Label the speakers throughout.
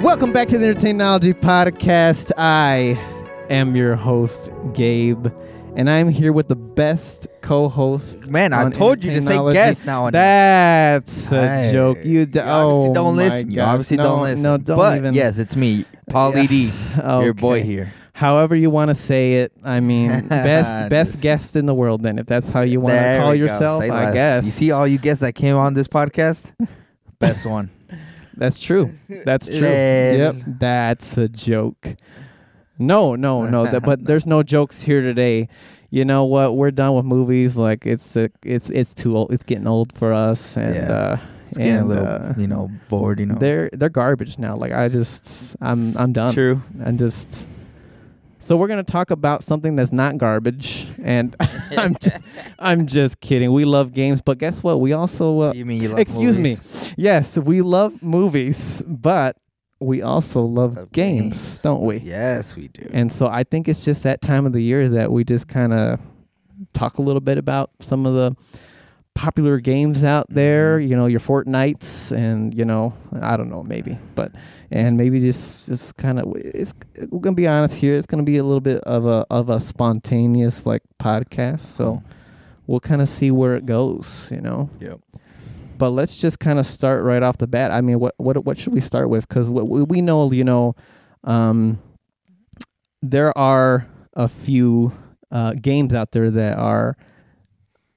Speaker 1: Welcome back to the Entertainology Podcast. I am your host, Gabe, and I'm here with the best co-host.
Speaker 2: Man, I
Speaker 1: on
Speaker 2: told you to say
Speaker 1: Entertainology.
Speaker 2: guest now and then.
Speaker 1: That's a
Speaker 2: Hey,
Speaker 1: joke. You, d-
Speaker 2: You obviously
Speaker 1: oh
Speaker 2: don't
Speaker 1: my
Speaker 2: listen. You
Speaker 1: gosh.
Speaker 2: obviously
Speaker 1: No,
Speaker 2: don't listen.
Speaker 1: No, don't
Speaker 2: but
Speaker 1: even.
Speaker 2: yes, it's me, Paulie D, your boy
Speaker 1: Okay.
Speaker 2: here.
Speaker 1: However you want to say it. I mean, best best
Speaker 2: Just-
Speaker 1: guest in the world. Then, if that's how you want to
Speaker 2: There
Speaker 1: call
Speaker 2: we go.
Speaker 1: yourself,
Speaker 2: Say
Speaker 1: I
Speaker 2: less.
Speaker 1: guess
Speaker 2: You see all you guests that came on this podcast? Best one.
Speaker 1: that's true. That's true.
Speaker 2: Lol.
Speaker 1: Yep, that's a joke. No, no, no. that, but there's no jokes here today. You know what? We're done with movies. Like it's uh, it's it's too old. It's getting old for us, and
Speaker 2: Yeah.
Speaker 1: uh,
Speaker 2: It's getting
Speaker 1: and,
Speaker 2: a little,
Speaker 1: uh,
Speaker 2: you know, bored, you know.
Speaker 1: they're they're garbage now. Like I just I'm I'm done.
Speaker 2: True.
Speaker 1: I'm just. So we're gonna talk about something that's not garbage, and I'm just, I'm just kidding. We love games, but guess what? We also uh,
Speaker 2: You mean you love
Speaker 1: excuse
Speaker 2: movies?
Speaker 1: me. Yes, we love movies, but we also love
Speaker 2: Love
Speaker 1: games, don't we?
Speaker 2: Uh, Yes, we do.
Speaker 1: And so I think it's just that time of the year that we just kind of talk a little bit about some of the popular games out there, you know, your Fortnites and, you know, I don't know, maybe, but, and maybe just, just kind of, it's, we're going to be honest here. It's going to be a little bit of a, of a spontaneous like podcast. So we'll kind of see where it goes, you know?
Speaker 2: Yep.
Speaker 1: but let's just kind of start right off the bat. I mean, what what what should we start with? Because what we we know, you know, um, there are a few uh, games out there that are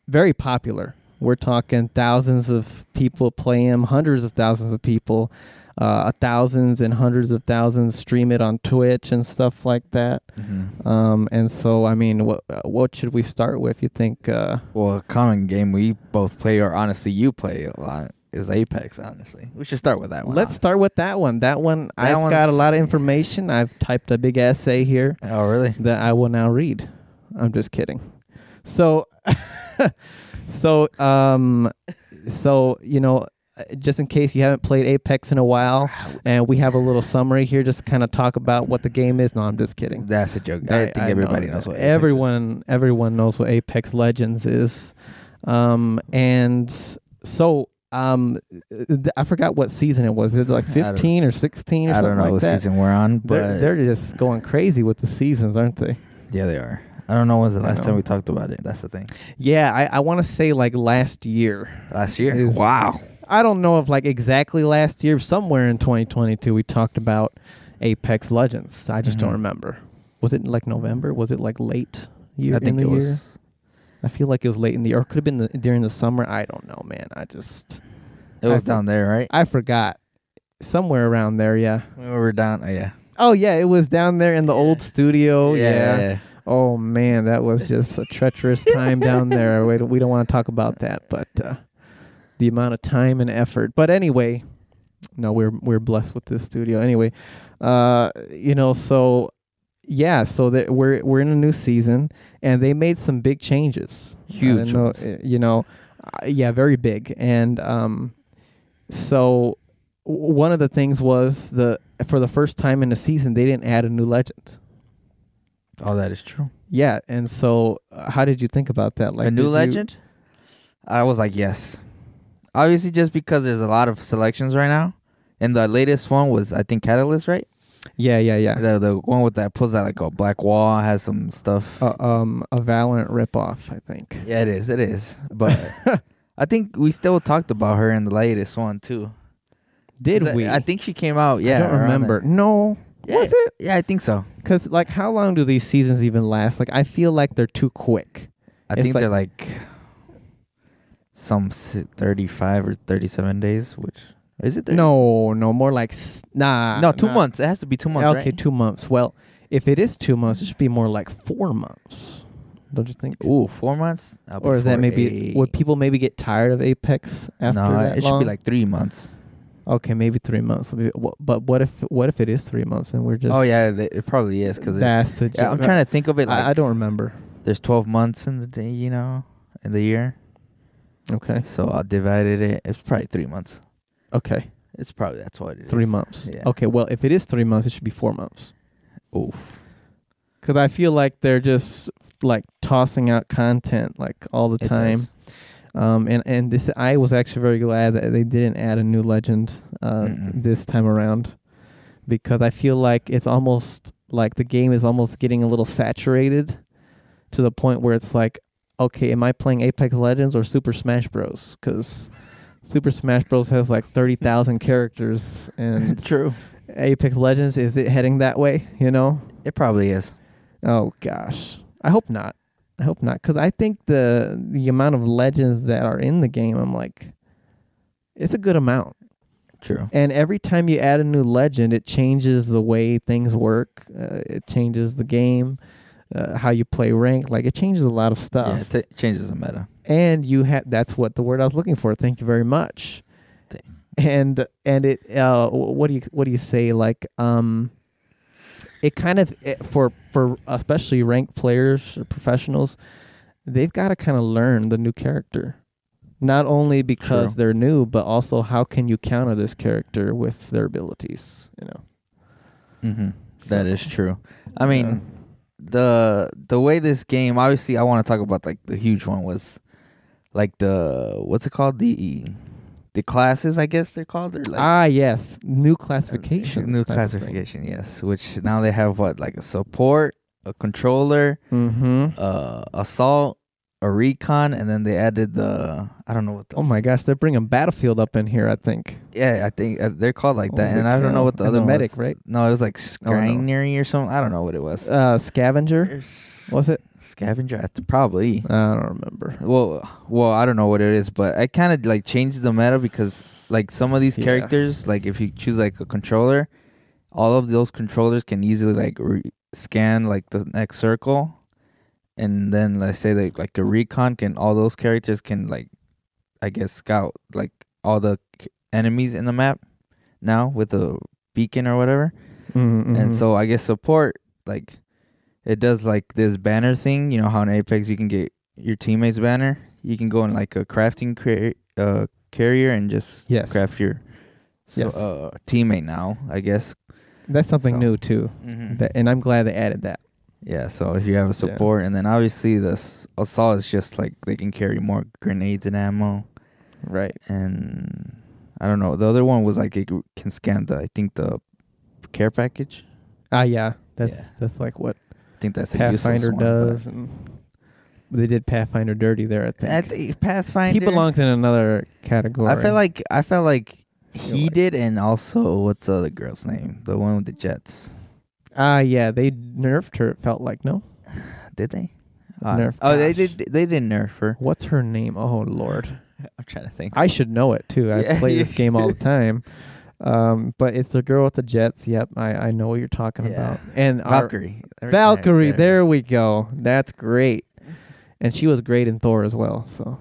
Speaker 1: very popular. We're talking thousands of people play them, hundreds of thousands of people, uh, thousands and hundreds of thousands stream it on Twitch and stuff like that.
Speaker 2: Mhm.
Speaker 1: Um, and so, I mean, what what should we start with? You think? Uh,
Speaker 2: Well, a common game we both play, or honestly, you play a lot, is Apex. Honestly, we should start with that one.
Speaker 1: Let's start with that one. That one,
Speaker 2: That
Speaker 1: I've got a
Speaker 2: one's-
Speaker 1: lot of information. I've typed a big essay here
Speaker 2: honestly. Oh, really?
Speaker 1: that I will now read. I'm just kidding. So, so, um, so you know, just in case you haven't played Apex in a while, and we have a little summary here, just to kind of talk about what the game is. No, I'm just kidding.
Speaker 2: That's a joke. I, think
Speaker 1: know
Speaker 2: everybody
Speaker 1: that.
Speaker 2: knows what Apex is.
Speaker 1: everyone everyone knows what Apex Legends is, um, and so um, th- I forgot what season it was. Is it like
Speaker 2: I don't-
Speaker 1: fifteen or sixteen or
Speaker 2: I
Speaker 1: something
Speaker 2: don't know
Speaker 1: like
Speaker 2: what
Speaker 1: that?
Speaker 2: season we're on, but
Speaker 1: they're, they're just going crazy with the seasons, aren't they?
Speaker 2: yeah, they are. I don't know when's the
Speaker 1: I
Speaker 2: last
Speaker 1: know.
Speaker 2: time we talked about it. That's the thing.
Speaker 1: Yeah, I, I want to say like last year.
Speaker 2: Last year.
Speaker 1: Is-
Speaker 2: wow.
Speaker 1: I don't know if like exactly last year, somewhere in 2022, we talked about Apex Legends. I just
Speaker 2: Mhm.
Speaker 1: don't remember. Was it like November? Was it like late year
Speaker 2: I
Speaker 1: in
Speaker 2: think
Speaker 1: the
Speaker 2: it
Speaker 1: year?
Speaker 2: was.
Speaker 1: I feel like it was late in the year. Or could have been the, during the summer. I don't know, man. I just
Speaker 2: It was
Speaker 1: I-
Speaker 2: down there, right?
Speaker 1: I forgot. Somewhere around there, yeah.
Speaker 2: When we were down. Oh, yeah.
Speaker 1: Oh yeah, it was down there in the old studio. Yeah.
Speaker 2: yeah.
Speaker 1: Oh man, that was just a treacherous time down there. We don't, we don't want to talk about that, but uh, the amount of time and effort. But anyway, no, we're we're blessed with this studio. Anyway, uh, you know, so yeah, so that we're we're in a new season, and they made some big changes. I
Speaker 2: Huge
Speaker 1: don't know,
Speaker 2: ones.
Speaker 1: uh, you know, uh, yeah, very big. And um, so w- one of the things was the for the first time in the season they didn't add a new legend.
Speaker 2: Oh, that is true.
Speaker 1: Yeah, and so uh, how did you think about that?
Speaker 2: a
Speaker 1: did
Speaker 2: new
Speaker 1: you-
Speaker 2: legend. I was like, yes. Obviously, just because there's a lot of selections right now, and the latest one was I think Catalyst, right?
Speaker 1: yeah, yeah, yeah.
Speaker 2: The the one with that pulls that like a black wall has some stuff.
Speaker 1: Uh, um, a Valorant ripoff, I think.
Speaker 2: Yeah, it is. It is. But I think we still talked about her in the latest one too.
Speaker 1: Did
Speaker 2: 'Cause I-
Speaker 1: we?
Speaker 2: I think she came out. Yeah,
Speaker 1: I don't
Speaker 2: around
Speaker 1: remember.
Speaker 2: that.
Speaker 1: No,
Speaker 2: Yeah,
Speaker 1: was it?
Speaker 2: Yeah, I think so.
Speaker 1: Because like, how long do these seasons even last? Like, I feel like they're too quick.
Speaker 2: I
Speaker 1: It's
Speaker 2: think they're like some si- thirty-five or thirty-seven days. Which is it? 30?
Speaker 1: No, no, more like s- nah.
Speaker 2: no, two
Speaker 1: nah.
Speaker 2: months. It has to be two months.
Speaker 1: okay, two months. Well, if it is two months, it should be more like four months. Don't you think?
Speaker 2: Right? Ooh, four months. That'll be
Speaker 1: or is that maybe
Speaker 2: 48.
Speaker 1: would people maybe get tired of Apex after
Speaker 2: no,
Speaker 1: that
Speaker 2: it should
Speaker 1: long?
Speaker 2: be like three months.
Speaker 1: Okay, maybe three months. would be- wh- But what if what if it is three months and we're just?
Speaker 2: oh yeah, th- it probably is because yeah,
Speaker 1: that's. A joke.
Speaker 2: I'm trying to think of it. Like
Speaker 1: I, I don't remember.
Speaker 2: there's twelve months in the day, you know, in the year.
Speaker 1: Okay.
Speaker 2: So I divided it. It's probably three months.
Speaker 1: Okay.
Speaker 2: It's probably that's what it is.
Speaker 1: Three months.
Speaker 2: Yeah.
Speaker 1: Okay. Well, if it is three months, it should be four months.
Speaker 2: Oof.
Speaker 1: Because I feel like they're just like tossing out content like all the
Speaker 2: It
Speaker 1: time.
Speaker 2: does.
Speaker 1: Um, and and this I was actually very glad that they didn't add a new legend uh,
Speaker 2: Mm-mm.
Speaker 1: this time around because I feel like it's almost like the game is almost getting a little saturated to the point where it's like, okay, am I playing Apex Legends or Super Smash Bros? Because Super Smash Bros has like thirty thousand characters, and
Speaker 2: True.
Speaker 1: Apex Legends is it heading that way? You know?
Speaker 2: It probably is.
Speaker 1: Oh gosh, I hope not. I hope not, because I think the the amount of legends that are in the game, I'm like, it's a good amount.
Speaker 2: True.
Speaker 1: And every time you add a new legend, it changes the way things work. Uh, it changes the game, uh, how you play rank. Like it changes a lot of
Speaker 2: Yeah,
Speaker 1: stuff.
Speaker 2: it t- changes the meta.
Speaker 1: and you have that's what the word I was looking for. Thank you very much.
Speaker 2: Th-
Speaker 1: And and it uh, wh- what do you what do you say like um it kind of it, for for especially ranked players or professionals they've got to kind of learn the new character not only because
Speaker 2: True.
Speaker 1: they're new but also how can you counter this character with their abilities you know
Speaker 2: Mm-hmm. That
Speaker 1: So,
Speaker 2: is true. I
Speaker 1: yeah.
Speaker 2: mean, the the way this game obviously I want to talk about like the huge one was like the what's it called the the classes I guess they're called or like
Speaker 1: ah yes new
Speaker 2: uh,
Speaker 1: classifications
Speaker 2: new
Speaker 1: type of thing.
Speaker 2: classification yes which now they have what like a support a controller
Speaker 1: mhm
Speaker 2: uh assault a recon and then they added the I don't know what the
Speaker 1: oh my gosh they're bringing battlefield up in here i think
Speaker 2: yeah I think uh, they're called like that
Speaker 1: Holy
Speaker 2: and I don't know
Speaker 1: cow.
Speaker 2: what the
Speaker 1: And
Speaker 2: other
Speaker 1: the
Speaker 2: one
Speaker 1: medic
Speaker 2: was.
Speaker 1: right
Speaker 2: no it was like
Speaker 1: Oh, no.
Speaker 2: scrainery or something I don't know what it was
Speaker 1: uh scavenger was it
Speaker 2: scavenger I th- probably
Speaker 1: i don't remember
Speaker 2: Well, well, I don't know what it is, but I kind of like changed the meta because like some of these
Speaker 1: Yeah.
Speaker 2: characters, like if you choose like a controller, all of those controllers can easily like re- scan like the next circle, and then let's say like like a recon can all those characters can like, I guess scout like all the c- enemies in the map now with a beacon or whatever
Speaker 1: Mm-hmm.
Speaker 2: and so I guess support like it does like this banner thing. You know how in Apex you can get your teammates' banner. You can go in like a crafting car- uh, carrier and just
Speaker 1: Yes.
Speaker 2: craft your so,
Speaker 1: Yes.
Speaker 2: uh, teammate now. I guess.
Speaker 1: that's something
Speaker 2: so-
Speaker 1: new too
Speaker 2: Mm-hmm.
Speaker 1: That- and i'm glad they added that
Speaker 2: yeah. So if you have a support, and then obviously the s- assault is just like they can carry more grenades and ammo,
Speaker 1: right
Speaker 2: and I don't know. The other one was like it can scan the I think the care package.
Speaker 1: ah yeah that's
Speaker 2: Yeah.
Speaker 1: that's like what
Speaker 2: I think that's a useless
Speaker 1: pathfinder
Speaker 2: one, but-
Speaker 1: does and they did pathfinder dirty there i think
Speaker 2: I think Pathfinder.
Speaker 1: he belongs in another category
Speaker 2: I feel like I felt like
Speaker 1: You're
Speaker 2: he
Speaker 1: like-
Speaker 2: did, and also what's the other girl's name? The one with the jets.
Speaker 1: ah yeah they nerfed her it felt like no
Speaker 2: Did they?
Speaker 1: Nerf,
Speaker 2: oh, they
Speaker 1: gosh.
Speaker 2: did. They didn't nerf her.
Speaker 1: what's her name oh lord
Speaker 2: I'm trying to think.
Speaker 1: i should know it too i
Speaker 2: Yeah,
Speaker 1: play
Speaker 2: you
Speaker 1: this game all the time um but it's the girl with the jets yep i i know what you're talking
Speaker 2: Yeah.
Speaker 1: about and our,
Speaker 2: Valkyrie. There-
Speaker 1: Uh, Valkyrie, there we go. That's great. And she was great in Thor as well, so.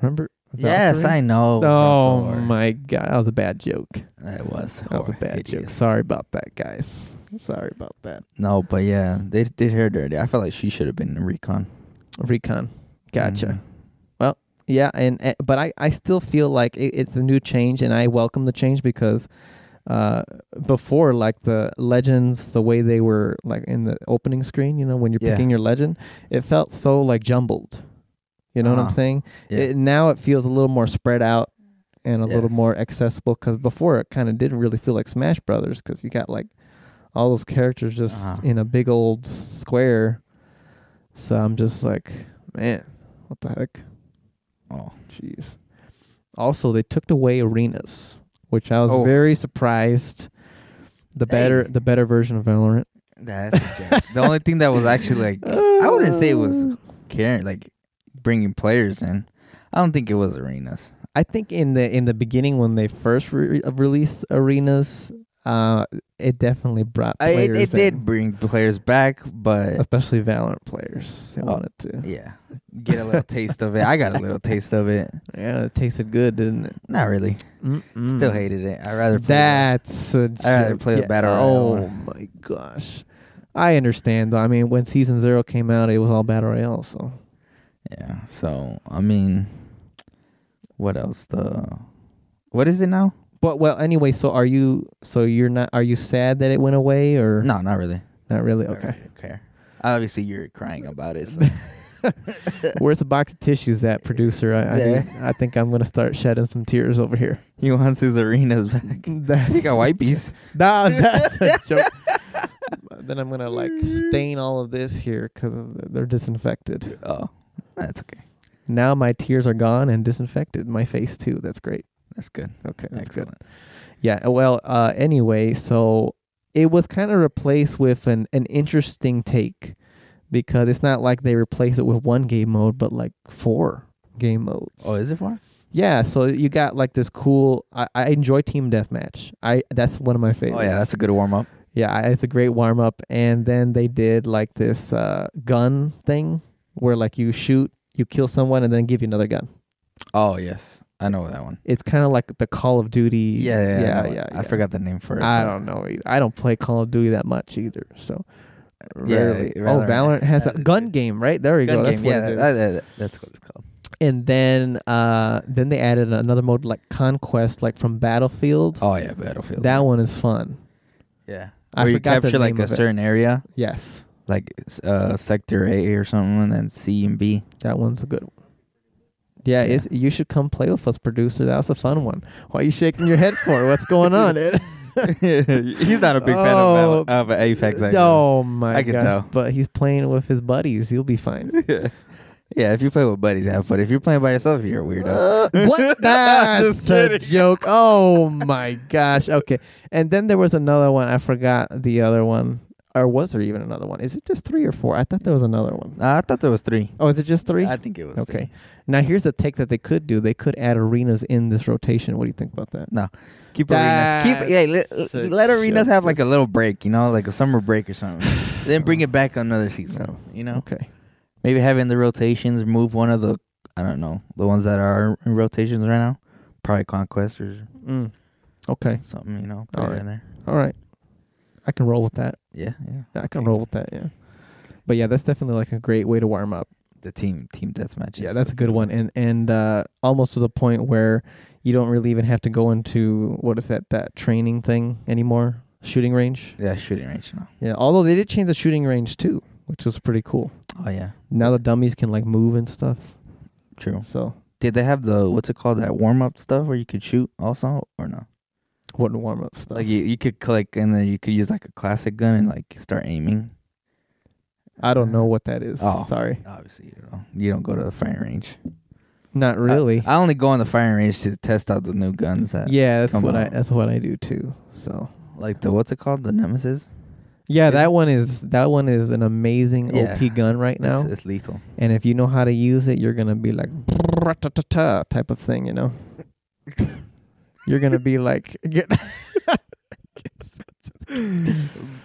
Speaker 1: Remember?
Speaker 2: Yes, I know. from
Speaker 1: Oh
Speaker 2: Thor.
Speaker 1: my god, that was a bad joke.
Speaker 2: That was
Speaker 1: That was a
Speaker 2: hor-
Speaker 1: bad joke.
Speaker 2: hideous.
Speaker 1: Sorry about that, guys. Sorry about that.
Speaker 2: No, but yeah, they did her dirty. I felt like she should have been in recon.
Speaker 1: Recon. Gotcha.
Speaker 2: Mhm.
Speaker 1: Yeah, and eh, but I I still feel like it, it's a new change, and I welcome the change because uh before like the legends the way they were like in the opening screen you know when you're
Speaker 2: Yeah.
Speaker 1: picking your legend it felt so like jumbled you know what
Speaker 2: Uh-huh.
Speaker 1: i'm saying
Speaker 2: Yeah.
Speaker 1: it, now it feels a little more spread out and a little
Speaker 2: Yes.
Speaker 1: more accessible because before it kind of didn't really feel like smash brothers because you got like all those characters just
Speaker 2: Uh-huh.
Speaker 1: in a big old square so i'm just like man what the heck
Speaker 2: oh,
Speaker 1: Jeez. Also, they took away arenas, which I was
Speaker 2: Oh.
Speaker 1: very surprised. The better,
Speaker 2: Hey.
Speaker 1: the better version of Valorant.
Speaker 2: that's a joke. the only thing that was actually like I wouldn't say it was caring, like bringing players in. I don't think it was arenas.
Speaker 1: I think in the in the beginning when they first re- released arenas, uh, it definitely brought
Speaker 2: I, it
Speaker 1: players.
Speaker 2: it did
Speaker 1: in,
Speaker 2: bring players back, but
Speaker 1: especially Valorant players. They
Speaker 2: Oh.
Speaker 1: wanted to.
Speaker 2: yeah, get a little taste of it. I got a little taste of it.
Speaker 1: Yeah, it tasted good, didn't it?
Speaker 2: Not really.
Speaker 1: Mm-mm.
Speaker 2: Still hated it. I rather play
Speaker 1: That's a
Speaker 2: I'd rather
Speaker 1: joke.
Speaker 2: play the battle
Speaker 1: Oh
Speaker 2: royale.
Speaker 1: my gosh, I understand though. I mean, when season zero came out, it was all battle royale, so.
Speaker 2: the- Yeah. So I mean, what else? The what is it now?
Speaker 1: But well, anyway, so are you? So you're not? Are you sad that it went away, or
Speaker 2: No, not really.
Speaker 1: Not really.
Speaker 2: I don't
Speaker 1: Okay.
Speaker 2: really care. Obviously, you're crying about it. So
Speaker 1: Where's the box of tissues, that producer? I I,
Speaker 2: Yeah.
Speaker 1: need- I think I'm gonna start shedding some tears over here.
Speaker 2: He wants his arenas back.
Speaker 1: That's,
Speaker 2: He got wipies.
Speaker 1: Nah, that's a joke. then I'm gonna like stain all of this here because they're disinfected.
Speaker 2: Oh, that's okay.
Speaker 1: Now my tears are gone and disinfected. My face too. That's great.
Speaker 2: That's good.
Speaker 1: Okay, that's good.
Speaker 2: Excellent.
Speaker 1: Yeah. uh, Well, uh, anyway, so it was kind of replaced with an, an interesting take because it's not like they replaced it with one game mode, but like four game modes.
Speaker 2: Oh, is it for?
Speaker 1: yeah. So you got like this cool. I, I enjoy team deathmatch. I that's one of my
Speaker 2: Oh
Speaker 1: favorites.
Speaker 2: yeah, that's a good warm up.
Speaker 1: yeah. I- It's a great warm up, and then they did like this uh, gun thing where like you shoot, you kill someone, and then give you another gun.
Speaker 2: Oh yes, I know that one.
Speaker 1: It's kind of like the Call of Duty.
Speaker 2: Yeah, yeah, I know
Speaker 1: yeah,
Speaker 2: it.
Speaker 1: yeah.
Speaker 2: I forgot the name for it.
Speaker 1: I
Speaker 2: but-
Speaker 1: don't know. either. I don't play Call of Duty that much either. So
Speaker 2: Yeah,
Speaker 1: rarely. oh,
Speaker 2: Valorant.
Speaker 1: Valorant has a
Speaker 2: That's-
Speaker 1: gun game, right? There you
Speaker 2: Gun
Speaker 1: go. That's
Speaker 2: game.
Speaker 1: what
Speaker 2: yeah,
Speaker 1: it is.
Speaker 2: that- that- that's what it's called.
Speaker 1: and then uh then they added another mode like Conquest, like from Battlefield.
Speaker 2: Oh yeah, Battlefield.
Speaker 1: that one is fun.
Speaker 2: yeah,
Speaker 1: I
Speaker 2: where you
Speaker 1: forgot the
Speaker 2: capture like
Speaker 1: name
Speaker 2: a
Speaker 1: of it.
Speaker 2: certain area,
Speaker 1: Yes.
Speaker 2: like uh, sector A or something, and then C and B.
Speaker 1: That one's a good one. Yeah,
Speaker 2: Yeah.
Speaker 1: It's, you should come play with us, producer. That was a fun one. Why are you shaking your head for? What's going on? Ed?
Speaker 2: He's not a big
Speaker 1: Oh.
Speaker 2: fan of, Val- of Apex. I know.
Speaker 1: oh my
Speaker 2: I can
Speaker 1: gosh.
Speaker 2: tell.
Speaker 1: But he's playing with his buddies. He'll be fine.
Speaker 2: yeah, if you play with buddies, have fun. If you're playing by yourself, you're a weirdo.
Speaker 1: Uh, what? That's
Speaker 2: Just
Speaker 1: a
Speaker 2: kidding.
Speaker 1: joke. Oh my gosh. Okay. And then there was another one. I forgot the other one. Or was there even another one? Is it just three or four? I thought there was another one.
Speaker 2: Uh, I thought there was three.
Speaker 1: Oh, is it just three?
Speaker 2: I think it was
Speaker 1: Okay.
Speaker 2: Three.
Speaker 1: Now here's the take that they could do. They could add arenas in this rotation. What do you think about that?
Speaker 2: Keep arenas. Keep yeah. Let,
Speaker 1: That's a
Speaker 2: let arenas
Speaker 1: joke.
Speaker 2: have like a little break, you know, like a summer break or something. then bring it back another season.
Speaker 1: No.
Speaker 2: You know,
Speaker 1: Okay.
Speaker 2: maybe having the rotations move one of the I don't know the ones that are in rotations right now, probably conquest or
Speaker 1: Mm. Okay.
Speaker 2: something. You know, put
Speaker 1: All
Speaker 2: it
Speaker 1: right.
Speaker 2: in there.
Speaker 1: All right. I can roll with that.
Speaker 2: Yeah, yeah.
Speaker 1: I can
Speaker 2: Okay.
Speaker 1: roll with that. Yeah. But yeah, that's definitely like a great way to warm up.
Speaker 2: The team team deathmatch.
Speaker 1: Yeah,
Speaker 2: is-
Speaker 1: that's a good one, and and uh, almost to the point where you don't really even have to go into what is that that training thing anymore, shooting range.
Speaker 2: yeah shooting range. No.
Speaker 1: Yeah, although they did change the shooting range too, which was pretty cool.
Speaker 2: Oh yeah,
Speaker 1: Now the dummies can like move and stuff.
Speaker 2: true.
Speaker 1: So
Speaker 2: Did they have the what's it called that warm up stuff where you could shoot also or no?
Speaker 1: wouldn't warm up stuff.
Speaker 2: Like you, you could click and then you could use like a classic gun and like start aiming.
Speaker 1: I don't know what that is.
Speaker 2: Oh.
Speaker 1: Sorry,
Speaker 2: Obviously, you don't. You don't go to the firing range.
Speaker 1: not really.
Speaker 2: I, I only go on the firing range to test out the new guns. That,
Speaker 1: yeah, that's
Speaker 2: uh, come
Speaker 1: what I
Speaker 2: on.
Speaker 1: that's what I do too. So
Speaker 2: Like the what's it called? The Nemesis.
Speaker 1: yeah,
Speaker 2: Is-
Speaker 1: that one is that one is an amazing
Speaker 2: Yeah.
Speaker 1: OP gun right now,
Speaker 2: It's, it's lethal.
Speaker 1: and if you know how to use it, you're gonna be like "Brrrr-ta-ta-ta" type of thing, you know. you're gonna be like get-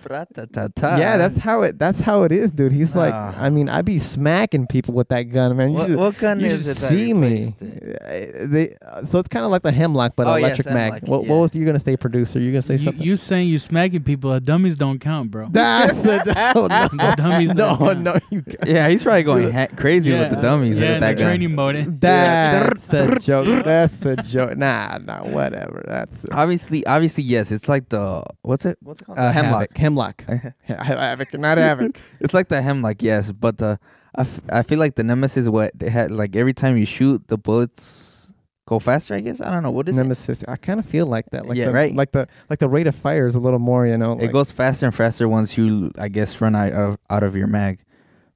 Speaker 1: yeah that's how it that's how it is dude he's like
Speaker 2: Ah.
Speaker 1: i mean i'd be smacking people with that gun man you
Speaker 2: what,
Speaker 1: should,
Speaker 2: what gun
Speaker 1: you
Speaker 2: is
Speaker 1: should
Speaker 2: it? that
Speaker 1: see me
Speaker 2: replaced it?
Speaker 1: Uh, they, uh, so it's kind of like the hemlock but
Speaker 2: Oh, yes,
Speaker 1: electric mag
Speaker 2: Hemlock,
Speaker 1: what,
Speaker 2: yeah.
Speaker 1: what was you gonna say producer you're gonna say
Speaker 3: you,
Speaker 1: something
Speaker 3: you saying you smacking people? uh, Dummies don't count, bro.
Speaker 1: that's the, oh, no,
Speaker 3: The dummies don't
Speaker 1: no,
Speaker 3: count.
Speaker 1: no you got
Speaker 2: Yeah, he's probably going ha- crazy with the dummies
Speaker 3: Yeah,
Speaker 2: with that
Speaker 3: the
Speaker 2: gun.
Speaker 3: training mode.
Speaker 1: that's a joke that's a joke nah nah whatever that's a,
Speaker 2: Obviously, obviously, yes. It's like the what's it? What's it called?
Speaker 1: uh,
Speaker 2: The
Speaker 1: havoc,
Speaker 2: hemlock.
Speaker 1: hemlock Yeah, havoc not havoc
Speaker 2: It's like the hemlock, yes, but the I, f- I feel like the nemesis what they had like every time you shoot the bullets go faster. I guess I don't know what is
Speaker 1: nemesis i kind of feel like that like
Speaker 2: Yeah,
Speaker 1: the,
Speaker 2: right.
Speaker 1: like the like the rate of fire is a little more you know
Speaker 2: it.
Speaker 1: like-
Speaker 2: it goes faster and faster once you I guess run out of out of your mag.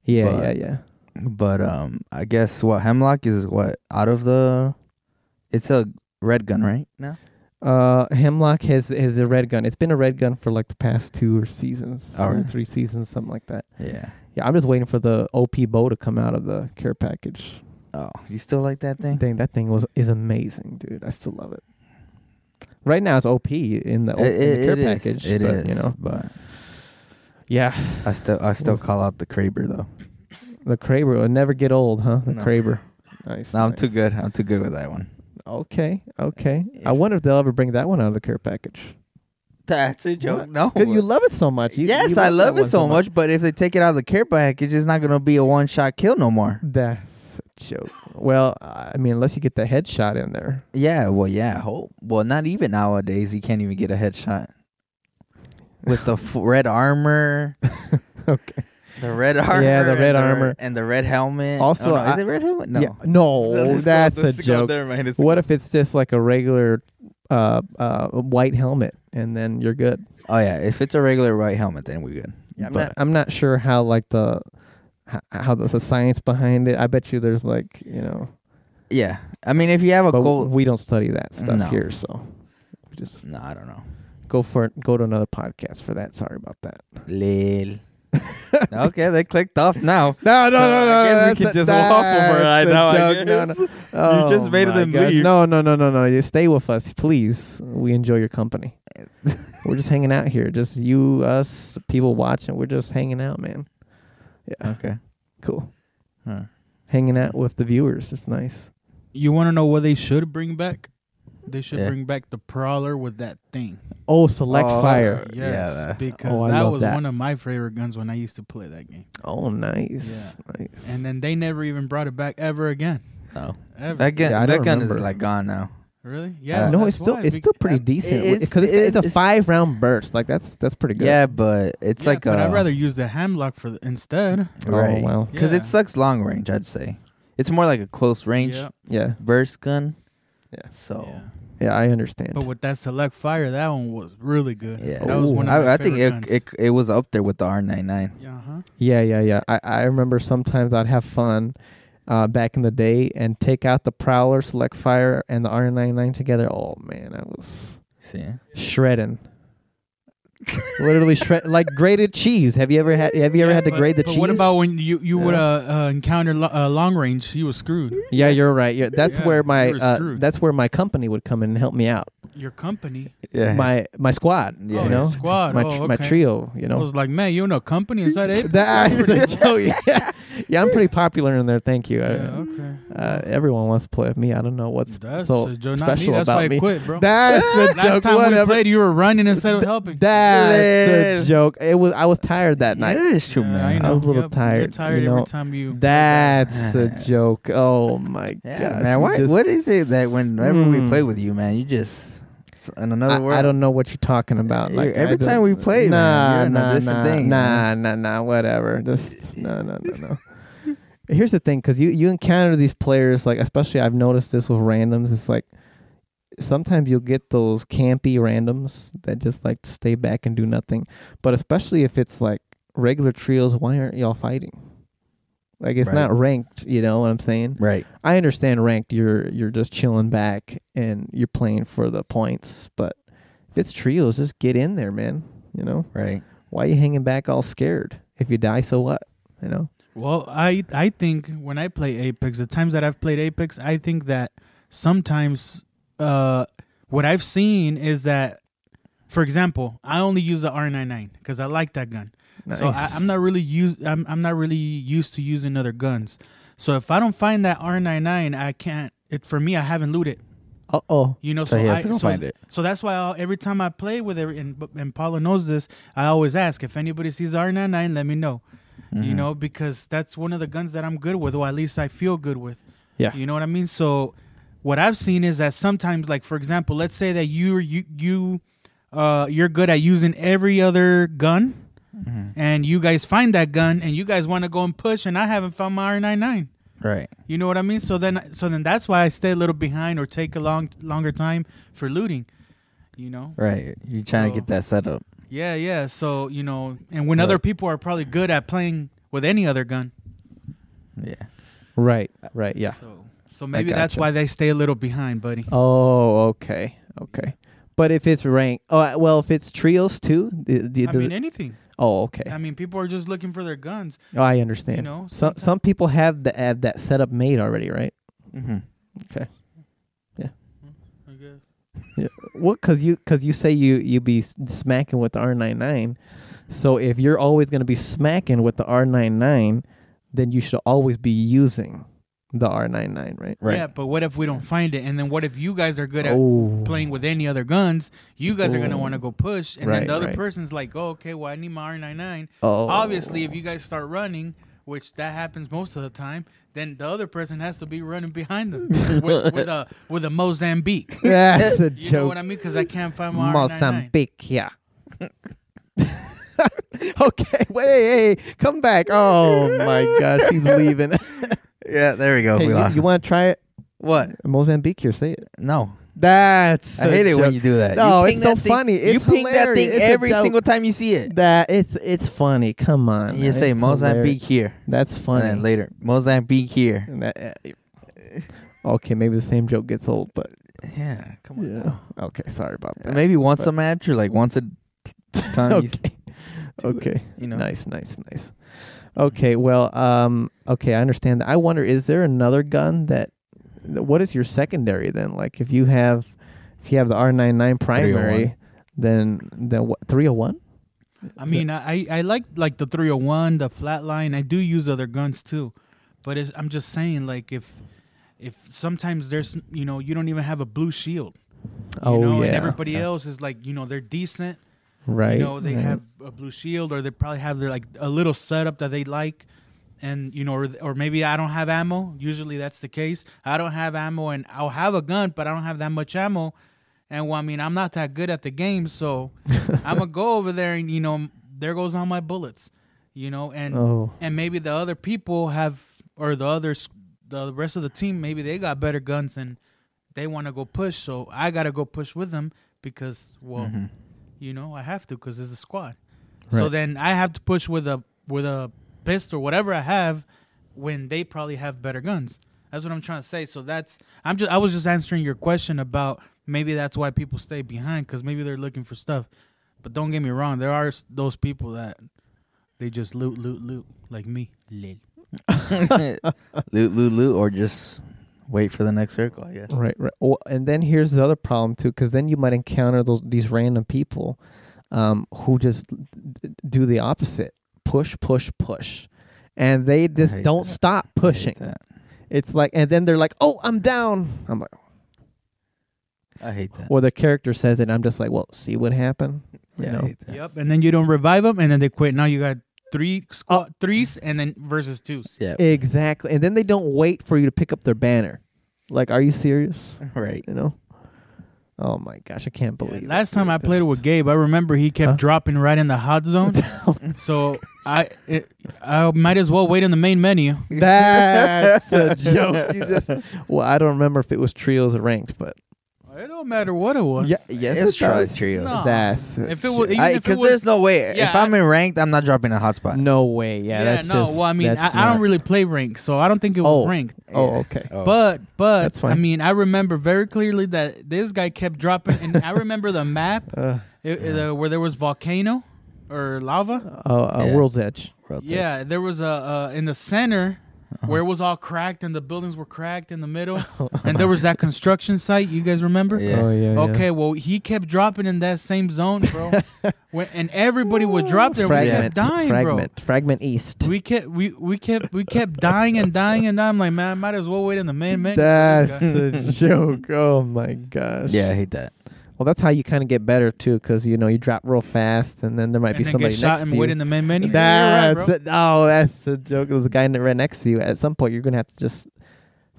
Speaker 1: Yeah,
Speaker 2: But-
Speaker 1: yeah, yeah.
Speaker 2: But um, I guess what hemlock is what out of the, it's a red gun, right? No,
Speaker 1: Uh, Hemlock has has a red gun. It's been a red gun for like the past two or seasons,
Speaker 2: Oh,
Speaker 1: two or
Speaker 2: really?
Speaker 1: three seasons, something like that.
Speaker 2: yeah.
Speaker 1: Yeah, I'm just waiting for the OP bow to come out of the care package.
Speaker 2: Oh, you still like that thing?
Speaker 1: Dang, that thing was is amazing, dude. I still love it. Right now, it's OP in the, O-
Speaker 2: It-
Speaker 1: in the care
Speaker 2: it- it is.
Speaker 1: package.
Speaker 2: It
Speaker 1: but,
Speaker 2: is,
Speaker 1: You know,
Speaker 2: but
Speaker 1: yeah,
Speaker 2: I still I still call out the Kraber though.
Speaker 1: the Kraber will never get old, huh? The
Speaker 2: No.
Speaker 1: Kraber. Nice.
Speaker 2: No, I'm
Speaker 1: nice.
Speaker 2: too good. I'm too good with that one.
Speaker 1: Okay, okay.
Speaker 2: If-
Speaker 1: I wonder if they'll ever bring that one out of the care package.
Speaker 2: That's a
Speaker 1: joke.
Speaker 2: No,
Speaker 1: Cause you love it so much. You-
Speaker 2: yes,
Speaker 1: you
Speaker 2: I
Speaker 1: that
Speaker 2: love
Speaker 1: one
Speaker 2: it so much, but if they take it out of the care package, it's not gonna be a one shot kill no more.
Speaker 1: That's a joke. Well, I mean, unless you get the headshot in there.
Speaker 2: Yeah, well, yeah, I hope. Well, not even nowadays, you can't even get a headshot with the f- red armor.
Speaker 1: Okay.
Speaker 2: The red armor.
Speaker 1: Yeah, the
Speaker 2: and
Speaker 1: red armor.
Speaker 2: and the red helmet.
Speaker 1: Also,
Speaker 2: Oh, no, is
Speaker 1: I-
Speaker 2: it red helmet? No.
Speaker 1: Yeah, no,
Speaker 2: Let's go-
Speaker 1: that's
Speaker 2: let's
Speaker 1: a
Speaker 2: go-
Speaker 1: joke.
Speaker 2: never mind, it's-
Speaker 1: What if it's just like a regular uh, uh, white helmet, and then you're good?
Speaker 2: Oh yeah, if it's a regular white helmet, then we're good.
Speaker 1: Yeah, I'm,
Speaker 2: But-
Speaker 1: not, I'm not sure how like the how, how the science behind it. I bet you there's like you know,
Speaker 2: yeah. I mean, if you have a
Speaker 1: but
Speaker 2: gold,
Speaker 1: we don't study that stuff
Speaker 2: No.
Speaker 1: here, so we just
Speaker 2: no, I don't know.
Speaker 1: go for it. Go to another podcast for that. Sorry about that.
Speaker 2: Lil. okay, they clicked off now.
Speaker 1: No, no,
Speaker 2: So
Speaker 1: no, no.
Speaker 2: I guess we
Speaker 1: that's
Speaker 2: can
Speaker 1: a-
Speaker 2: just waffle for
Speaker 1: that's
Speaker 2: right
Speaker 1: a
Speaker 2: now, I
Speaker 1: joke. No,
Speaker 2: guess.
Speaker 1: no. Oh,
Speaker 2: just made
Speaker 1: my
Speaker 2: them
Speaker 1: gosh.
Speaker 2: leave.
Speaker 1: No, no, no, no, no. You stay with us, please. We enjoy your company. We're just hanging out here. Just you, us, people watching. We're just hanging out, man. Yeah.
Speaker 2: Okay.
Speaker 1: Cool.
Speaker 2: Huh.
Speaker 1: Hanging out with the viewers. It's nice.
Speaker 3: You want to know what they should bring back? They should
Speaker 2: Yeah.
Speaker 3: bring back the Prowler with that thing.
Speaker 1: Oh, select
Speaker 2: Oh,
Speaker 1: fire.
Speaker 3: Yes,
Speaker 2: Yeah, that-
Speaker 3: because
Speaker 1: oh, I
Speaker 3: that
Speaker 1: love
Speaker 3: was
Speaker 1: that.
Speaker 3: one of my favorite guns when I used to play that game.
Speaker 1: Oh, nice. Nice.
Speaker 3: And then they never even brought it back ever again.
Speaker 2: No,
Speaker 3: Ever.
Speaker 2: Oh. that gun,
Speaker 1: Yeah, I
Speaker 2: that
Speaker 1: don't
Speaker 2: gun is
Speaker 1: remember.
Speaker 2: like gone now.
Speaker 3: really?
Speaker 2: Uh,
Speaker 3: Yeah.
Speaker 1: no,
Speaker 3: that's
Speaker 1: it's still
Speaker 3: why,
Speaker 1: it's
Speaker 3: bec-
Speaker 1: still pretty
Speaker 2: it-
Speaker 1: decent
Speaker 2: it's-
Speaker 1: because it's, it's, a
Speaker 2: it's-
Speaker 1: five round burst. Like that's that's pretty good.
Speaker 2: Yeah, but it's
Speaker 3: yeah,
Speaker 2: like
Speaker 3: But
Speaker 2: a.
Speaker 3: I'd rather use the hamlock for the, instead.
Speaker 1: Oh
Speaker 2: Right.
Speaker 1: wow.
Speaker 2: because
Speaker 3: Yeah.
Speaker 2: it sucks long range. I'd say it's more like a close range
Speaker 3: Yeah,
Speaker 1: Yeah.
Speaker 2: burst gun.
Speaker 1: Yeah.
Speaker 2: So
Speaker 3: yeah.
Speaker 1: Yeah, I understand.
Speaker 3: But with that select fire, that one was really good.
Speaker 2: yeah,
Speaker 3: That was one of
Speaker 2: I,
Speaker 3: my
Speaker 2: I think
Speaker 3: favorite
Speaker 2: it,
Speaker 3: guns.
Speaker 2: it it was up there with the R99.
Speaker 3: yeah, uh-huh.
Speaker 1: Yeah, yeah, yeah. I, I remember sometimes I'd have fun uh, back in the day and take out the Prowler, Select Fire, and the R99 together. Oh man, I was
Speaker 2: See,
Speaker 1: shredding. Literally shred like grated cheese. Have you ever had? Have you ever
Speaker 3: Yeah,
Speaker 1: had to
Speaker 3: but-
Speaker 1: grate the
Speaker 3: but
Speaker 1: cheese?
Speaker 3: What about when you you would
Speaker 1: Yeah.
Speaker 3: uh, uh, encounter lo- uh, long range? You was screwed.
Speaker 1: Yeah, you're right. Yeah, that's
Speaker 3: Yeah,
Speaker 1: where my
Speaker 3: you were
Speaker 1: uh,
Speaker 3: screwed.
Speaker 1: that's where my company would come in and help me out.
Speaker 3: Your company,
Speaker 2: yeah,
Speaker 1: My my squad.
Speaker 2: Yeah.
Speaker 3: oh,
Speaker 1: you know,
Speaker 3: your squad,
Speaker 1: my
Speaker 3: oh,
Speaker 1: tr-
Speaker 3: okay.
Speaker 1: my trio. You
Speaker 3: I
Speaker 1: know,
Speaker 3: was like, man, you in a company? Is that it?
Speaker 1: that is a joke. Yeah. yeah, I'm pretty popular in there. Thank you.
Speaker 3: yeah,
Speaker 1: I-
Speaker 3: okay.
Speaker 1: Uh, everyone wants to play with me. I don't know what's
Speaker 3: That's
Speaker 1: so
Speaker 3: a joke. Not me.
Speaker 1: special
Speaker 3: That's
Speaker 1: about
Speaker 3: why
Speaker 1: me.
Speaker 3: I quit, bro.
Speaker 1: That's a
Speaker 3: Last
Speaker 1: joke.
Speaker 3: time we
Speaker 1: Whatever.
Speaker 3: played, you were running instead of helping.
Speaker 1: That's a
Speaker 2: Yeah.
Speaker 1: joke. It was. I was tired that
Speaker 2: Yeah,
Speaker 1: night.
Speaker 2: It is true,
Speaker 3: Yeah, I
Speaker 2: man.
Speaker 1: know. I was a little
Speaker 3: Yep, You're
Speaker 1: tired,
Speaker 3: tired
Speaker 1: you know.
Speaker 3: every time you.
Speaker 1: That's a joke. Oh my
Speaker 2: Yeah,
Speaker 1: gosh.
Speaker 2: man.
Speaker 1: you
Speaker 2: What
Speaker 1: just-
Speaker 2: what is it that whenever
Speaker 1: Mm.
Speaker 2: we play with you, man, you just s- in another
Speaker 1: I,
Speaker 2: world?
Speaker 1: I don't know what you're talking about.
Speaker 2: You-
Speaker 1: Like
Speaker 2: every
Speaker 1: I don't-
Speaker 2: time we play,
Speaker 1: nah,
Speaker 2: man, you're in a
Speaker 1: nah,
Speaker 2: different
Speaker 1: nah,
Speaker 2: thing,
Speaker 1: nah, nah, nah, whatever. Just no, no, no, no. Here's the thing, because you you encounter these players, like especially I've noticed this with randoms. It's like sometimes you'll get those campy randoms that just like stay back and do nothing. But especially if it's like regular trios, why aren't y'all fighting? Like it's
Speaker 2: Right.
Speaker 1: not ranked, you know what I'm saying?
Speaker 2: Right.
Speaker 1: I understand ranked. You're you're just chilling back and you're playing for the points. But if it's trios, just get in there, man. You know
Speaker 2: Right.
Speaker 1: why you hanging back all scared? If you die, so what? You know.
Speaker 3: Well, I I think when I play Apex, the times that I've played Apex, I think that sometimes uh, what I've seen is that, for example, I only use the R99 because I like that gun. So I,
Speaker 1: Nice.
Speaker 3: I'm not really used. I'm I'm not really used to using other guns. So if I don't find that R99, I can't. It for me, I haven't looted.
Speaker 1: Uh oh.
Speaker 3: You know,
Speaker 2: So
Speaker 3: so,
Speaker 2: he has
Speaker 3: I,
Speaker 2: to go
Speaker 3: so,
Speaker 2: find it.
Speaker 3: so that's why I'll, every time I play with it, and, and Paula knows this, I always ask if anybody sees R99, let me know. You know, because that's one of the guns that I'm good with, or at least I feel good with.
Speaker 1: Yeah.
Speaker 3: You know what I mean? So what I've seen is that sometimes, like for example, let's say that you you you uh, you're good at using every other gun,
Speaker 2: Mm-hmm.
Speaker 3: and you guys find that gun, and you guys want to go and push, and I haven't found my R99.
Speaker 2: Right.
Speaker 3: You know what I mean? So then, so then that's why I stay a little behind or take a long, longer time for looting. You know?
Speaker 2: Right. You're trying to
Speaker 3: So-
Speaker 2: get that set up.
Speaker 3: Yeah, yeah. So you know, and when other
Speaker 2: Right.
Speaker 3: people are probably good at playing with any other gun,
Speaker 2: Yeah.
Speaker 1: Right. Right. Yeah.
Speaker 3: so so maybe that's
Speaker 1: gotcha.
Speaker 3: why they stay a little behind, buddy.
Speaker 1: Oh. Okay. Okay. But if it's rank, oh well, if it's trios too. d- d-
Speaker 3: I
Speaker 1: does
Speaker 3: mean,
Speaker 1: it-
Speaker 3: anything.
Speaker 1: oh, okay.
Speaker 3: I mean, people are just looking for their guns.
Speaker 1: oh, I understand.
Speaker 3: you know,
Speaker 1: some
Speaker 3: sometimes-
Speaker 1: some people have the have that setup made already, right?
Speaker 2: Mm-hmm.
Speaker 3: I guess.
Speaker 1: Well, cause you cause you say you you be s- smacking with the R99, so if you're always gonna be smacking with the R99, then you should always be using the R99, right?
Speaker 2: Right.
Speaker 3: Yeah, but what if we don't find it? And then what if you guys are good at
Speaker 1: oh,
Speaker 3: playing with any other guns? You guys are gonna
Speaker 1: Ooh.
Speaker 3: want to go push, and
Speaker 1: Right,
Speaker 3: then the other
Speaker 1: right.
Speaker 3: person's like, "Oh, okay, well, I need my R99."
Speaker 1: oh,
Speaker 3: obviously if you guys start running which that happens most of the time then the other person has to be running behind them with, with a with a mozambique
Speaker 1: that's a
Speaker 3: you
Speaker 1: joke.
Speaker 3: know what i mean because i can't find my R99.
Speaker 1: Mozambique, yeah. okay, wait, hey, come back. Oh my gosh, he's leaving.
Speaker 2: Yeah, there we go.
Speaker 1: Hey,
Speaker 2: we
Speaker 1: you
Speaker 2: lost.
Speaker 1: you
Speaker 2: him.
Speaker 1: want to try it?
Speaker 2: what?
Speaker 1: Mozambique here, say it.
Speaker 2: No,
Speaker 1: That's
Speaker 2: I
Speaker 1: a
Speaker 2: hate it
Speaker 1: joke.
Speaker 2: when you do that.
Speaker 1: No,
Speaker 2: you
Speaker 1: it's
Speaker 2: ping
Speaker 1: so
Speaker 2: that thing-
Speaker 1: funny. It's
Speaker 2: you ping that
Speaker 1: hilarious.
Speaker 2: thing
Speaker 1: It's a
Speaker 2: every
Speaker 1: joke.
Speaker 2: single time you see it.
Speaker 1: that it's it's funny. Come on,
Speaker 2: you
Speaker 1: man.
Speaker 2: say
Speaker 1: It's
Speaker 2: Mozambique
Speaker 1: hilarious.
Speaker 2: here,
Speaker 1: That's funny.
Speaker 2: and then later Mozambique here.
Speaker 1: And that- eh, okay, maybe the same joke gets old, but
Speaker 2: Yeah, come on.
Speaker 1: yeah.
Speaker 2: now.
Speaker 1: Okay, sorry about that.
Speaker 2: Maybe once
Speaker 1: But-
Speaker 2: a match or like once a t- time. you-
Speaker 1: okay,
Speaker 2: do it,
Speaker 1: okay,
Speaker 2: You know.
Speaker 1: nice, nice, nice. Okay, well, um, okay, I understand that. I wonder, is there another gun that? th- What is your secondary then? Like, if you have, if you have the R99 primary, then then what? 301.
Speaker 3: I mean, I, I I like like the 301, the flatline. I do use other guns too, but it's, I'm just saying like if if sometimes there's you know you don't even have a blue shield. You
Speaker 1: Oh
Speaker 3: know,
Speaker 1: yeah,
Speaker 3: And everybody
Speaker 2: Yeah.
Speaker 3: else is like you know they're decent.
Speaker 1: right?
Speaker 3: You know they
Speaker 1: right.
Speaker 3: have a blue shield or they probably have their like a little setup that they like. And you know, or, or maybe I don't have ammo. Usually that's the case. I don't have ammo, and I'll have a gun, but I don't have that much ammo. And well, I mean, I'm not that good at the game, so I'm gonna go over there and you know, there goes all my bullets, you know, and
Speaker 1: Oh.
Speaker 3: and maybe the other people have or the others, the rest of the team, maybe they got better guns and they want to go push, so I gotta go push with them because well,
Speaker 1: Mm-hmm.
Speaker 3: you know, I have to because it's a squad. So
Speaker 1: Right.
Speaker 3: then I have to push with a with a pistol, whatever I have, when they probably have better guns. That's what I'm trying to say. So that's I'm just I was just answering your question about maybe that's why people stay behind because maybe they're looking for stuff. But don't get me wrong, there are s- those people that they just loot, loot, loot, like me. Lil.
Speaker 1: Mm-hmm.
Speaker 2: loot, loot, loot, or just wait for the next circle. I guess.
Speaker 1: Right, right. Well, and then here's the other problem too, because then you might encounter those these random people, um, who just d- do the opposite: push, push, push, and they just
Speaker 2: hate
Speaker 1: don't
Speaker 2: that.
Speaker 1: stop pushing.
Speaker 2: I hate that.
Speaker 1: It's like, and then they're like, "Oh, I'm down." I'm like,
Speaker 2: I hate that.
Speaker 1: or the character says it, and I'm just like, "Well, see what happened." you
Speaker 2: yeah,
Speaker 1: know.
Speaker 2: I hate that.
Speaker 3: Yep. And then you don't revive them, and then they quit. Now you got three squad threes, and then versus twos.
Speaker 2: Yeah.
Speaker 1: Exactly, and then they don't wait for you to pick up their banner. Like, are you serious?
Speaker 2: Right.
Speaker 1: You know? Oh my gosh, I can't believe. it.
Speaker 3: Last time I
Speaker 1: Just-
Speaker 3: played with Gabe, I remember he kept
Speaker 1: Huh?
Speaker 3: dropping right in the hot zone. so I it, I might as well wait in the main menu.
Speaker 1: That's a joke. You just well, I don't remember if it was trios or ranked, but
Speaker 3: It don't matter what it was.
Speaker 1: yeah, yes,
Speaker 2: It's
Speaker 1: it
Speaker 2: tri-
Speaker 1: does.
Speaker 2: trios.
Speaker 3: No.
Speaker 1: That's
Speaker 3: If it was-
Speaker 1: shit.
Speaker 3: Even if it
Speaker 2: Because
Speaker 3: was-
Speaker 2: there's no way.
Speaker 3: Yeah,
Speaker 2: if I'm
Speaker 3: I-
Speaker 2: in ranked, I'm not dropping a hotspot.
Speaker 1: no way. Yeah, that's
Speaker 3: no.
Speaker 1: just.
Speaker 3: well, I mean, I,
Speaker 1: that's
Speaker 3: I
Speaker 1: not-
Speaker 3: don't really play rank, so I don't think it was
Speaker 1: Oh.
Speaker 3: ranked.
Speaker 1: Oh, okay.
Speaker 2: Oh.
Speaker 3: But but
Speaker 1: That's fine.
Speaker 3: I mean, I remember very clearly that this guy kept dropping, and I remember the map
Speaker 1: Uh,
Speaker 3: it, uh, where there was volcano or lava.
Speaker 1: uh, uh,
Speaker 2: Yeah.
Speaker 1: World's Edge.
Speaker 2: Rotate.
Speaker 3: Yeah, there was a uh, in the center
Speaker 1: Uh-huh.
Speaker 3: where it was all cracked and the buildings were cracked in the middle, and there was that construction site. You guys remember?
Speaker 2: Yeah. Oh,
Speaker 1: Oh, yeah.
Speaker 3: Okay, well he kept dropping in that same zone, bro, when, and everybody would drop there.
Speaker 1: Fragment.
Speaker 3: we kept dying,
Speaker 1: fragment. Fragment East.
Speaker 3: bro. We kept we we kept we kept dying and dying and dying. I'm like, man, I might as well wait in the main menu.
Speaker 1: That's a joke. Oh my gosh.
Speaker 2: Yeah, I hate that.
Speaker 1: Well, that's how you kind of get better too, because you know you drop real fast, and then there might
Speaker 3: and
Speaker 1: be
Speaker 3: then
Speaker 1: somebody
Speaker 3: get shot
Speaker 1: next
Speaker 3: and
Speaker 1: to you.
Speaker 3: wait in the main menu.
Speaker 1: That's
Speaker 3: You're right, bro.
Speaker 1: it. oh, that's a joke. There's a guy in the- right next to you. At some point, you're gonna have to just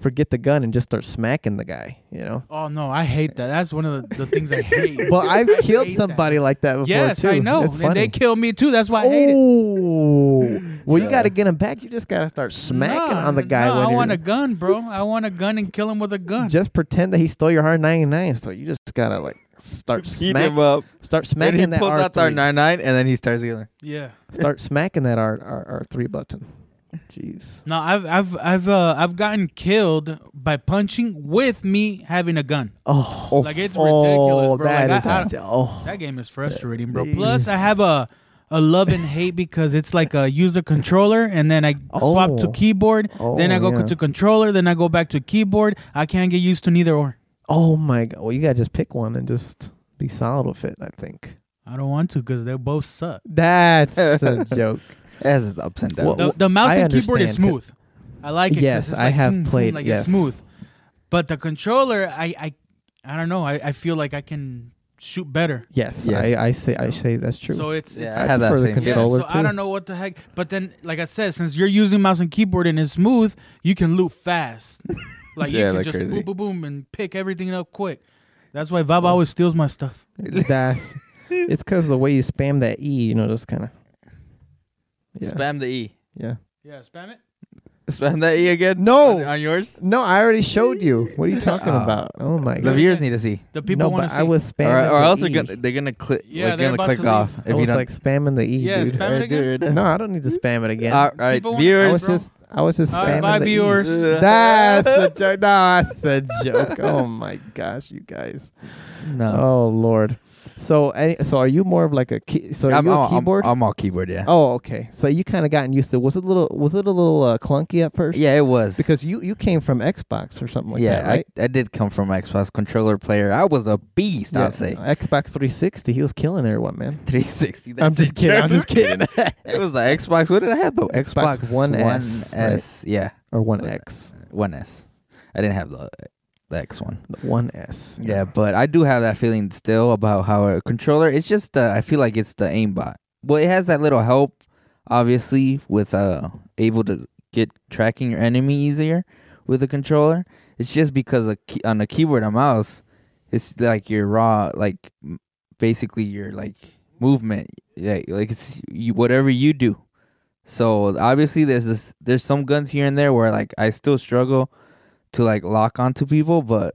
Speaker 1: forget the gun and just start smacking the guy. You know.
Speaker 3: Oh no, I hate that. That's one of the, the things I hate.
Speaker 1: Well, I've
Speaker 3: I
Speaker 1: killed
Speaker 3: hate that.
Speaker 1: somebody like that before
Speaker 3: yes,
Speaker 1: too.
Speaker 3: I know.
Speaker 1: It's
Speaker 3: And they
Speaker 1: funny.
Speaker 3: killed me too. That's why I hate it.
Speaker 1: oh, well, you
Speaker 2: Yeah.
Speaker 1: got to get him back. You just got to start smacking
Speaker 3: No,
Speaker 1: on the guy.
Speaker 3: No,
Speaker 1: when
Speaker 3: I
Speaker 1: you're-
Speaker 3: want a gun, bro. I want a gun and kill him with a gun.
Speaker 1: Just pretend that he stole your R99. So you just gotta like start smacking,
Speaker 2: up.
Speaker 1: start
Speaker 2: Then he
Speaker 1: smacking that
Speaker 2: pulls out the
Speaker 1: R3.
Speaker 2: R99, and then he starts yelling.
Speaker 3: yeah.
Speaker 1: Start smacking that R R R three button. Jeez.
Speaker 3: No, I've I've I've uh, I've gotten killed by punching with me having a gun.
Speaker 1: Oh,
Speaker 3: Like, it's
Speaker 1: oh,
Speaker 3: ridiculous, bro.
Speaker 1: that
Speaker 3: Like,
Speaker 1: is-
Speaker 3: I- I-
Speaker 1: oh.
Speaker 3: That game is frustrating,
Speaker 1: That
Speaker 3: bro.
Speaker 1: is-
Speaker 3: Plus, I have a a love and hate because it's like a user controller, and then I swap to
Speaker 1: Oh.
Speaker 3: keyboard. then
Speaker 1: Oh,
Speaker 3: I go
Speaker 1: yeah.
Speaker 3: to controller. Then I go back to keyboard. I can't get used to neither or.
Speaker 1: Oh my god! Well, you gotta just pick one and just be solid with it. I think
Speaker 3: I don't want to because they both suck.
Speaker 1: that's a joke.
Speaker 2: That's his ups and downs.
Speaker 1: Well,
Speaker 3: the, the mouse
Speaker 1: I
Speaker 3: and keyboard is
Speaker 1: understand.
Speaker 3: smooth. I like it. 'cause
Speaker 1: Yes,
Speaker 3: it's
Speaker 1: I
Speaker 3: like
Speaker 1: have
Speaker 3: zoom, zoom,
Speaker 1: played-
Speaker 3: Like
Speaker 1: yes.
Speaker 3: it's smooth, but the controller, I, I, I don't know. I, I feel like I can shoot better.
Speaker 1: Yes,
Speaker 2: Yes.
Speaker 1: I, I say I say that's true.
Speaker 3: So it's, it's
Speaker 2: Yeah, I have that
Speaker 1: prefer the
Speaker 2: same
Speaker 3: yeah,
Speaker 1: controller
Speaker 3: so
Speaker 1: too.
Speaker 3: I don't know what the heck. But then, like I said, since you're using mouse and keyboard and it's smooth, you can loop fast. like
Speaker 2: Yeah,
Speaker 3: you can
Speaker 2: like
Speaker 3: just
Speaker 2: crazy.
Speaker 3: boom, boom, boom, and pick everything up quick. That's why Bob always steals my stuff.
Speaker 1: That's It's because the way you spam that E, you know, just kind of. Yeah.
Speaker 2: Spam the E.
Speaker 1: yeah.
Speaker 3: Yeah, spam it.
Speaker 2: Spam that E again.
Speaker 1: No!
Speaker 2: on, on yours.
Speaker 1: No, I already showed you. What are you talking
Speaker 2: Oh.
Speaker 1: about? Oh my
Speaker 2: The
Speaker 1: god.
Speaker 2: viewers need to see,
Speaker 3: The people
Speaker 1: no,
Speaker 3: want
Speaker 1: but
Speaker 3: to
Speaker 1: I was spamming.
Speaker 2: or, or
Speaker 1: the
Speaker 2: else
Speaker 1: e.
Speaker 2: they're gonna they're gonna click.
Speaker 3: Yeah,
Speaker 2: they're
Speaker 3: they're
Speaker 2: gonna
Speaker 3: about
Speaker 2: click
Speaker 3: to leave.
Speaker 2: off
Speaker 1: I
Speaker 2: if you
Speaker 1: was
Speaker 2: don't.
Speaker 1: like spamming the E,
Speaker 3: Yeah,
Speaker 1: dude.
Speaker 3: spam it again.
Speaker 1: no, I don't need to spam it again.
Speaker 2: All right,
Speaker 3: People want to
Speaker 1: I
Speaker 2: viewers.
Speaker 1: was
Speaker 3: bro.
Speaker 1: just, I was just
Speaker 3: All
Speaker 1: spamming
Speaker 3: right, bye,
Speaker 1: the E.
Speaker 3: viewers.
Speaker 1: That's a joke. No, that's a joke. Oh my gosh, you guys.
Speaker 2: no.
Speaker 1: Oh lord. So, any, so are you more of like a key, so are
Speaker 2: I'm,
Speaker 1: you a
Speaker 2: I'm- I'm-
Speaker 1: keyboard?
Speaker 2: I'm, all keyboard. Yeah.
Speaker 1: oh, okay. So you kind of gotten used to. Was it a little? Was it a little uh, clunky at first?
Speaker 2: Yeah, it was.
Speaker 1: Because you you came from Xbox or something like
Speaker 2: yeah,
Speaker 1: that, right?
Speaker 2: I, I did come from Xbox controller player. I was a beast.
Speaker 1: Yeah,
Speaker 2: I'll say
Speaker 1: Xbox 360. He was killing everyone, man.
Speaker 2: 360.
Speaker 1: I'm
Speaker 2: that's
Speaker 1: just
Speaker 2: a
Speaker 1: kidding. I'm
Speaker 2: joke.
Speaker 1: just kidding.
Speaker 2: It was the Xbox. What did I have though?
Speaker 1: Xbox One S,
Speaker 2: One S. Yeah,
Speaker 1: or one X,
Speaker 2: One S. I didn't have the the X one.
Speaker 1: one S.
Speaker 2: Yeah, but I do have that feeling still about how a controller. It's just the I feel like it's the aimbot. Well, it has that little help, obviously, with uh able to get tracking your enemy easier with a controller. It's just because a key, on a keyboard and mouse, it's like your raw like m- basically your like movement. Yeah, like it's you, whatever you do. So obviously, there's this there's some guns here and there where like I still struggle to like lock onto people, but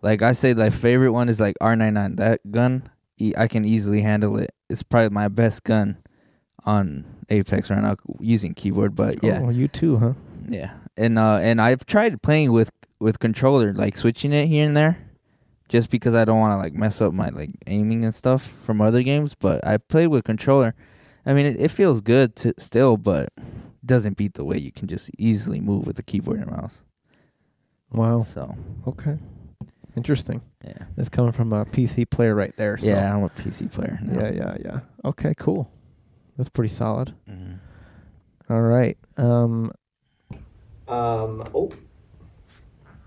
Speaker 2: like I say, like favorite one is like R99. That gun, e- I can easily handle it. It's probably my best gun on Apex right now using keyboard. But yeah,
Speaker 1: Oh, you too, huh?
Speaker 2: yeah, and uh, and I've tried playing with with controller, like switching it here and there, just because I don't want to like mess up my like aiming and stuff from other games. But I played with controller. I mean, it, it feels good to still, but doesn't beat the way you can just easily move with the keyboard and mouse.
Speaker 1: Wow.
Speaker 2: So
Speaker 1: Okay. Interesting.
Speaker 2: yeah,
Speaker 1: That's coming from a PC player right there. So.
Speaker 2: yeah, I'm a PC player. now.
Speaker 1: Yeah, yeah, yeah. Okay, cool. That's pretty solid.
Speaker 2: Mhm.
Speaker 1: All right. Um,
Speaker 4: Um, oh,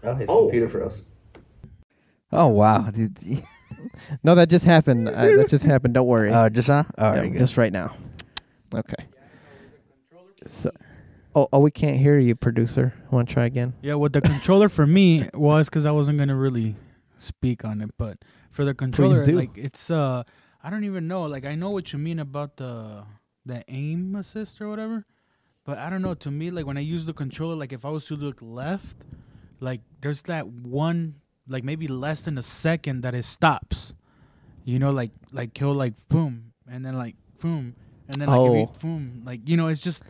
Speaker 2: Oh, his
Speaker 4: Oh.
Speaker 2: computer froze. Oh wow! Did,
Speaker 1: no, that just happened. uh, that just happened. Don't worry.
Speaker 2: uh, just now? All
Speaker 1: Yeah,
Speaker 2: right, good.
Speaker 1: just right now. Okay. So, oh, oh, we can't hear you, producer. Want to try again?
Speaker 3: Yeah, what the controller for me was because I wasn't gonna really speak on it, but for the controller,
Speaker 1: do.
Speaker 3: like it's uh, I don't even know. Like I know what you mean about the the aim assist or whatever, but I don't know. To me, like when I use the controller, like if I was to look left, like there's that one, like maybe less than a second that it stops. You know, like like kill like boom, and then like boom, and then like if
Speaker 1: Oh.
Speaker 3: you, boom, like you know, it's just.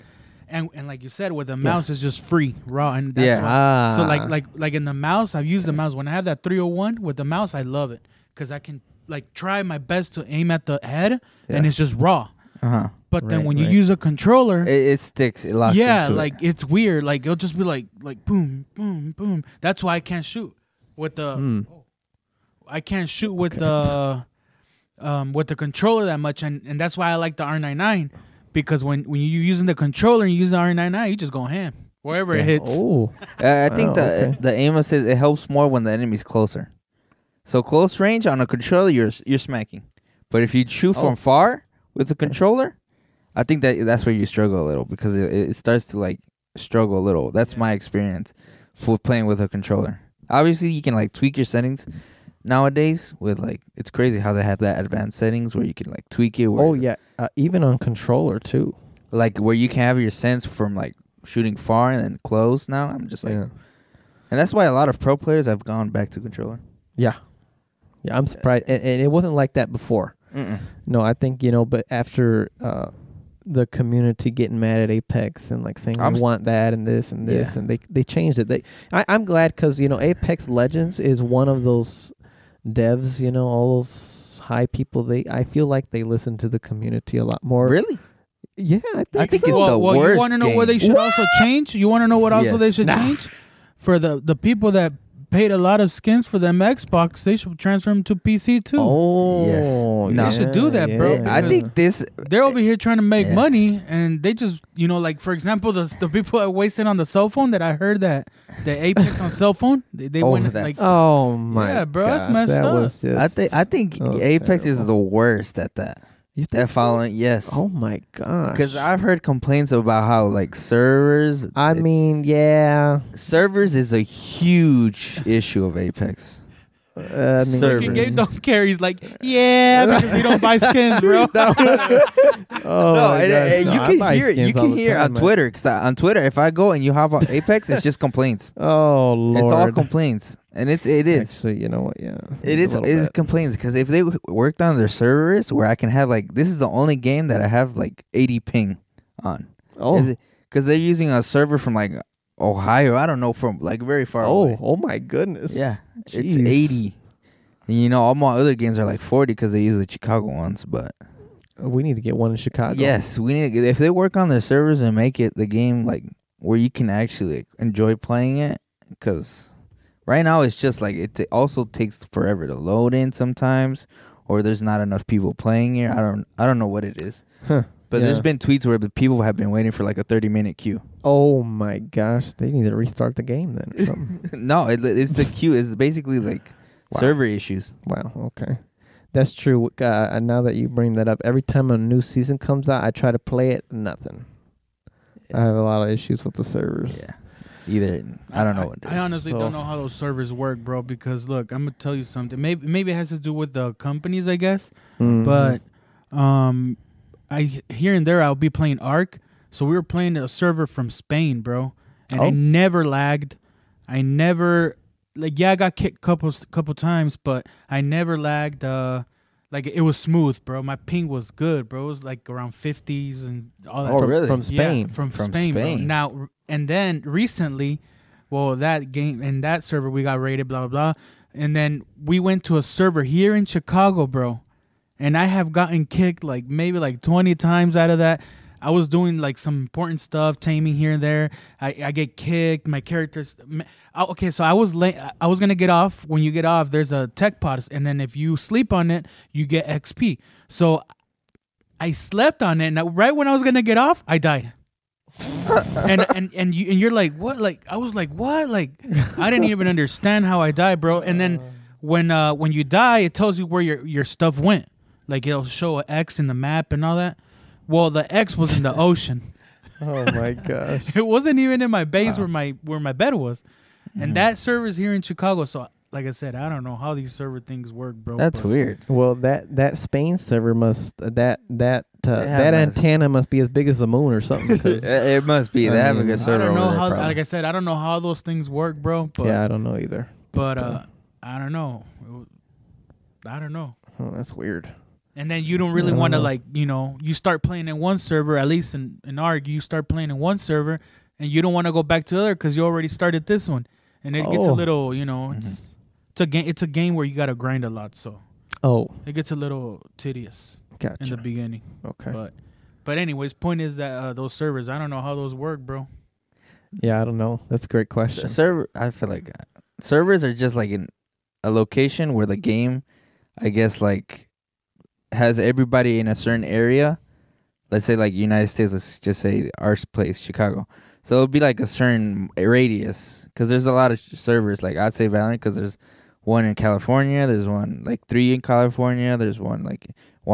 Speaker 3: And, and like you said, with the mouse is just free, raw, and that's
Speaker 2: Yeah.
Speaker 3: why-
Speaker 1: Ah.
Speaker 3: so
Speaker 2: Uh,
Speaker 3: like like like in the mouse, I've used the mouse. When I have that 301 with the mouse, I love it because I can like try my best to aim at the head, and
Speaker 1: Yeah.
Speaker 3: it's just raw.
Speaker 2: Uh huh.
Speaker 3: But then
Speaker 1: Right,
Speaker 3: when
Speaker 1: right.
Speaker 3: you use a controller,
Speaker 2: It, it sticks. It locks.
Speaker 3: yeah,
Speaker 2: into it.
Speaker 3: like it's weird. Like it'll just be like like boom, boom, boom. That's why I can't shoot with the
Speaker 2: Mm.
Speaker 1: Hmm.
Speaker 3: I can't shoot with the um with the controller that much, and and that's why I like the R99 because when when you're using the controller and you use the R99, you just go ham wherever it hits.
Speaker 1: Oh,
Speaker 2: I, I think
Speaker 1: Wow,
Speaker 2: the
Speaker 1: okay.
Speaker 2: the aim assist it helps more when the enemy's closer. So close range on a controller, you're you're smacking. But if you shoot
Speaker 1: Oh.
Speaker 2: from far with the controller, I think that that's where you struggle a little because it, it starts to like struggle a little. That's my experience for playing with a controller. Obviously, you can like tweak your settings nowadays with like it's crazy how they have that advanced settings where you can like tweak it. Where
Speaker 1: oh yeah. Uh, even on controller too.
Speaker 2: like where you can have your sense from like shooting far and then close now i'm just like
Speaker 1: yeah.
Speaker 2: and that's why a lot of pro players have gone back to controller
Speaker 1: Yeah. Yeah, I'm surprised, and, and it wasn't like that before.
Speaker 2: Mm-mm.
Speaker 1: No, I think you know, but after uh, the community getting mad at Apex and like saying
Speaker 2: I'm
Speaker 1: we
Speaker 2: s-
Speaker 1: want that and this and this,
Speaker 2: Yeah.
Speaker 1: and they they changed it. They, I, I'm glad because you know Apex Legends is one of those devs, you know, all those high people. They I feel like they listen to the community a lot more.
Speaker 2: really
Speaker 1: Yeah, I think,
Speaker 2: I think
Speaker 1: so.
Speaker 2: it's the
Speaker 3: You
Speaker 2: worst
Speaker 3: wanna know where they
Speaker 2: game.
Speaker 3: should also change? You want to know what also
Speaker 2: Yes.
Speaker 3: they should
Speaker 2: Nah.
Speaker 3: change? For the the people that paid a lot of skins for them Xbox, they should transfer them to PC too.
Speaker 1: oh
Speaker 2: Yes. No. You
Speaker 3: should do that, bro,
Speaker 2: i think this
Speaker 3: They're over here trying to make
Speaker 2: Yeah.
Speaker 3: money, and they just you know like for example the the people are wasting on the cell phone that I heard that the Apex on cell phone they, they
Speaker 2: Oh,
Speaker 3: went
Speaker 2: that's-
Speaker 3: like
Speaker 1: Oh my!
Speaker 3: Yeah, bro, that's
Speaker 1: gosh,
Speaker 3: messed
Speaker 1: that
Speaker 3: up.
Speaker 1: Was just,
Speaker 2: i think i think
Speaker 1: That was
Speaker 2: apex is
Speaker 1: terrible.
Speaker 2: the worst at that
Speaker 1: you think
Speaker 2: at
Speaker 1: so?
Speaker 2: following yes
Speaker 1: Oh my gosh!
Speaker 2: because i've heard complaints about how like servers eh,
Speaker 1: I mean, yeah.
Speaker 2: servers is a huge issue of apex
Speaker 1: Uh, I mean,
Speaker 2: Sir.
Speaker 3: Fucking
Speaker 2: Servers.
Speaker 3: Gabe don't care. He's like, yeah, because we don't buy skins, bro.
Speaker 1: oh,
Speaker 2: no,
Speaker 1: my
Speaker 2: and,
Speaker 1: God.
Speaker 2: and
Speaker 1: No, I
Speaker 2: you can
Speaker 1: buy
Speaker 2: hear it. You
Speaker 1: skins all
Speaker 2: can
Speaker 1: the
Speaker 2: hear
Speaker 1: time,
Speaker 2: on
Speaker 1: man.
Speaker 2: Twitter because on Twitter, if I go and you hop on Apex, it's just complaints.
Speaker 1: Oh lord,
Speaker 2: It's all complaints, and it's it is.
Speaker 1: Actually, you know what? Yeah,
Speaker 2: It
Speaker 1: a
Speaker 2: is. It
Speaker 1: little
Speaker 2: is
Speaker 1: bit.
Speaker 2: complaints because if they w- worked on their servers where I can have like this is the only game that I have like 80 ping on.
Speaker 1: Oh,
Speaker 2: because they're using a server from like Ohio. I don't know from like very far
Speaker 1: oh,
Speaker 2: away.
Speaker 1: oh my goodness.
Speaker 2: Yeah, it's
Speaker 1: Jeez.
Speaker 2: 80. And you know, all my other games are like 40 because they use the Chicago ones. But
Speaker 1: We need to get one in Chicago.
Speaker 2: yes, we need to, if they work on their servers and make it the game like where you can actually like, enjoy playing it, because right now it's just like it, ta- also takes forever to load in sometimes, or there's not enough people playing it. I don't I don't know what it is.
Speaker 1: Huh.
Speaker 2: But there's
Speaker 1: Yeah.
Speaker 2: been tweets where the people have been waiting for like a 30 minute queue.
Speaker 1: Oh my gosh, they need to restart the game then or something.
Speaker 2: no, it, it's the queue. It's basically like
Speaker 1: Wow.
Speaker 2: server issues.
Speaker 1: wow. Okay. That's true. Uh, and now that you bring that up, every time a new season comes out, I try to play it. Nothing. I have a lot of issues with the servers.
Speaker 2: Yeah. Either I don't know what it is.
Speaker 3: I honestly
Speaker 1: So-
Speaker 3: don't know how those servers work, bro. Because look, I'm gonna tell you something. Maybe maybe it has to do with the companies, I guess.
Speaker 1: Mm.
Speaker 3: But um, I here and there I'll be playing Arc. So we were playing a server from Spain, bro, and
Speaker 1: Oh.
Speaker 3: I never lagged. I never like yeah, I got kicked couple couple times, but I never lagged. Uh, like it was smooth, bro. My ping was good, bro. It was like around 50s and all that.
Speaker 2: Oh,
Speaker 1: from,
Speaker 2: really?
Speaker 1: From
Speaker 3: Yeah,
Speaker 1: Spain.
Speaker 3: from,
Speaker 2: From
Speaker 3: Spain. bro.
Speaker 2: Spain.
Speaker 3: Now r- and then recently, well, that game and that server we got rated, blah blah blah. And then we went to a server here in Chicago, bro. And I have gotten kicked like maybe like twenty times out of that. I was doing like some important stuff, taming here and there. I, I get kicked. My characters. m- I- Okay, so I was late. I was gonna get off. When you get off, there's a tech pod, and then if you sleep on it, you get XP. So I slept on it, and I- right when I was gonna get off, I died. and and and you and you're like what? Like I was like what? Like I didn't even understand how I died, bro. And then when uh when you die, it tells you where your your stuff went. Like it'll show an X in the map and all that. Well, the X was in the ocean.
Speaker 1: Oh my gosh.
Speaker 3: It wasn't even in my base where my where my bed was. And that server's here in Chicago. So like I said, I don't know how these server things work, bro.
Speaker 2: That's
Speaker 3: but-
Speaker 2: weird.
Speaker 1: Well, that that Spain server must that that uh,
Speaker 2: They have
Speaker 1: that
Speaker 2: a-
Speaker 1: antenna must be as big as the moon or something. 'cause-
Speaker 2: it, it must be.
Speaker 1: I
Speaker 2: They have a
Speaker 1: mean,
Speaker 2: good
Speaker 1: I
Speaker 3: I
Speaker 2: server
Speaker 3: don't know
Speaker 2: over there.
Speaker 3: how.
Speaker 2: probably.
Speaker 3: Like I said, I don't know how those things work, bro. But
Speaker 1: yeah, I don't know either.
Speaker 3: but uh, I don't know. It wa- I don't know.
Speaker 1: Oh, that's weird.
Speaker 3: And then you don't really
Speaker 1: I don't
Speaker 3: want to
Speaker 1: know.
Speaker 3: like you know you start playing in one server at least in in ARG you start playing in one server and you don't want to go back to the other because you already started this one and it gets a
Speaker 1: Oh.
Speaker 3: little you know it's it's a game it's a game where you gotta grind a lot so
Speaker 1: Oh,
Speaker 3: it gets a little tedious in
Speaker 1: gotcha.
Speaker 3: the beginning
Speaker 1: okay.
Speaker 3: but but anyways point is that uh, those servers I don't know how those work bro
Speaker 1: yeah, I don't know. That's a great
Speaker 2: The
Speaker 1: question.
Speaker 2: server. I feel like uh, servers are just like in a location where the game, I guess, like has everybody in a certain area. Let's say like United States. Let's just say our place, Chicago. So it'd be like a certain radius because there's a lot of servers. Like I'd say Valorant because there's one in California. There's one like three in California. There's one like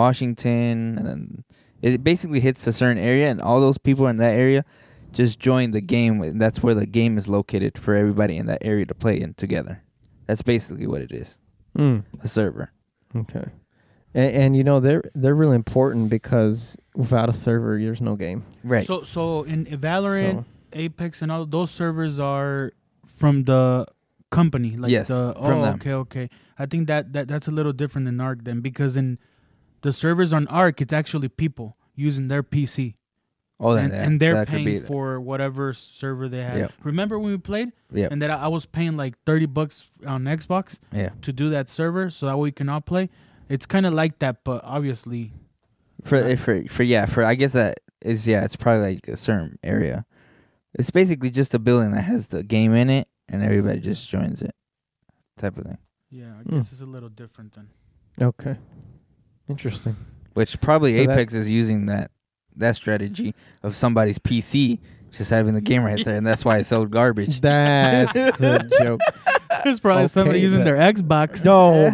Speaker 2: Washington, and then it basically hits a certain area, and all those people in that area just join the game. and That's where the game is located for everybody in that area to play in together. That's basically what it is.
Speaker 1: Mm.
Speaker 2: A server.
Speaker 1: Okay. And, and you know they're they're really important because without a server, there's no game.
Speaker 2: Right.
Speaker 3: so so in Valorant
Speaker 1: So-
Speaker 3: Apex and all those servers are from the company. Like
Speaker 2: Yes,
Speaker 3: the,
Speaker 2: from
Speaker 3: oh,
Speaker 2: them.
Speaker 3: Okay, okay. I think that, that that's a little different than Arc then because in the servers on Arc, it's actually people using their PC
Speaker 2: oh,
Speaker 3: and,
Speaker 2: that,
Speaker 3: and they're
Speaker 2: that could be
Speaker 3: paying
Speaker 2: the-
Speaker 3: for whatever server they have.
Speaker 2: Yep.
Speaker 3: Remember when we played?
Speaker 2: Yep.
Speaker 3: And that I, I was paying like thirty bucks on Xbox
Speaker 2: yeah.
Speaker 3: to do that server, so that way we can all play. It's kind of like that, but obviously,
Speaker 2: For eh, for for yeah for I guess that is yeah it's probably like a certain area. It's basically just a building that has the game in it, and everybody just joins it, type of thing.
Speaker 3: yeah, I
Speaker 1: Hmm.
Speaker 3: guess it's a little different then.
Speaker 1: Okay. Interesting.
Speaker 2: Which probably
Speaker 1: So that-
Speaker 2: Apex is using that that strategy of somebody's PC just having the game right there, and that's why it's so garbage.
Speaker 1: That's a joke.
Speaker 3: There's probably somebody
Speaker 1: Okay,
Speaker 3: using
Speaker 1: that-
Speaker 3: their Xbox.
Speaker 1: No.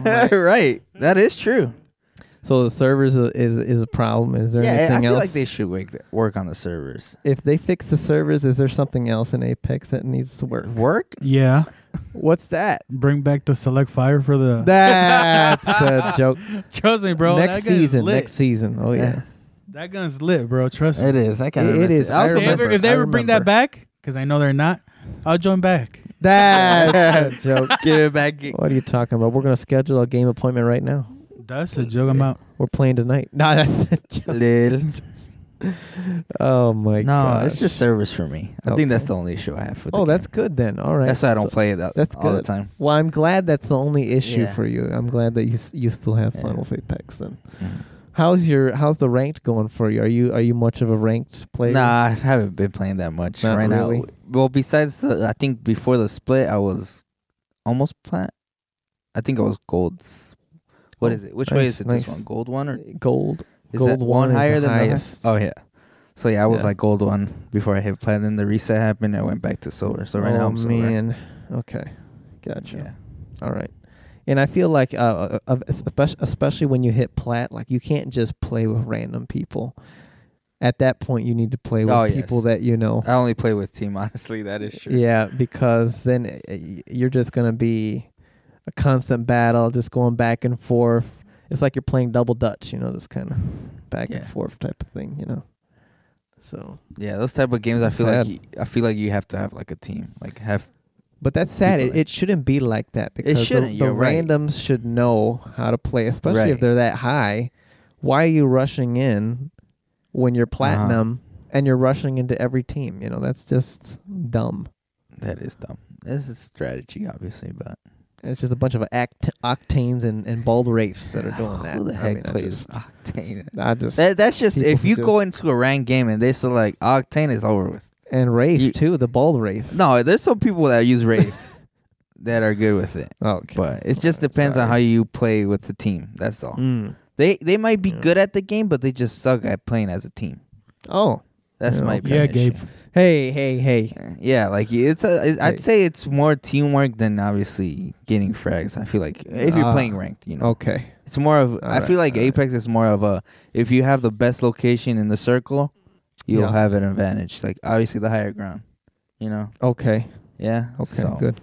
Speaker 2: right, that is true.
Speaker 1: so the servers is is, a problem. Is there
Speaker 2: yeah, I- I
Speaker 1: anything
Speaker 2: feel
Speaker 1: else?
Speaker 2: like they should work th- work on the servers.
Speaker 1: if they fix the servers, is there something else in Apex that needs to work?
Speaker 2: Work?
Speaker 3: Yeah.
Speaker 1: What's that?
Speaker 5: Bring back the select fire for the.
Speaker 1: That's a joke.
Speaker 3: Trust me, bro.
Speaker 1: next
Speaker 3: that gun's
Speaker 1: season.
Speaker 3: lit.
Speaker 1: Next season. Oh yeah.
Speaker 3: that gun's lit, bro. Trust me.
Speaker 2: It is. I kind
Speaker 1: It-
Speaker 2: of.
Speaker 1: it is. I
Speaker 3: If they
Speaker 1: remember.
Speaker 3: ever, if they
Speaker 1: I
Speaker 3: ever bring that
Speaker 1: remember.
Speaker 3: back, because I know they're not, I'll join back.
Speaker 1: That's a joke.
Speaker 2: Give it back.
Speaker 1: What are you talking about? We're gonna schedule a game appointment right now.
Speaker 3: That's a joke. I'm out.
Speaker 1: We're playing tonight. No, that's a joke.
Speaker 2: Lil.
Speaker 1: Oh my
Speaker 2: no,
Speaker 1: god.
Speaker 2: it's just service for me. I
Speaker 1: Okay.
Speaker 2: think that's the only issue I have for. The
Speaker 1: Oh, that's
Speaker 2: game.
Speaker 1: good then. All right.
Speaker 2: That's why I don't
Speaker 1: So-
Speaker 2: play it out
Speaker 1: that's
Speaker 2: all the
Speaker 1: good.
Speaker 2: time.
Speaker 1: Well, I'm glad that's the only issue
Speaker 2: Yeah.
Speaker 1: for you. I'm glad that you s- you still have
Speaker 2: Yeah.
Speaker 1: fun with Apex. Then,
Speaker 2: Mhm.
Speaker 1: how's your how's the ranked going for you? Are you are you much of a ranked player?
Speaker 2: Nah, I haven't been playing that much
Speaker 1: Not
Speaker 2: right
Speaker 1: really?
Speaker 2: now. Well, besides the, I think before the split, I was almost plat. I think I was golds. What
Speaker 1: Oh,
Speaker 2: is it? Which way
Speaker 1: nice,
Speaker 2: is it?
Speaker 1: nice.
Speaker 2: This one, gold one, or
Speaker 1: gold.
Speaker 2: is
Speaker 1: gold
Speaker 2: that
Speaker 1: one, is
Speaker 2: higher
Speaker 1: the
Speaker 2: than the
Speaker 1: highest.
Speaker 2: highest? Oh yeah. So yeah, I was
Speaker 1: Yeah.
Speaker 2: like gold one before I hit platinum. The reset happened. I went back to silver. So right
Speaker 1: oh
Speaker 2: now I'm silver.
Speaker 1: man. Okay, gotcha.
Speaker 2: Yeah.
Speaker 1: All right. And I feel like, uh, uh, especially, especially when you hit plat, like you can't just play with random people. At that point, you need to play with
Speaker 2: Oh, yes.
Speaker 1: people that you know.
Speaker 2: I only play with team. Honestly, that is true.
Speaker 1: Yeah, because then uh, y- you're just gonna be a constant battle, just going back and forth. It's like you're playing double dutch, you know, just kind of back
Speaker 2: Yeah.
Speaker 1: and forth type of thing, you know. So,
Speaker 2: Yeah, those type of games, I
Speaker 1: That's
Speaker 2: feel
Speaker 1: sad.
Speaker 2: like you, I feel like you have to have like a team, like have
Speaker 1: but that's sad. It,
Speaker 2: People
Speaker 1: it shouldn't be like that because the-
Speaker 2: shouldn't,
Speaker 1: the,
Speaker 2: you're right.
Speaker 1: randoms should know how to play, especially if
Speaker 2: Right.
Speaker 1: they're that high. Why are you rushing in when
Speaker 2: Uh-huh.
Speaker 1: you're platinum and you're rushing into every team? You know, that's just dumb.
Speaker 2: that is dumb. This is strategy, obviously, but
Speaker 1: It's just a bunch of act- octanes and, and bald wraiths that are doing that.
Speaker 2: who the
Speaker 1: I
Speaker 2: heck
Speaker 1: mean, I
Speaker 2: plays
Speaker 1: just-
Speaker 2: Octane?
Speaker 1: I just
Speaker 2: That, that's just
Speaker 1: People
Speaker 2: if
Speaker 1: who
Speaker 2: you
Speaker 1: just-
Speaker 2: go into a ranked game and they still like Octane is over with.
Speaker 1: and Rafe
Speaker 2: You-
Speaker 1: too, the bald Rafe.
Speaker 2: No, there's some people that use Wraith that are good with it,
Speaker 1: Oh, Okay.
Speaker 2: but it just depends on how
Speaker 1: Sorry.
Speaker 2: you play with the team. That's all.
Speaker 1: Mm.
Speaker 2: They they might be
Speaker 1: Yeah.
Speaker 2: good at the game, but they just suck at playing as a team.
Speaker 1: Oh,
Speaker 2: That's
Speaker 1: Yeah,
Speaker 2: my
Speaker 1: okay.
Speaker 2: opinion.
Speaker 5: Yeah, Gabe.
Speaker 1: hey, hey, hey.
Speaker 2: Yeah, like it's a. it-
Speaker 1: Like-
Speaker 2: I'd say it's more teamwork than obviously getting frags. I feel like if you're
Speaker 1: Ah,
Speaker 2: playing ranked, you know,
Speaker 1: Okay.
Speaker 2: it's more of. I
Speaker 1: alright,
Speaker 2: feel like
Speaker 1: alright.
Speaker 2: Apex is more of a. If you have the best location in the circle,
Speaker 1: Yeah.
Speaker 2: you'll have an advantage. Like obviously the higher ground, you know.
Speaker 1: Okay.
Speaker 2: Yeah.
Speaker 1: Okay.
Speaker 2: so-
Speaker 1: Good.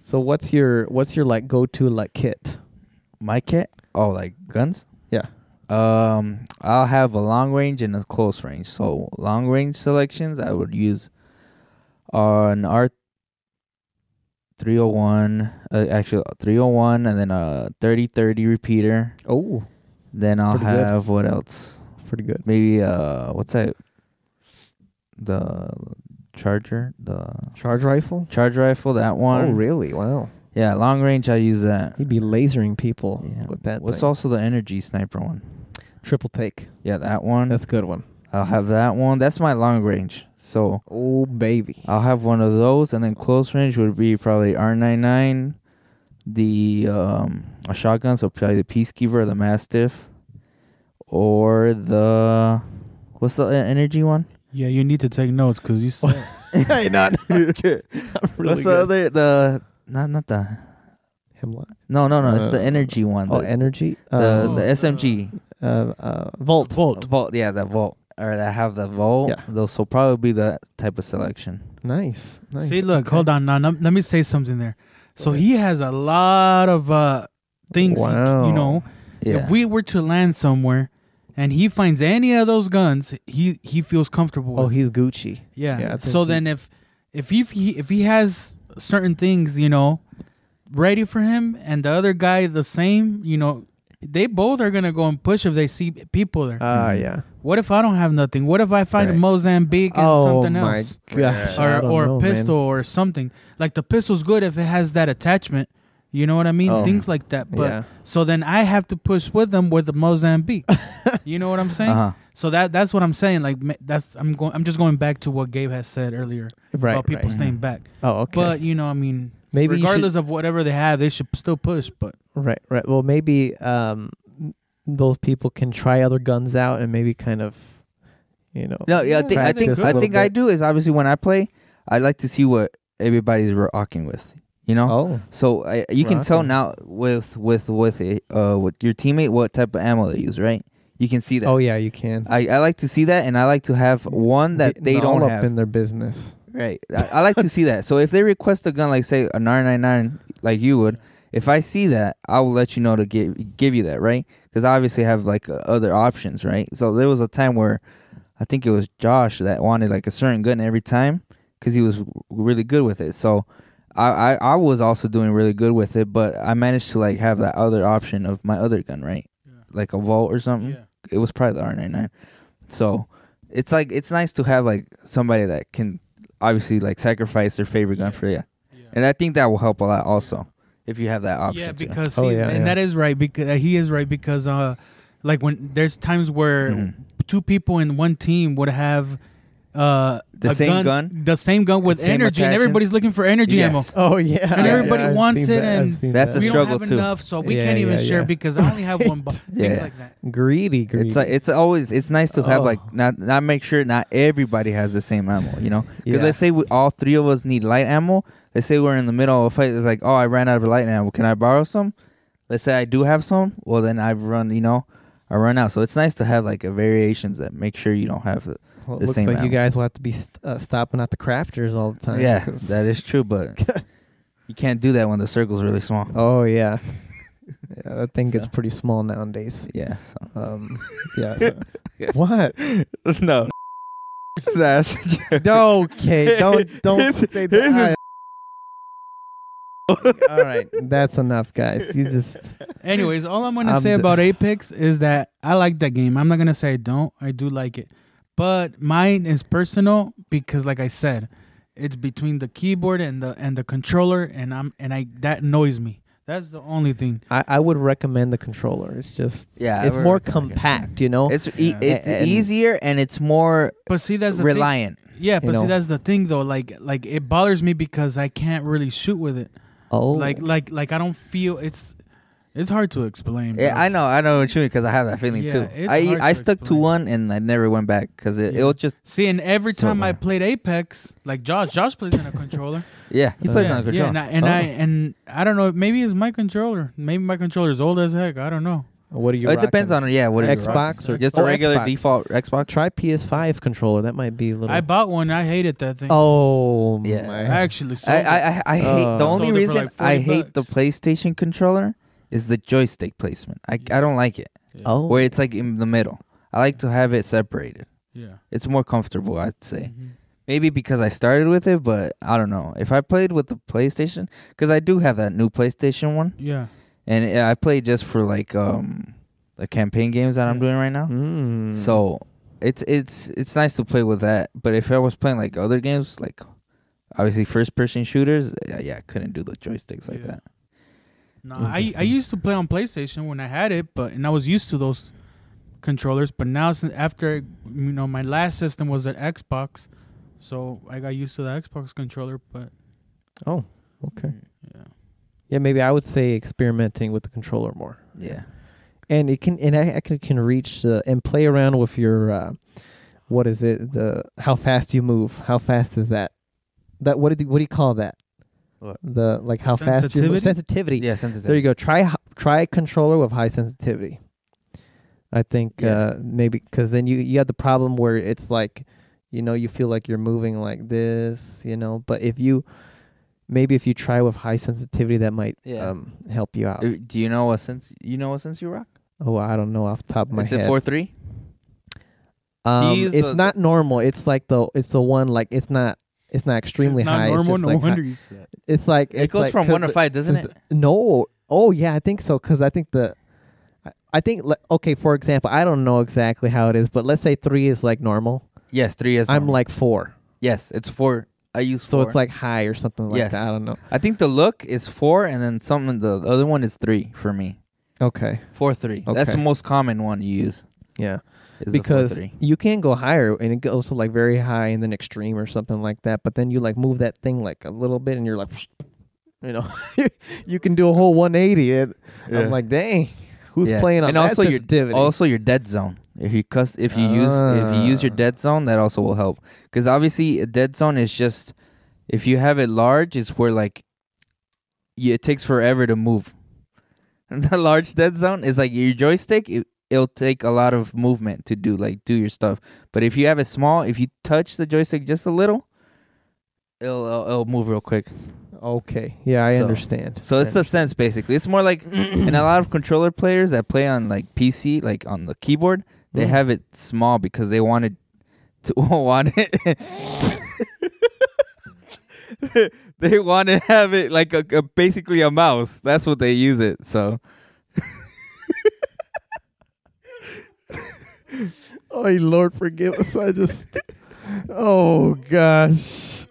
Speaker 1: So what's your what's your like go to like kit?
Speaker 2: My kit. Oh, like guns.
Speaker 1: Yeah.
Speaker 2: Um, I'll have a long range and a close range. So long range selections, I would use uh, an R three hundred one, uh, actually three hundred one, and then a thirty thirty repeater.
Speaker 1: Oh,
Speaker 2: Then I'll
Speaker 1: pretty good.
Speaker 2: have what else?
Speaker 1: that's pretty good.
Speaker 2: Maybe uh, what's that? The charger, the
Speaker 1: Charge rifle.
Speaker 2: charge rifle. That one.
Speaker 1: Oh, really? Wow.
Speaker 2: Yeah, long range. I use that.
Speaker 1: He'd be lasering people
Speaker 2: Yeah.
Speaker 1: with that.
Speaker 2: What's
Speaker 1: thing.
Speaker 2: also the energy sniper one?
Speaker 1: triple take?
Speaker 2: Yeah, that one.
Speaker 1: That's a good one.
Speaker 2: I'll have that one. That's my long range. So
Speaker 1: Oh baby.
Speaker 2: I'll have one of those, and then close range would be probably R99, the um, a shotgun, so probably the Peacekeeper, the Mastiff, or the what's the e- energy one?
Speaker 5: Yeah, you need to take notes because you. Said,
Speaker 1: hey, not. I'm really
Speaker 2: what's the
Speaker 1: good.
Speaker 2: other the not not the
Speaker 1: Hemlock.
Speaker 2: no no no it's
Speaker 1: Uh,
Speaker 2: the energy one.
Speaker 1: Oh,
Speaker 2: the,
Speaker 1: energy.
Speaker 2: the,
Speaker 1: um,
Speaker 2: the SMG
Speaker 1: uh, uh, Volt.
Speaker 5: Volt.
Speaker 2: vault. Yeah, the vault. Or I have the vault.
Speaker 1: Yeah.
Speaker 2: Those will probably be that type of selection.
Speaker 1: Oh, Nice. Nice.
Speaker 3: See, look, hold on. Now, num- let me say something there. So he has a lot of uh, things. he c-
Speaker 1: Wow.
Speaker 3: you know,
Speaker 2: Yeah.
Speaker 3: if we were to land somewhere, and he finds any of those guns, he he feels comfortable.
Speaker 1: Oh,
Speaker 3: with.
Speaker 1: he's Gucci.
Speaker 3: yeah.
Speaker 1: yeah, I think
Speaker 3: so
Speaker 1: he-
Speaker 3: then, if if he, if he if he has certain things, you know, ready for him, and the other guy the same, you know, they both are gonna go and push if they see people there.
Speaker 1: Ah, yeah.
Speaker 3: what if I don't have nothing? What if I find
Speaker 2: Right.
Speaker 3: Mozambique and
Speaker 1: Oh
Speaker 3: something
Speaker 1: my
Speaker 3: else?
Speaker 1: gosh. I
Speaker 3: or
Speaker 1: don't
Speaker 3: or
Speaker 1: know,
Speaker 3: a
Speaker 1: man.
Speaker 3: pistol or something. Like the pistol's good if it has that attachment. You know what I mean?
Speaker 1: Oh.
Speaker 3: Things like that. But
Speaker 1: Yeah.
Speaker 3: so then I have to push with them with the Mozambique. you know what I'm saying?
Speaker 2: Uh-huh.
Speaker 3: So that that's what I'm saying. Like ma- that's I'm going. I'm just going back to what Gabe has said earlier
Speaker 1: Right.
Speaker 3: about people
Speaker 1: right.
Speaker 3: staying
Speaker 5: Mm-hmm.
Speaker 3: back.
Speaker 1: Oh, okay.
Speaker 3: But you know, I mean,
Speaker 1: Maybe you should-
Speaker 3: regardless of whatever they have, they should still push. But
Speaker 1: right, right. Well, maybe um, those people can try other guns out and maybe kind of, you know.
Speaker 2: No, yeah, I think I think
Speaker 1: practice a
Speaker 2: I
Speaker 1: little
Speaker 2: think I
Speaker 1: bit.
Speaker 2: do is obviously when I play, I like to see what everybody's rocking with. You know,
Speaker 1: Oh,
Speaker 2: so I, you can tell
Speaker 1: Rocking.
Speaker 2: now with with with it, uh with your teammate what type of ammo they use, right? You can see that.
Speaker 1: oh yeah, you can.
Speaker 2: I, I like to see that, and I likeck to have one that
Speaker 1: Getting
Speaker 2: they
Speaker 1: all
Speaker 2: don't
Speaker 1: up
Speaker 2: have.
Speaker 1: in their business.
Speaker 2: Right. I, I like to see that. So if they request a gun, like say a 999, like you would, if I see that, I will let you know to give give you that, right? Because I obviously have like uh, other options, right? So there was a time where I think it was Josh that wanted like a certain gun every time because he was w- really good with it. So I, I I was also doing really good with it, but I managed to like have that other option of my other gun, right?
Speaker 5: Yeah.
Speaker 2: Like a vault or something
Speaker 5: Yeah.
Speaker 2: it was probably the R99. So it's like it's nice to have like somebody that can obviously like sacrifice their favorite gun for you, and I think that will help a lot also if you have that option.
Speaker 3: yeah,
Speaker 2: too.
Speaker 3: because see,
Speaker 1: Oh, yeah,
Speaker 3: and
Speaker 1: yeah.
Speaker 3: that is right because uh, he is right because uh, like when there's times where
Speaker 2: Mhm.
Speaker 3: two people in one team would have uh
Speaker 2: The
Speaker 3: a
Speaker 2: same gun?
Speaker 3: the same gun with
Speaker 2: same
Speaker 3: energy, and
Speaker 2: attachments?
Speaker 3: everybody's looking for energy ammo.
Speaker 2: Yes.
Speaker 1: Oh yeah,
Speaker 3: And
Speaker 1: Yeah,
Speaker 3: everybody
Speaker 1: I've
Speaker 3: wants
Speaker 1: seen
Speaker 3: it,
Speaker 1: that. I've
Speaker 3: and
Speaker 1: seen
Speaker 2: That's
Speaker 1: that.
Speaker 2: a
Speaker 3: we
Speaker 2: str- struggle,
Speaker 3: don't have
Speaker 2: too.
Speaker 3: enough, so we
Speaker 1: Yeah,
Speaker 3: can't even
Speaker 1: yeah,
Speaker 3: share
Speaker 1: yeah.
Speaker 3: because I only have one. box.
Speaker 2: Yeah.
Speaker 3: Things like that.
Speaker 1: greedy. Greedy.
Speaker 2: It's like it's always it's nice to have
Speaker 1: Oh.
Speaker 2: like not not make sure not everybody has the same ammo, you know. Because
Speaker 1: Yeah.
Speaker 2: let's say we, all three of us need light ammo. Let's say we're in the middle of a fight. It's like, oh, I ran out of light ammo. Can I borrow some? Let's say I do have some. Well, then I've run, you know, I run out. So it's nice to have like a variations that make sure you don't have the
Speaker 1: Well, it
Speaker 2: the
Speaker 1: looks
Speaker 2: same
Speaker 1: like you
Speaker 2: amount.
Speaker 1: guys will have to be st- uh, stopping at the crafters all the time.
Speaker 2: Yeah,
Speaker 1: 'cause-
Speaker 2: that is true, but you can't do that when the circle's really small.
Speaker 1: Oh yeah, yeah. That thing gets
Speaker 2: So.
Speaker 1: pretty small nowadays.
Speaker 2: Yeah. So.
Speaker 1: Um, yeah. so- What?
Speaker 2: no. That's a joke.
Speaker 1: No, okay. Don't don't
Speaker 2: His-
Speaker 1: say
Speaker 2: his
Speaker 1: that.
Speaker 2: is-
Speaker 1: All right, that's enough, guys. You just
Speaker 3: Anyways, all I'm gonna
Speaker 1: I'm
Speaker 3: say
Speaker 1: d-
Speaker 3: about Apex is that I like that game. I'm not gonna say I don't. I do like it, but mine is personal because, like I said, it's between the keyboard and the and the controller, and I'm and I that annoys me. That's the only thing.
Speaker 1: I, I would recommend the controller. It's just
Speaker 2: Yeah, I
Speaker 1: it's
Speaker 2: would
Speaker 1: more
Speaker 2: recommend it.
Speaker 1: compact. You know,
Speaker 2: It's e-
Speaker 3: Yeah.
Speaker 2: it's
Speaker 1: And-
Speaker 2: easier and it's more
Speaker 3: But see, that's the thing-
Speaker 2: reliant.
Speaker 3: Yeah, but see,
Speaker 1: know.
Speaker 3: that's the thing though. Like like it bothers me because I can't really shoot with it.
Speaker 1: oh,
Speaker 3: Like like like I don't feel it's it's hard to explain.
Speaker 2: Yeah,
Speaker 3: bro.
Speaker 2: I know, I know what you mean because I have that feeling
Speaker 3: Yeah,
Speaker 2: too.
Speaker 3: it's
Speaker 2: I
Speaker 3: hard
Speaker 2: I
Speaker 3: to
Speaker 2: stuck to
Speaker 3: explain.
Speaker 2: one and I never went back because it
Speaker 3: Yeah.
Speaker 2: it'll just
Speaker 3: See, and every
Speaker 2: So,
Speaker 3: time I
Speaker 2: uh,
Speaker 3: played Apex, like Josh, Josh plays on a controller.
Speaker 2: yeah he plays
Speaker 1: Yeah,
Speaker 2: on a
Speaker 3: Yeah,
Speaker 2: control.
Speaker 3: and I and, I
Speaker 1: Oh.
Speaker 3: and I don't know. Maybe it's my controller. Maybe my controller's old as heck. I don't know.
Speaker 1: what are you?
Speaker 2: Oh, it depends
Speaker 1: rocking?
Speaker 2: on yeah what it is.
Speaker 1: Xbox or
Speaker 2: just a
Speaker 1: oh,
Speaker 2: regular
Speaker 1: Xbox.
Speaker 2: default Xbox.
Speaker 1: Try PS5 controller. That might be a little.
Speaker 3: I bought one. I hated that thing.
Speaker 1: oh
Speaker 2: Yeah.
Speaker 1: my.
Speaker 3: I actually. Sold
Speaker 2: I I I, I hate
Speaker 1: Uh,
Speaker 2: the only
Speaker 3: Sold it for
Speaker 2: reason
Speaker 3: like
Speaker 2: I
Speaker 3: 40
Speaker 2: hate the
Speaker 3: bucks.
Speaker 2: PlayStation controller is the joystick placement. I I don't like it
Speaker 3: it.
Speaker 1: oh,
Speaker 2: where it's like in the middle. I like to have it separated.
Speaker 3: Yeah.
Speaker 2: It's more comfortable, I'd say.
Speaker 3: Mhm.
Speaker 2: Maybe because I started with it, but I don't know. If I played with the PlayStation, because I do have that new PlayStation one,
Speaker 3: Yeah.
Speaker 2: and it- I play just for like um the campaign games that I'm doing right now.
Speaker 1: Mm.
Speaker 2: So it's it's it's nice to play with that. But if I was playing like other games, like obviously first person shooters, yeah, yeah I couldn't do the joysticks like
Speaker 3: Yeah.
Speaker 2: that.
Speaker 3: No, I I
Speaker 1: Interesting.
Speaker 3: used to play on PlayStation when I had it, but and I was used to those controllers. But now, since after you know, my last system was an Xbox, so I got used to the Xbox controller. But
Speaker 1: Oh, okay.
Speaker 3: yeah,
Speaker 1: Yeah, maybe I would say experimenting with the controller more,
Speaker 2: Yeah.
Speaker 1: and it can and I, I can, can reach uh, and play around with your, uh, what is it? The how fast you move. How fast is that? That what do you, what do you call that?
Speaker 2: What?
Speaker 1: The like how fast you move.
Speaker 3: Sensitivity?
Speaker 1: sensitivity.
Speaker 2: Yeah, sensitive.
Speaker 1: There you go. Try h- try a controller with high sensitivity. I think
Speaker 2: Yeah.
Speaker 1: uh, maybe because then you you have the problem where it's like, you know, you feel like you're moving like this, you know. But if you maybe if you try with high sensitivity, that might
Speaker 2: Yeah.
Speaker 1: um, help you out.
Speaker 2: Uh, Do you know what sense you know what sense you rock?
Speaker 1: oh, I don't know off the top of my
Speaker 2: it's
Speaker 1: head.
Speaker 2: a four three.
Speaker 1: um,
Speaker 2: use
Speaker 1: it's
Speaker 2: the-
Speaker 1: not normal. It's like the it's the one like it's not it's not extremely
Speaker 3: it's not
Speaker 1: high.
Speaker 3: normal.
Speaker 1: it's just
Speaker 3: no
Speaker 1: like high-
Speaker 3: wonder you said.
Speaker 1: It's like
Speaker 2: It
Speaker 1: it's
Speaker 2: goes
Speaker 1: like-
Speaker 2: from
Speaker 1: 'cause
Speaker 2: one to
Speaker 1: the-
Speaker 2: five, doesn't
Speaker 1: Is
Speaker 2: it?
Speaker 1: the- No. Oh yeah, I think so. Because I think the, I- I think like, okay. For example, I don't know exactly how it is, but let's say three is like normal.
Speaker 2: Yes, three is.
Speaker 1: I'm
Speaker 2: normal.
Speaker 1: like four,
Speaker 2: yes, it's four. I use
Speaker 1: so
Speaker 2: four.
Speaker 1: it's like high or something like
Speaker 2: Yes.
Speaker 1: that. I don't know.
Speaker 2: I think the look is four, and then something. The other one is three for me.
Speaker 1: Okay.
Speaker 2: Four three. That's
Speaker 1: Okay.
Speaker 2: the most common one you use.
Speaker 1: Yeah.
Speaker 2: is the four,
Speaker 1: because
Speaker 2: three.
Speaker 1: you can go higher, and it goes to like very high and then extreme or something like that. But then you like move that thing like a little bit, and you're like, you know, you can do a whole 180. And
Speaker 2: Yeah.
Speaker 1: I'm like, dang, who's
Speaker 2: Yeah.
Speaker 1: playing on
Speaker 2: and
Speaker 1: that
Speaker 2: also
Speaker 1: sensitivity?
Speaker 2: your also your dead zone. If you cuss, if you use if you use your
Speaker 1: Ah.
Speaker 2: dead zone, that also will help. Because obviously, a dead zone is just if you have it large, is where like you, it takes forever to move. And the large dead zone is like your joystick. It, it'll take a lot of movement to do like do your stuff. But if you have it small, if you touch the joystick just a little, it'll, it'll, it'll move real quick.
Speaker 1: Okay. Yeah, I
Speaker 2: So-
Speaker 1: understand.
Speaker 2: So it's the sense basically. It's more like and a lot of controller players that play on like PC, like on the keyboard, they
Speaker 1: Mm.
Speaker 2: have it small because they wanted to want it. they want to have it like a, a basically a mouse. That's what they use it. So
Speaker 1: Oh Lord, forgive us. I just. Oh gosh.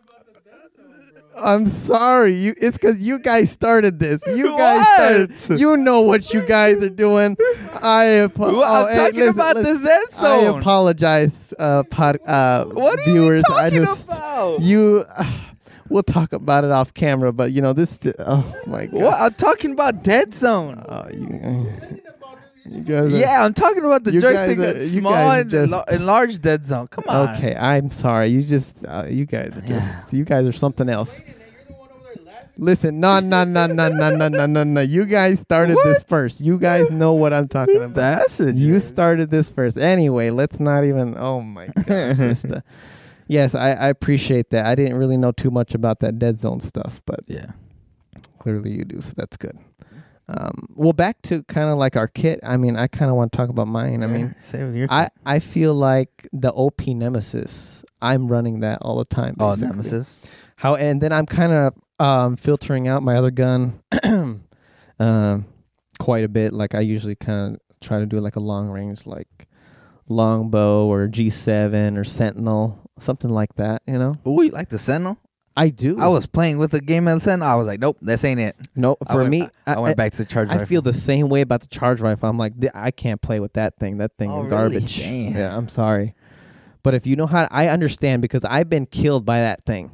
Speaker 1: I'm sorry. You. It's because you guys started this. You guys started.
Speaker 2: What?
Speaker 1: You know what you guys are doing. I apo-
Speaker 2: Well,
Speaker 1: oh,
Speaker 2: I'm
Speaker 1: hey,
Speaker 2: talking
Speaker 1: listen,
Speaker 2: about
Speaker 1: listen.
Speaker 2: the Zen Zone.
Speaker 1: I apologize, uh, pod, uh,
Speaker 2: What are
Speaker 1: viewers.
Speaker 2: you talking
Speaker 1: I just
Speaker 2: about?
Speaker 1: you. we'll talk about it off camera, but you know this. Oh my god.
Speaker 2: what? I'm talking about Dead Zone.
Speaker 1: Oh, you, you guys are-
Speaker 2: yeah, I'm talking about the
Speaker 1: you
Speaker 2: joystick
Speaker 1: guys are-
Speaker 2: that's
Speaker 1: you
Speaker 2: small
Speaker 1: guys
Speaker 2: and
Speaker 1: just-
Speaker 2: lo- enlarged Dead Zone. Come on.
Speaker 1: Okay, I'm sorry. You just, uh, you guys are just, you guys are something else. Listen, no, no, no, no, no, no, no, no, no. You guys started this
Speaker 2: What?
Speaker 1: first. You guys know what I'm talking about.
Speaker 2: That's it.
Speaker 1: You started this first. Anyway, let's not even. Oh my gosh. just, uh, yes, I, I appreciate that. I didn't really know too much about that dead zone stuff, but
Speaker 2: Yeah.
Speaker 1: clearly you do so that's good um, well back to kind of like our kit i mean i kind of want to talk about mine i mean
Speaker 2: say with your
Speaker 1: I, I feel like the op nemesis i'm running that all the time
Speaker 2: oh
Speaker 1: basically.
Speaker 2: Nemesis.
Speaker 1: how and then i'm kind of um, filtering out my other gun um, quite a bit like i usually kind of try to do like a long range like longbow or g7 or sentinel something like that you know
Speaker 2: Oh, you like the Sentinel?
Speaker 1: i do
Speaker 2: I was playing with the game of the Sentinel. I was like, nope, this ain't it.
Speaker 1: no
Speaker 2: I
Speaker 1: for
Speaker 2: went-
Speaker 1: me
Speaker 2: I, I went back to charge.
Speaker 1: I feel the same way about the charge rifle. I'm like, "Th- I can't play with that thing. That thing
Speaker 2: Oh,
Speaker 1: is
Speaker 2: really?
Speaker 1: garbage.
Speaker 2: Damn.
Speaker 1: Yeah, I'm sorry. But if you know how, I understand because I've been killed by that thing.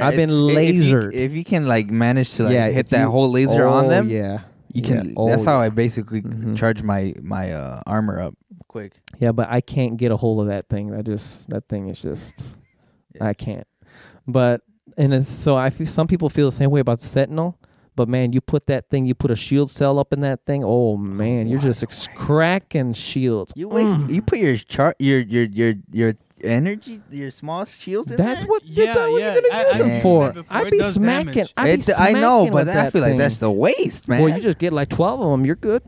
Speaker 1: I've been
Speaker 2: laser.
Speaker 1: lasered.
Speaker 2: If you, can like manage to like
Speaker 1: yeah,
Speaker 2: hit
Speaker 1: if
Speaker 2: that
Speaker 1: you-
Speaker 2: whole laser
Speaker 1: Oh,
Speaker 2: on them,
Speaker 1: Yeah,
Speaker 2: you can.
Speaker 1: yeah. Oh,
Speaker 2: that's how
Speaker 1: yeah.
Speaker 2: I basically
Speaker 1: Mhm.
Speaker 2: charge my my uh, armor up quick.
Speaker 1: Yeah, but I can't get a hold of that thing. I just that thing is just,
Speaker 2: Yeah.
Speaker 1: I can't. But and it's, so I feel some people feel the same way about the Sentinel. But man, you put that thing, you put a shield cell up in that thing. Oh man, you're
Speaker 2: What
Speaker 1: just
Speaker 2: a
Speaker 1: ex-
Speaker 2: waste.
Speaker 1: cracking shields.
Speaker 2: You waste. Mm. You put your char your your your your energy your small shields. In
Speaker 1: That's
Speaker 2: there?
Speaker 1: what
Speaker 3: Yeah,
Speaker 1: that's what
Speaker 3: yeah,
Speaker 1: you're gonna
Speaker 3: I-
Speaker 1: use
Speaker 2: I
Speaker 1: them
Speaker 2: used
Speaker 1: for.
Speaker 3: it before.
Speaker 1: I'd
Speaker 3: It
Speaker 1: be
Speaker 3: does
Speaker 1: smacking.
Speaker 3: damage.
Speaker 1: I'd be
Speaker 2: It- I know,
Speaker 1: smacking
Speaker 2: but
Speaker 1: with
Speaker 2: I feel like
Speaker 1: thing.
Speaker 2: that's the waste, man.
Speaker 1: Well, you just get like twelve of them. You're good.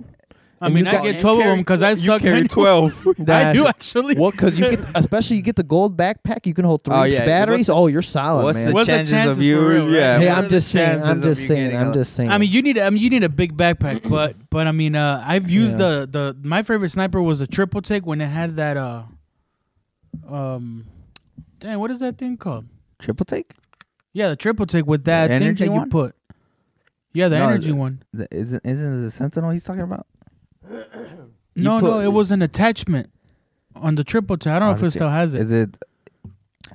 Speaker 3: I
Speaker 1: And
Speaker 3: mean,
Speaker 1: you
Speaker 3: I
Speaker 1: got-
Speaker 3: get twelve of them because I suck.
Speaker 2: carry
Speaker 3: anyway.
Speaker 2: twelve.
Speaker 3: I
Speaker 1: That-
Speaker 3: do actually.
Speaker 1: Well, because you get especially you get the gold backpack. You can hold three
Speaker 2: Oh, yeah.
Speaker 1: batteries.
Speaker 2: What's the-
Speaker 1: oh, you're solid,
Speaker 2: What's
Speaker 1: man.
Speaker 2: the
Speaker 3: What's the
Speaker 2: chances,
Speaker 3: chances
Speaker 2: of you?
Speaker 3: for real, right?
Speaker 2: Yeah.
Speaker 3: Hey,
Speaker 1: hey,
Speaker 2: what are
Speaker 1: I'm
Speaker 2: the
Speaker 1: just saying.
Speaker 2: chances
Speaker 1: I'm
Speaker 2: of
Speaker 1: just
Speaker 2: you
Speaker 1: saying.
Speaker 2: getting
Speaker 1: I'm
Speaker 2: a-
Speaker 1: just saying.
Speaker 3: I mean, you need. I mean, you need a big backpack, but but I mean, uh, I've used
Speaker 1: Yeah.
Speaker 3: the the my favorite sniper was the triple take when it had that uh, um, dang, what is that thing called?
Speaker 2: triple take.
Speaker 3: Yeah, the triple take with that
Speaker 2: The
Speaker 3: thing
Speaker 2: energy
Speaker 3: that you
Speaker 2: one?
Speaker 3: put. Yeah, the
Speaker 2: No,
Speaker 3: energy
Speaker 2: the-
Speaker 3: one.
Speaker 2: The, isn't isn't it the Sentinel he's talking about? You
Speaker 3: No, no,
Speaker 2: put-
Speaker 3: it was an attachment on the triple take. I don't know
Speaker 2: On
Speaker 3: if
Speaker 2: the
Speaker 3: it still has it.
Speaker 2: Is it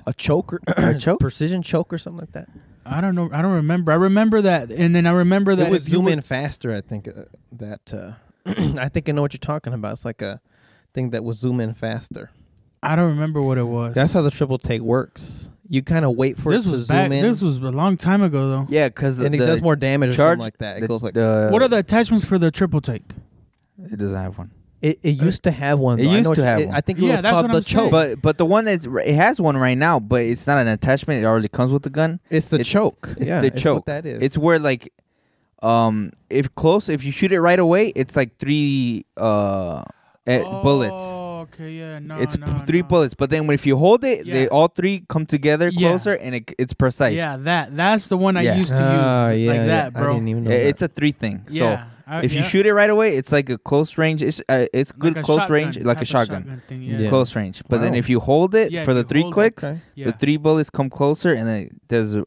Speaker 1: a choker,
Speaker 2: a choke?
Speaker 1: precision choke or something like that.
Speaker 3: I don't know. I don't remember. I remember that, and then I remember that
Speaker 1: It would
Speaker 3: if you
Speaker 1: zoom
Speaker 3: would-
Speaker 1: in faster. I think uh, that. Uh, I think I know what you're talking about. It's like a thing that will zoom in faster.
Speaker 3: I don't remember what it was.
Speaker 1: That's how the triple take works. You kind of wait for
Speaker 3: this
Speaker 1: it to
Speaker 3: was
Speaker 1: zoom
Speaker 3: back.
Speaker 1: in.
Speaker 3: This was a long time ago, though.
Speaker 2: Yeah, because
Speaker 1: and it does more damage or
Speaker 2: charge-
Speaker 1: something like that. It
Speaker 2: the-
Speaker 1: goes like
Speaker 2: the-
Speaker 3: what are the attachments for the triple take?
Speaker 2: It doesn't have one.
Speaker 1: It, it used to have one.
Speaker 2: It
Speaker 1: though. I know
Speaker 2: used
Speaker 1: what
Speaker 2: to
Speaker 1: you-
Speaker 2: have
Speaker 1: it-
Speaker 2: one.
Speaker 1: I think it
Speaker 3: Yeah,
Speaker 1: was
Speaker 3: that's
Speaker 1: called
Speaker 3: what
Speaker 1: the
Speaker 3: I'm saying.
Speaker 1: choke.
Speaker 2: But but the one that's it has one right now, but it's not an attachment. It already comes with the gun.
Speaker 1: it's the
Speaker 2: it's-
Speaker 1: choke.
Speaker 2: it's
Speaker 1: yeah,
Speaker 2: the
Speaker 1: it's What
Speaker 2: choke.
Speaker 1: that is.
Speaker 2: It's where like, um, if close, if you shoot it right away, it's like three uh eh, bullets.
Speaker 3: Oh, okay, yeah, no,
Speaker 2: It's
Speaker 3: no,
Speaker 2: p- three
Speaker 3: no.
Speaker 2: bullets, but then when if you hold it, they
Speaker 3: Yeah.
Speaker 2: all three come together
Speaker 3: Yeah.
Speaker 2: closer, and it, it's precise.
Speaker 3: Yeah, that that's the one I
Speaker 2: Yeah.
Speaker 3: used to use
Speaker 1: Ah, yeah,
Speaker 3: like that,
Speaker 1: yeah.
Speaker 3: bro.
Speaker 1: I didn't even know.
Speaker 2: I-
Speaker 1: that.
Speaker 2: it's a three thing.
Speaker 3: yeah, I-
Speaker 2: So if you
Speaker 3: yeah.
Speaker 2: shoot it right away, it's like a close range. It's uh, it's
Speaker 3: Like
Speaker 2: good
Speaker 3: a
Speaker 2: close
Speaker 3: shotgun
Speaker 2: range, like
Speaker 3: type
Speaker 2: a
Speaker 3: of
Speaker 2: shotgun,
Speaker 3: thing, yeah.
Speaker 1: Yeah.
Speaker 2: close range. But then
Speaker 1: Wow.
Speaker 2: if you hold it
Speaker 3: Yeah,
Speaker 2: for
Speaker 3: if
Speaker 2: the
Speaker 3: you
Speaker 2: three
Speaker 3: hold it,
Speaker 2: clicks,
Speaker 1: okay.
Speaker 3: yeah.
Speaker 2: the three bullets come closer, and then it does uh,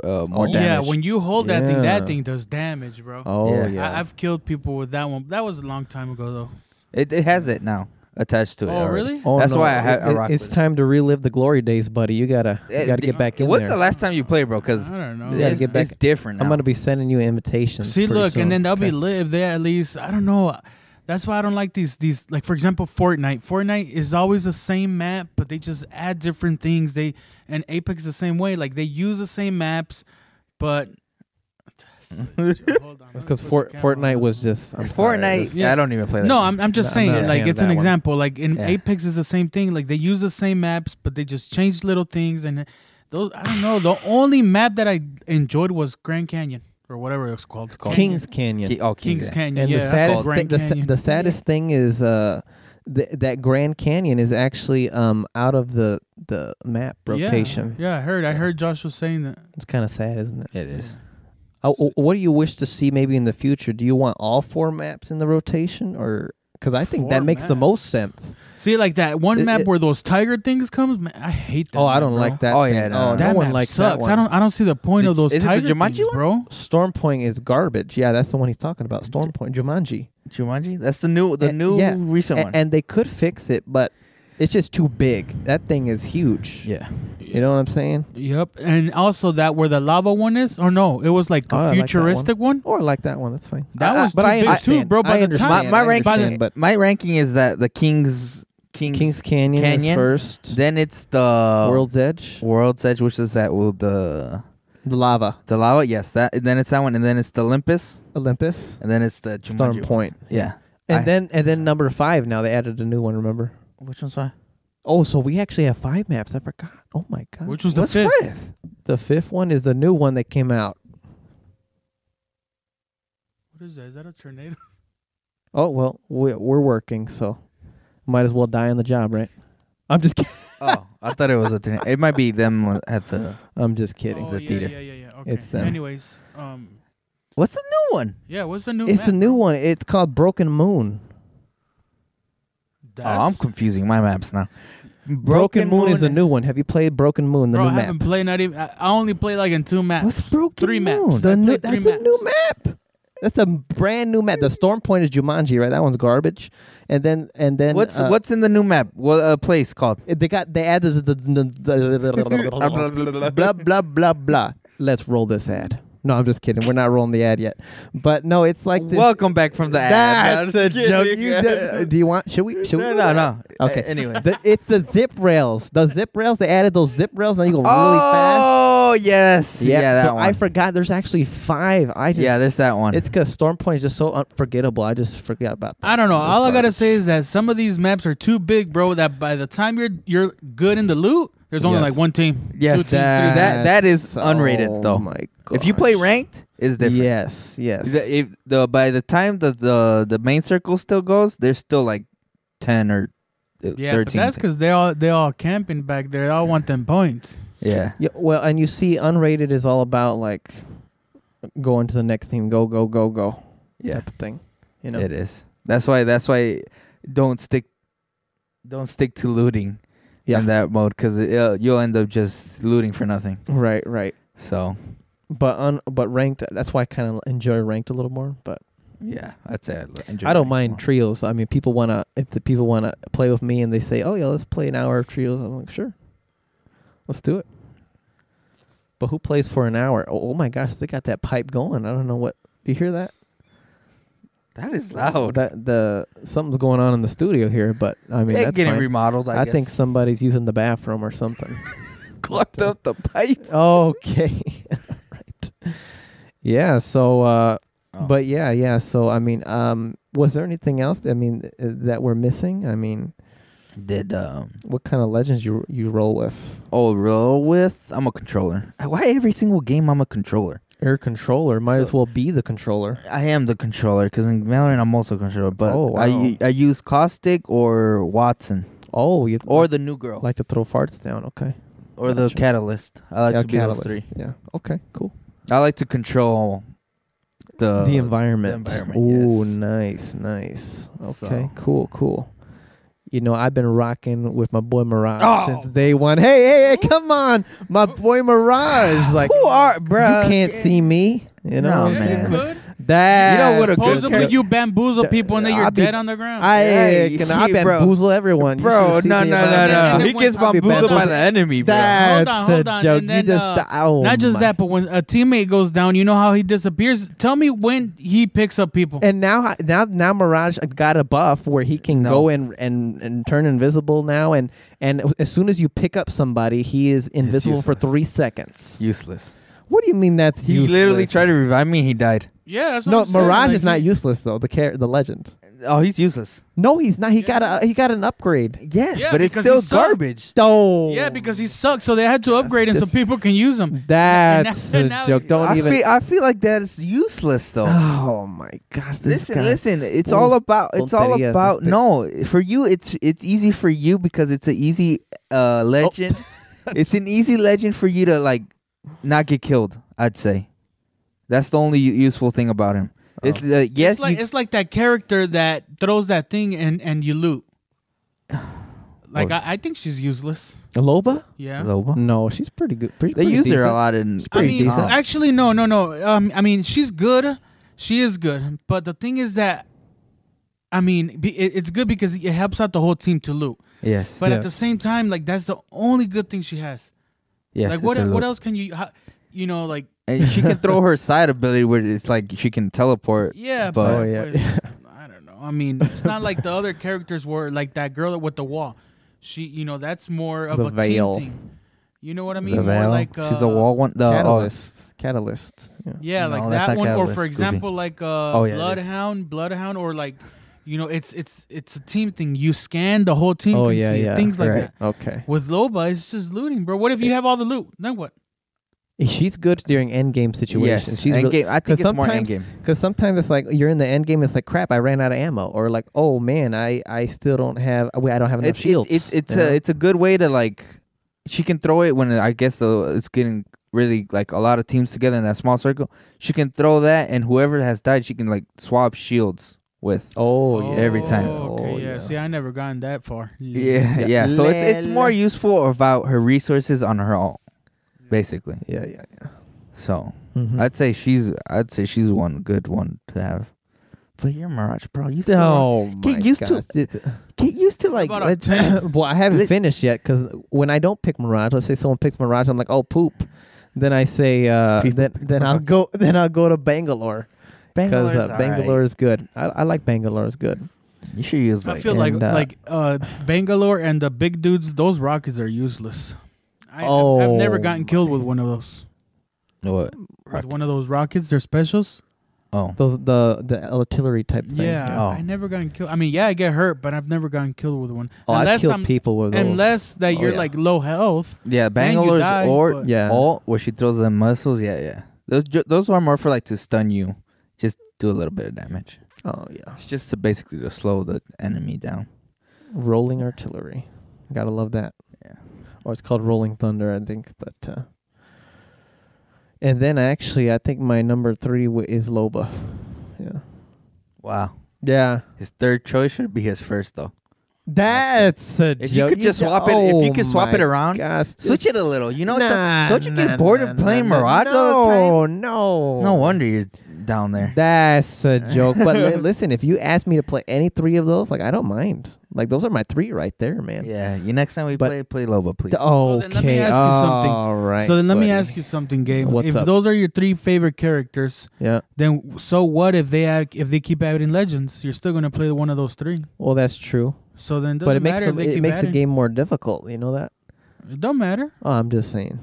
Speaker 1: Oh,
Speaker 2: more damage.
Speaker 3: Yeah, when you hold that thing,
Speaker 1: Yeah.
Speaker 3: that thing does damage, bro.
Speaker 1: Oh
Speaker 2: Yeah.
Speaker 1: yeah.
Speaker 3: I, I've killed people with that one. That was a long time ago, though.
Speaker 2: it, it has it now attached to it.
Speaker 3: oh,
Speaker 2: already.
Speaker 3: really?
Speaker 1: oh,
Speaker 2: that's
Speaker 1: no,
Speaker 2: why I ha-
Speaker 1: it-
Speaker 2: I
Speaker 1: it-
Speaker 2: rock
Speaker 1: It's
Speaker 2: with it.
Speaker 1: time to relive the glory days, buddy. You gotta
Speaker 2: Eh,
Speaker 1: you gotta
Speaker 2: d-
Speaker 1: get back in
Speaker 2: When's
Speaker 1: there.
Speaker 2: the last time you played, bro? Because
Speaker 3: I don't know.
Speaker 1: You gotta
Speaker 2: it's,
Speaker 1: get back-
Speaker 2: it's different. Now.
Speaker 1: I'm gonna be sending you invitations.
Speaker 3: See,
Speaker 1: pretty
Speaker 3: look,
Speaker 1: soon.
Speaker 3: and then that'll be
Speaker 1: Okay.
Speaker 3: lit if they at least I don't know. That's why I don't like these these like for example Fortnite. Fortnite is always the same map, but they just add different things. They and Apex the same way. Like they use the same maps, but hold on.
Speaker 1: That's because Fort, Fortnite was just I'm sorry, it
Speaker 2: Fortnite.
Speaker 1: was-
Speaker 2: I
Speaker 3: Yeah.
Speaker 2: don't even play. That
Speaker 3: No, I'm I'm just
Speaker 1: No,
Speaker 3: saying
Speaker 1: no,
Speaker 3: like
Speaker 1: yeah,
Speaker 3: it's an
Speaker 1: that one.
Speaker 3: example. Like in
Speaker 2: Yeah.
Speaker 3: Apex is the same thing. Like they use the same maps, but they just change little things and Those I don't know. The only map that I enjoyed was Grand Canyon or whatever it was called.
Speaker 2: called-
Speaker 1: King's Canyon.
Speaker 2: Ki- oh,
Speaker 3: King's
Speaker 2: King's Canyon.
Speaker 3: Canyon.
Speaker 1: and
Speaker 3: yeah,
Speaker 1: the
Speaker 3: that's
Speaker 1: saddest
Speaker 3: called
Speaker 1: thi-
Speaker 3: Grand
Speaker 1: the, sa-
Speaker 3: Canyon.
Speaker 1: the saddest thing is uh th- that Grand Canyon is actually um out of the the map
Speaker 3: Yeah,
Speaker 1: rotation.
Speaker 3: Yeah, I heard. I heard Josh was saying that.
Speaker 1: It's kind of sad, isn't it?
Speaker 2: It is.
Speaker 1: Uh, wh- what do you wish to see maybe in the future? Do you want all four maps in the rotation or cuz I think that
Speaker 3: Four
Speaker 1: makes the
Speaker 3: maps.
Speaker 1: most sense.
Speaker 3: See, like that one
Speaker 1: It-
Speaker 3: map
Speaker 1: it-
Speaker 3: where those tiger things comes. Man, I hate that.
Speaker 1: oh, I
Speaker 3: map,
Speaker 1: don't
Speaker 3: bro.
Speaker 1: like that.
Speaker 2: Oh,
Speaker 1: thing.
Speaker 2: yeah, no,
Speaker 1: oh,
Speaker 2: no,
Speaker 1: no
Speaker 3: That
Speaker 1: one
Speaker 3: map
Speaker 1: likes
Speaker 3: sucks.
Speaker 1: that one.
Speaker 3: I don't. I don't see the point
Speaker 2: The-
Speaker 3: of those
Speaker 2: is it the
Speaker 3: tiger
Speaker 2: Jumanji
Speaker 3: things,
Speaker 2: one?
Speaker 3: bro.
Speaker 1: Stormpoint is garbage. Yeah, that's the one he's talking about. Stormpoint Jumanji.
Speaker 2: Jumanji. That's the new, the
Speaker 1: Eh,
Speaker 2: new
Speaker 1: yeah.
Speaker 2: recent
Speaker 1: A-
Speaker 2: one.
Speaker 1: and they could fix it, but it's just too big. That thing is huge.
Speaker 2: yeah,
Speaker 1: You know what I'm saying?
Speaker 3: Yep, and also that where the lava one is, or no, it was like
Speaker 1: Oh, I
Speaker 3: a
Speaker 1: like that one.
Speaker 3: futuristic one.
Speaker 1: Or Oh, like that one. That's fine.
Speaker 3: That
Speaker 2: I-
Speaker 3: was
Speaker 1: but
Speaker 3: too
Speaker 1: I
Speaker 3: big
Speaker 1: understand.
Speaker 3: too, bro. By
Speaker 1: I
Speaker 3: the
Speaker 1: understand.
Speaker 3: time,
Speaker 2: my, my
Speaker 1: I
Speaker 2: ranking,
Speaker 1: understand, but-
Speaker 2: my ranking is that the King's King's,
Speaker 1: Kings Canyon, uh,
Speaker 2: Canyon,
Speaker 1: is first.
Speaker 2: Then it's the
Speaker 1: World's Edge.
Speaker 2: World's Edge, which is that well, the
Speaker 1: The lava.
Speaker 2: the lava. Yes, that. and Then it's that one, and then it's the Olympus,
Speaker 1: Olympus.
Speaker 2: and then it's the Jumanji.
Speaker 1: Storm
Speaker 2: one.
Speaker 1: Point.
Speaker 2: Yeah.
Speaker 1: And
Speaker 2: I-
Speaker 1: then and then number five now they added a new one, remember?
Speaker 2: Which one's why?
Speaker 1: Oh, so we actually have five maps. I forgot. Oh my god.
Speaker 3: which was the
Speaker 2: What's
Speaker 3: fifth.
Speaker 2: fifth?
Speaker 1: the fifth one is the new one that came out.
Speaker 3: What is that? Is that a tornado?
Speaker 1: Oh well, we we're working, so might as well die on the job, right? I'm just kidding.
Speaker 2: oh, I thought it was a. tornado. It might be them at the.
Speaker 1: I'm just kidding.
Speaker 3: Oh,
Speaker 2: The
Speaker 3: yeah,
Speaker 2: theater.
Speaker 3: Yeah, yeah, yeah. Okay.
Speaker 1: It's them.
Speaker 3: Anyways, um,
Speaker 2: What's the new one?
Speaker 3: yeah. What's the new?
Speaker 1: it's
Speaker 3: map,
Speaker 1: the new
Speaker 3: bro?
Speaker 1: one. It's called Broken Moon.
Speaker 2: oh, I'm
Speaker 3: That's-
Speaker 2: confusing my maps now.
Speaker 1: Broken, Moon, is the new one. Have you played Broken Moon, the
Speaker 3: bro,
Speaker 1: new
Speaker 3: I
Speaker 1: map?
Speaker 3: haven't played not even. I I only play like in two maps.
Speaker 2: What's broken?
Speaker 3: Three maps.
Speaker 2: Moon?
Speaker 1: The
Speaker 3: I
Speaker 1: new,
Speaker 3: played
Speaker 1: that's
Speaker 3: three
Speaker 1: a new map. That's a brand new map. The storm point is Jumanji, right? That one's garbage. And then and then
Speaker 2: What's
Speaker 1: uh,
Speaker 2: what's in the new map? What a place called?
Speaker 1: they got they added the, the, the blah blah blah blah. Let's roll this ad. No, I'm just kidding. We're not rolling the ad yet. But no, it's like this.
Speaker 2: Welcome back from the
Speaker 1: that's
Speaker 2: ad. No,
Speaker 1: a
Speaker 2: I'm just
Speaker 1: joke.
Speaker 2: kidding.
Speaker 1: You, d- do you want? Should we? Should we?
Speaker 2: no,
Speaker 1: roll
Speaker 2: no,
Speaker 1: that?
Speaker 2: no.
Speaker 1: Okay.
Speaker 2: A- anyway.
Speaker 1: The, it's the zip rails. The zip rails. They added those zip rails. Now you go really fast.
Speaker 2: Oh yes. Yeah, that
Speaker 1: so
Speaker 2: one.
Speaker 1: I forgot. There's actually five. I just
Speaker 2: yeah, there's that one.
Speaker 1: It's because Stormpoint is just so unforgettable. I just forgot about that.
Speaker 3: I don't know.
Speaker 1: That's
Speaker 3: All I gotta
Speaker 1: garbage.
Speaker 3: say is that some of these maps are too big, bro. That by the time you're you're good in the loot, there's only
Speaker 1: Yes.
Speaker 3: like one team.
Speaker 2: Yes,
Speaker 3: two teams, three teams.
Speaker 2: that- that is
Speaker 1: That's-
Speaker 2: unrated,
Speaker 1: oh
Speaker 2: though.
Speaker 1: My
Speaker 2: if you play
Speaker 1: gosh.
Speaker 2: ranked, it's different.
Speaker 1: yes, yes.
Speaker 2: The, if the by the time the, the the main circle still goes, there's still like ten or uh,
Speaker 3: Yeah, but
Speaker 2: thirteen.
Speaker 3: that's because they all they all camping back there. They all want them points.
Speaker 2: yeah,
Speaker 1: yeah, well, and you see, unrated is all about like going to the next team, go, go, go, go,
Speaker 2: yeah,
Speaker 1: type of thing. You know,
Speaker 2: it is. That's why. That's why. Don't stick. Don't stick to looting
Speaker 1: yeah,
Speaker 2: in that mode because uh, you'll end up just looting for nothing.
Speaker 1: right, right.
Speaker 2: So
Speaker 1: But un, but ranked. That's why I kind of enjoy ranked a little more. But
Speaker 2: yeah, that's it.
Speaker 1: I don't mind trios. I mean, people wanna if the people wanna play with me and they say, "Oh yeah, let's play an hour of trios," I'm like, "Sure, let's do it." But who plays for an hour? Oh, oh my gosh, they got that pipe going. I don't know what. You hear that?
Speaker 2: that is loud.
Speaker 1: That the something's going on in the studio here. But I mean,
Speaker 2: It
Speaker 1: that's
Speaker 2: getting
Speaker 1: fine.
Speaker 2: remodeled. I,
Speaker 1: I
Speaker 2: guess.
Speaker 1: think somebody's using the bathroom or something.
Speaker 2: clogged up the pipe.
Speaker 1: okay, right. Yeah. So. uh
Speaker 2: Oh.
Speaker 1: But yeah, yeah. So I mean, um, was there anything else? I mean, uh, that we're missing? I mean,
Speaker 2: did um
Speaker 1: what kind of legends you you roll with?
Speaker 2: oh roll with? I'm a controller. Uh, Why every single game I'm a controller?
Speaker 1: Air controller might as
Speaker 2: So-
Speaker 1: well be the controller.
Speaker 2: I am the controller because in Valorant I'm also a controller, but
Speaker 1: Oh,
Speaker 2: I
Speaker 1: wow.
Speaker 2: u- I use Caustic or Watson
Speaker 1: Oh, you
Speaker 2: or the new girl
Speaker 1: like to throw farts down? Okay,
Speaker 2: or the
Speaker 1: gotcha.
Speaker 2: Catalyst. I like
Speaker 1: yeah,
Speaker 2: to be those three.
Speaker 1: catalyst. Yeah. Okay. Cool.
Speaker 2: I like to control the
Speaker 1: the environment.
Speaker 2: Uh, the environment,
Speaker 1: Ooh, nice,
Speaker 2: yes.
Speaker 1: nice. Okay.
Speaker 2: So-
Speaker 1: Cool. Cool. You know, I've been rocking with my boy Mirage
Speaker 2: Oh.
Speaker 1: since day one. Hey, hey, hey, come on, my boy Mirage. Like,
Speaker 2: Who are bro?
Speaker 1: you can't see me. You know,
Speaker 2: No,
Speaker 1: what I'm
Speaker 2: man.
Speaker 1: saying?
Speaker 3: Good.
Speaker 1: That
Speaker 2: You know what a good
Speaker 3: Supposedly
Speaker 2: character-
Speaker 3: you bamboozle people and then you're
Speaker 1: I'll be-
Speaker 3: dead on the ground.
Speaker 1: I
Speaker 2: Hey,
Speaker 1: can I
Speaker 2: hey, bro.
Speaker 1: bamboozle everyone. You
Speaker 2: Bro,
Speaker 1: should've seen
Speaker 2: no, no,
Speaker 1: the
Speaker 2: no,
Speaker 1: amount of-
Speaker 2: no,
Speaker 3: And
Speaker 2: He
Speaker 3: then
Speaker 2: gets
Speaker 3: when- I'll
Speaker 1: be
Speaker 2: bamboozled by
Speaker 1: bamboozled.
Speaker 2: the enemy, bro.
Speaker 1: That's
Speaker 3: Hold on, hold
Speaker 1: a
Speaker 3: on,
Speaker 1: joke.
Speaker 3: and then,
Speaker 1: you just
Speaker 3: uh, Not just that, but when a teammate goes down, you know how he disappears. Tell me when he picks up people.
Speaker 1: and now, I- now, now, Mirage got a buff where he can
Speaker 2: No.
Speaker 1: go and, and and turn invisible now, and and as soon as you pick up somebody, he is invisible for
Speaker 2: useless.
Speaker 1: three seconds.
Speaker 2: Useless.
Speaker 1: What do you mean that's
Speaker 2: He
Speaker 1: useless?
Speaker 2: literally tried to revive me. He died.
Speaker 3: Yeah, that's what
Speaker 1: No,
Speaker 3: I'm saying,
Speaker 1: Mirage
Speaker 3: like,
Speaker 1: is not
Speaker 3: he-
Speaker 1: useless though. The char- the legend.
Speaker 2: Oh, he's useless.
Speaker 1: No, he's not. He
Speaker 3: Yeah.
Speaker 1: got a he got an upgrade.
Speaker 2: Yes,
Speaker 3: Yeah,
Speaker 2: but it's
Speaker 3: because
Speaker 2: still
Speaker 3: he sucked.
Speaker 2: garbage.
Speaker 1: Oh,
Speaker 3: Yeah, because he sucks, so they had to upgrade him so
Speaker 1: just-
Speaker 3: people can use him.
Speaker 1: that's
Speaker 3: And
Speaker 1: a
Speaker 3: now-
Speaker 1: joke. Don't
Speaker 2: I
Speaker 1: even.
Speaker 2: feel I feel like that's useless though.
Speaker 1: oh my gosh! This
Speaker 2: listen,
Speaker 1: guy.
Speaker 2: listen. It's all about. It's all
Speaker 1: tonterías,
Speaker 2: about.
Speaker 1: este-
Speaker 2: No, for you, it's it's easy for you because it's an easy uh legend. it's an easy legend for you to like not get killed. I'd say that's the only u- useful thing about him. It's uh, yes,
Speaker 3: it's like
Speaker 2: you,
Speaker 3: it's like that character that throws that thing and and you loot. Like I, I think she's useless.
Speaker 1: Loba?
Speaker 3: Yeah.
Speaker 2: Loba.
Speaker 1: No, she's pretty good. Pretty, Mm,
Speaker 2: They
Speaker 1: pretty
Speaker 2: use her
Speaker 1: decent.
Speaker 2: a lot in
Speaker 3: I
Speaker 1: pretty
Speaker 3: mean,
Speaker 1: decent.
Speaker 3: actually, no, no, no. Um, I mean, she's good. She is good. But the thing is that, I mean, be, it, it's good because it helps out the whole team to loot.
Speaker 2: Yes,
Speaker 3: But
Speaker 1: Yeah.
Speaker 3: at the same time, like that's the only good thing she has.
Speaker 2: yes.
Speaker 3: like
Speaker 2: it's
Speaker 3: what
Speaker 2: her
Speaker 3: what
Speaker 2: Loba.
Speaker 3: else can you, how, you know, like
Speaker 2: And she can throw her side ability where it's like she can teleport.
Speaker 3: yeah,
Speaker 2: But-
Speaker 3: but,
Speaker 1: Oh, yeah.
Speaker 3: but I don't know. I mean, it's not like the other characters were like that girl with the wall. She, you know, that's more of
Speaker 1: The
Speaker 3: a
Speaker 1: veil.
Speaker 3: team thing. You know what I mean?
Speaker 2: the
Speaker 3: More
Speaker 2: veil.
Speaker 3: like uh,
Speaker 2: She's the wall one. The oh,
Speaker 1: Catalyst. Catalyst. Yeah.
Speaker 3: Yeah,
Speaker 2: No,
Speaker 3: like
Speaker 2: that's
Speaker 3: that
Speaker 2: not
Speaker 3: one, or
Speaker 2: Catalyst,
Speaker 3: for
Speaker 2: Goofy.
Speaker 3: example, like uh,
Speaker 2: Oh, yeah, it is.
Speaker 3: Bloodhound, Bloodhound, or like, you know, it's it's it's a team thing. You scan the whole team.
Speaker 1: Oh
Speaker 3: can
Speaker 1: yeah,
Speaker 3: see it,
Speaker 1: yeah.
Speaker 3: Things like
Speaker 2: right. Eh.
Speaker 3: that.
Speaker 1: Okay.
Speaker 3: With Loba, it's just looting, bro. What if you have all the loot? Then what?
Speaker 1: She's good during end game situations.
Speaker 2: yes.
Speaker 1: She's
Speaker 2: Endgame.
Speaker 1: really-
Speaker 2: I think
Speaker 1: Because
Speaker 2: it's more
Speaker 1: sometimes-
Speaker 2: endgame.
Speaker 1: Because sometimes it's like you're in the end game. It's like crap. I ran out of ammo, or like oh man, I I still don't have. Wait, I don't have enough
Speaker 2: it's,
Speaker 1: shields.
Speaker 2: It's it's,
Speaker 1: you
Speaker 2: it's a
Speaker 1: know?
Speaker 2: it's a good way to like. She can throw it when I guess the, it's getting really like a lot of teams together in that small circle. She can throw that, and whoever has died, she can like swap shields with.
Speaker 1: oh yeah.
Speaker 2: Every time.
Speaker 3: Okay,
Speaker 1: Oh,
Speaker 3: yeah. See, I never gotten that far.
Speaker 2: Yeah, yeah. So it's it's more useful about her resources on her own, basically.
Speaker 1: Yeah, yeah, yeah.
Speaker 2: So
Speaker 1: Mhm.
Speaker 2: I'd say she's I'd say she's one good one to have. But you're Mirage, bro. You still
Speaker 1: Oh,
Speaker 2: Get
Speaker 1: my
Speaker 2: used to-
Speaker 1: gosh. It-
Speaker 2: get used to like
Speaker 3: about a
Speaker 2: let's-
Speaker 1: well, I haven't
Speaker 2: Let-
Speaker 1: finished yet because when I don't pick Mirage, let's say someone picks Mirage, I'm like, oh poop. Then I say, uh,
Speaker 2: People
Speaker 1: then then I'll go then I'll go to Bangalore because
Speaker 2: Bangalore's
Speaker 1: uh,
Speaker 2: alright.
Speaker 1: Bangalore is good. I, I like Bangalore is good.
Speaker 2: You should use like
Speaker 3: I feel like
Speaker 1: and, uh,
Speaker 3: like uh, Bangalore and the big dudes. Those rockets are useless. I, I've- I've never
Speaker 1: Oh,
Speaker 3: gotten killed with one of those.
Speaker 2: what?
Speaker 3: With one of those rockets, they're specials.
Speaker 2: Oh,
Speaker 1: Those the the artillery type thing.
Speaker 3: Yeah,
Speaker 2: Oh.
Speaker 3: I never gotten killed. I mean, yeah, I get hurt, but I've never gotten killed with one.
Speaker 1: Oh, I've
Speaker 3: unless
Speaker 1: killed
Speaker 3: I'm-
Speaker 1: people with those.
Speaker 3: unless that
Speaker 1: Oh,
Speaker 3: you're
Speaker 1: yeah.
Speaker 3: like low health.
Speaker 2: yeah.
Speaker 3: then you
Speaker 2: Bangalore's
Speaker 3: die,
Speaker 2: or
Speaker 3: but-
Speaker 1: yeah.
Speaker 2: all where she throws the muscles. Yeah, yeah. Those ju- those are more for like to stun you, just do a little bit of damage.
Speaker 1: Oh yeah.
Speaker 2: It's just to basically to slow the enemy down.
Speaker 1: Rolling artillery. Gotta love that.
Speaker 2: Yeah.
Speaker 1: Or it's called Rolling Thunder, I think. But uh, and then actually, I think my number three w- is Loba. Yeah.
Speaker 2: Wow,
Speaker 1: Yeah.
Speaker 2: his third choice should be his first though.
Speaker 1: That's a joke.
Speaker 2: If you could just swap it- if you could swap it
Speaker 1: my
Speaker 2: around,
Speaker 1: gosh,
Speaker 2: Switch
Speaker 1: just-
Speaker 2: it a little, Oh you know.
Speaker 1: Nah,
Speaker 2: don't you get
Speaker 1: nah,
Speaker 2: bored
Speaker 1: nah,
Speaker 2: of playing
Speaker 1: nah,
Speaker 2: Mirage
Speaker 1: no,
Speaker 2: all the time?
Speaker 1: No,
Speaker 2: No wonder you're down there.
Speaker 1: That's a joke. But li- listen, if you ask me to play any three of those, like I don't mind. Like those are my three right there, man.
Speaker 2: yeah, you next time we
Speaker 1: But-
Speaker 2: play, play Loba, please.
Speaker 1: D-
Speaker 3: So then let me
Speaker 1: okay.
Speaker 3: ask you something.
Speaker 1: All right.
Speaker 3: so then let
Speaker 1: buddy.
Speaker 3: me ask you something, Gabe.
Speaker 1: What's
Speaker 3: if
Speaker 1: up?
Speaker 3: those are your three favorite characters,
Speaker 1: Yeah.
Speaker 3: then so what if they add, if they keep adding legends? You're still gonna play one of those three.
Speaker 1: Well, that's true.
Speaker 3: So then, it doesn't
Speaker 1: but it makes
Speaker 3: matter
Speaker 1: the,
Speaker 3: if they
Speaker 1: it
Speaker 3: keep
Speaker 1: makes the
Speaker 3: adding.
Speaker 1: game more difficult. You know that?
Speaker 3: It don't matter.
Speaker 1: Oh, I'm just saying.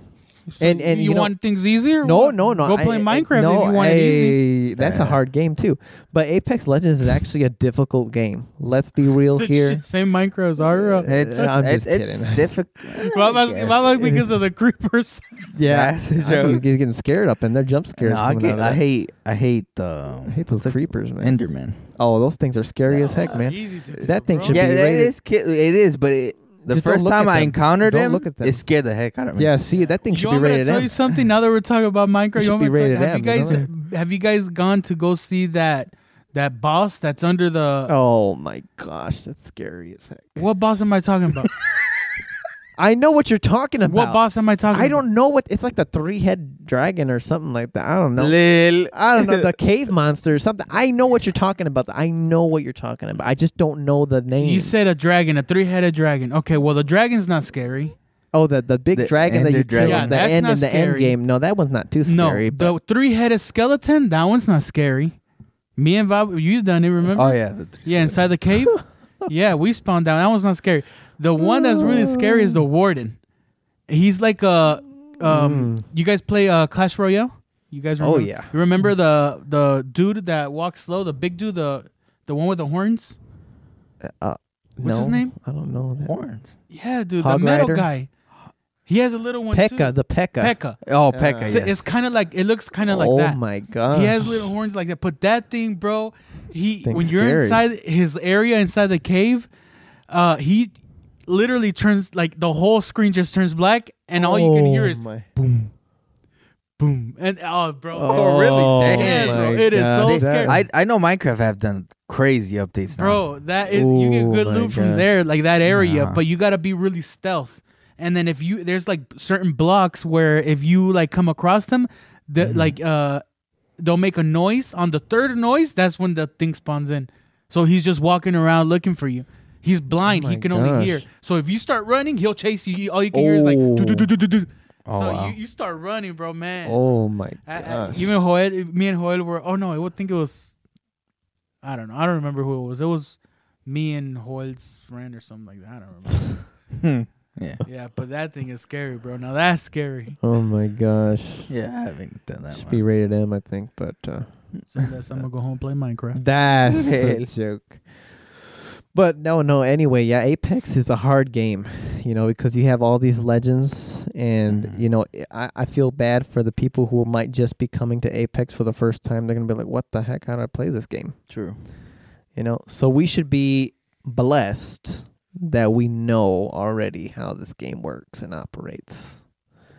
Speaker 3: So
Speaker 1: And- and,
Speaker 3: you,
Speaker 1: you know-
Speaker 3: want things easier? or
Speaker 1: No,
Speaker 3: what?
Speaker 1: no, no.
Speaker 3: Go
Speaker 1: I-
Speaker 3: play
Speaker 1: I-
Speaker 3: Minecraft
Speaker 1: no,
Speaker 3: if you want it easy.
Speaker 1: I- That's a hard game too. But Apex Legends is actually a difficult game. Let's be real here.
Speaker 3: Same Minecraft as our. Uh,
Speaker 2: It's
Speaker 1: I'm just
Speaker 2: it's,
Speaker 1: kidding.
Speaker 2: it's difficult.
Speaker 3: well, that's- well, that's because of the creepers.
Speaker 2: That's a
Speaker 1: I
Speaker 2: joke.
Speaker 1: think you're getting scared up and they're jump scares.
Speaker 2: No, I,
Speaker 1: coming
Speaker 2: get-
Speaker 1: out of
Speaker 2: I
Speaker 1: that.
Speaker 2: hate I hate the
Speaker 1: I hate those creepers, man.
Speaker 2: Enderman.
Speaker 1: Oh, those things are scary as heck, man.
Speaker 3: Easy to
Speaker 1: That
Speaker 3: kill,
Speaker 1: thing
Speaker 3: bro.
Speaker 1: should
Speaker 2: yeah,
Speaker 1: be
Speaker 2: it
Speaker 1: rated-
Speaker 2: is. ki- It is, but it, the
Speaker 1: Just don't
Speaker 2: first
Speaker 1: look
Speaker 2: time
Speaker 1: at
Speaker 2: I
Speaker 1: them.
Speaker 2: encountered
Speaker 1: Don't
Speaker 2: him,
Speaker 1: look at them.
Speaker 2: it scared the heck out of me.
Speaker 1: Yeah, see, that thing
Speaker 3: You
Speaker 1: should be
Speaker 3: want me to
Speaker 1: rated
Speaker 3: tell you
Speaker 1: M.
Speaker 3: something now that we're talking about
Speaker 1: It
Speaker 3: Minecraft?
Speaker 1: should
Speaker 3: You want
Speaker 1: be
Speaker 3: me to tell you-
Speaker 1: rated
Speaker 3: have
Speaker 1: M,
Speaker 3: you guys
Speaker 1: you
Speaker 3: have you guys gone to go see that that boss that's under the
Speaker 1: Oh my gosh, that's scary as heck.
Speaker 3: what boss am I talking about?
Speaker 1: I know what you're talking about.
Speaker 3: what boss am I talking?
Speaker 1: I
Speaker 3: about?
Speaker 1: don't know what it's like the three head dragon or something like that. I don't know.
Speaker 2: Lil.
Speaker 1: I don't know the cave monster or something. I know what you're talking about. I know what you're talking about. I just don't know the name.
Speaker 3: You said a dragon, a three-headed dragon. Okay, well the dragon's not scary.
Speaker 1: oh the the big
Speaker 2: The
Speaker 1: dragon that
Speaker 2: Ender
Speaker 1: you kill
Speaker 2: Dragon.
Speaker 1: in the
Speaker 3: Yeah, that's
Speaker 1: end in
Speaker 3: not
Speaker 1: the end
Speaker 3: scary.
Speaker 1: game. No, that one's not too scary.
Speaker 3: no, the three-headed skeleton, that one's not scary. Me and Bob, you done it? Remember?
Speaker 2: Oh yeah. the three
Speaker 3: yeah,
Speaker 2: skeletons.
Speaker 3: inside the cave. yeah, we spawned down. That one's not scary. The one that's really scary is the warden. He's like a um,
Speaker 1: Mm.
Speaker 3: you guys play uh, Clash Royale? You guys
Speaker 1: Oh,
Speaker 3: remember?
Speaker 1: yeah.
Speaker 3: You remember the the dude that walks slow, the big dude, the the one with the horns?
Speaker 2: Uh,
Speaker 3: What's his
Speaker 1: No,
Speaker 3: name?
Speaker 1: I don't know. That.
Speaker 2: horns.
Speaker 3: Yeah, dude,
Speaker 1: Hog
Speaker 3: the metal
Speaker 1: Rider?
Speaker 3: guy. He has a little one
Speaker 1: Pekka,
Speaker 3: too.
Speaker 1: the Pekka.
Speaker 3: Pekka.
Speaker 2: Oh,
Speaker 1: Yeah.
Speaker 2: Pekka.
Speaker 3: So
Speaker 2: yes.
Speaker 3: it's kind of like it looks kind of
Speaker 1: oh
Speaker 3: like that.
Speaker 1: my god.
Speaker 3: He has little horns like that. But that thing, bro, he
Speaker 1: Thing's
Speaker 3: when you're
Speaker 1: scary.
Speaker 3: inside his area inside the cave, uh, he literally turns like the whole screen just turns black, and all you can hear is
Speaker 1: Oh my.
Speaker 3: boom. And oh, bro,
Speaker 2: Oh, really? Damn.
Speaker 1: my
Speaker 3: bro, it is so
Speaker 1: God.
Speaker 3: scary.
Speaker 2: I I know Minecraft have done crazy updates now.
Speaker 3: bro, that is you get
Speaker 1: Oh
Speaker 3: good
Speaker 1: my
Speaker 3: loot from
Speaker 1: God.
Speaker 3: there, like that area.
Speaker 2: Nah.
Speaker 3: But you gotta be really stealth. And then if you there's like certain blocks where if you like come across them, the like uh they'll make a noise. On the third noise, that's when the thing spawns in. So he's just walking around looking for you. He's blind.
Speaker 1: Oh
Speaker 3: he
Speaker 1: my
Speaker 3: can only
Speaker 1: gosh.
Speaker 3: hear. So if you start running, he'll chase you. All you can hear is like
Speaker 1: Oh.
Speaker 3: do do do do do do.
Speaker 2: Oh,
Speaker 3: so
Speaker 2: wow.
Speaker 3: you, you start running, bro, man.
Speaker 1: Oh my
Speaker 3: I- I-
Speaker 1: gosh.
Speaker 3: even Joel, me and Joel were. Oh no, I would think it was. I don't know. I don't remember who it was. It was me and Joel's friend or something like that. I don't remember.
Speaker 2: Hmm. yeah.
Speaker 3: yeah, but that thing is scary, bro. Now that's scary.
Speaker 1: oh my gosh.
Speaker 2: Yeah, I haven't done that
Speaker 1: Should be
Speaker 2: one.
Speaker 1: rated M, I think, but uh,
Speaker 3: So that's, I'm gonna go home and play Minecraft.
Speaker 1: that's
Speaker 2: Hey.
Speaker 1: a joke. But no, no. Anyway, yeah, Apex is a hard game, you know, because you have all these legends, and
Speaker 2: Mhm.
Speaker 1: you know, I, I feel bad for the people who might just be coming to Apex for the first time. They're gonna be like, "What the heck? How do I play this game?"
Speaker 2: True.
Speaker 1: You know, so we should be blessed that we know already how this game works and operates.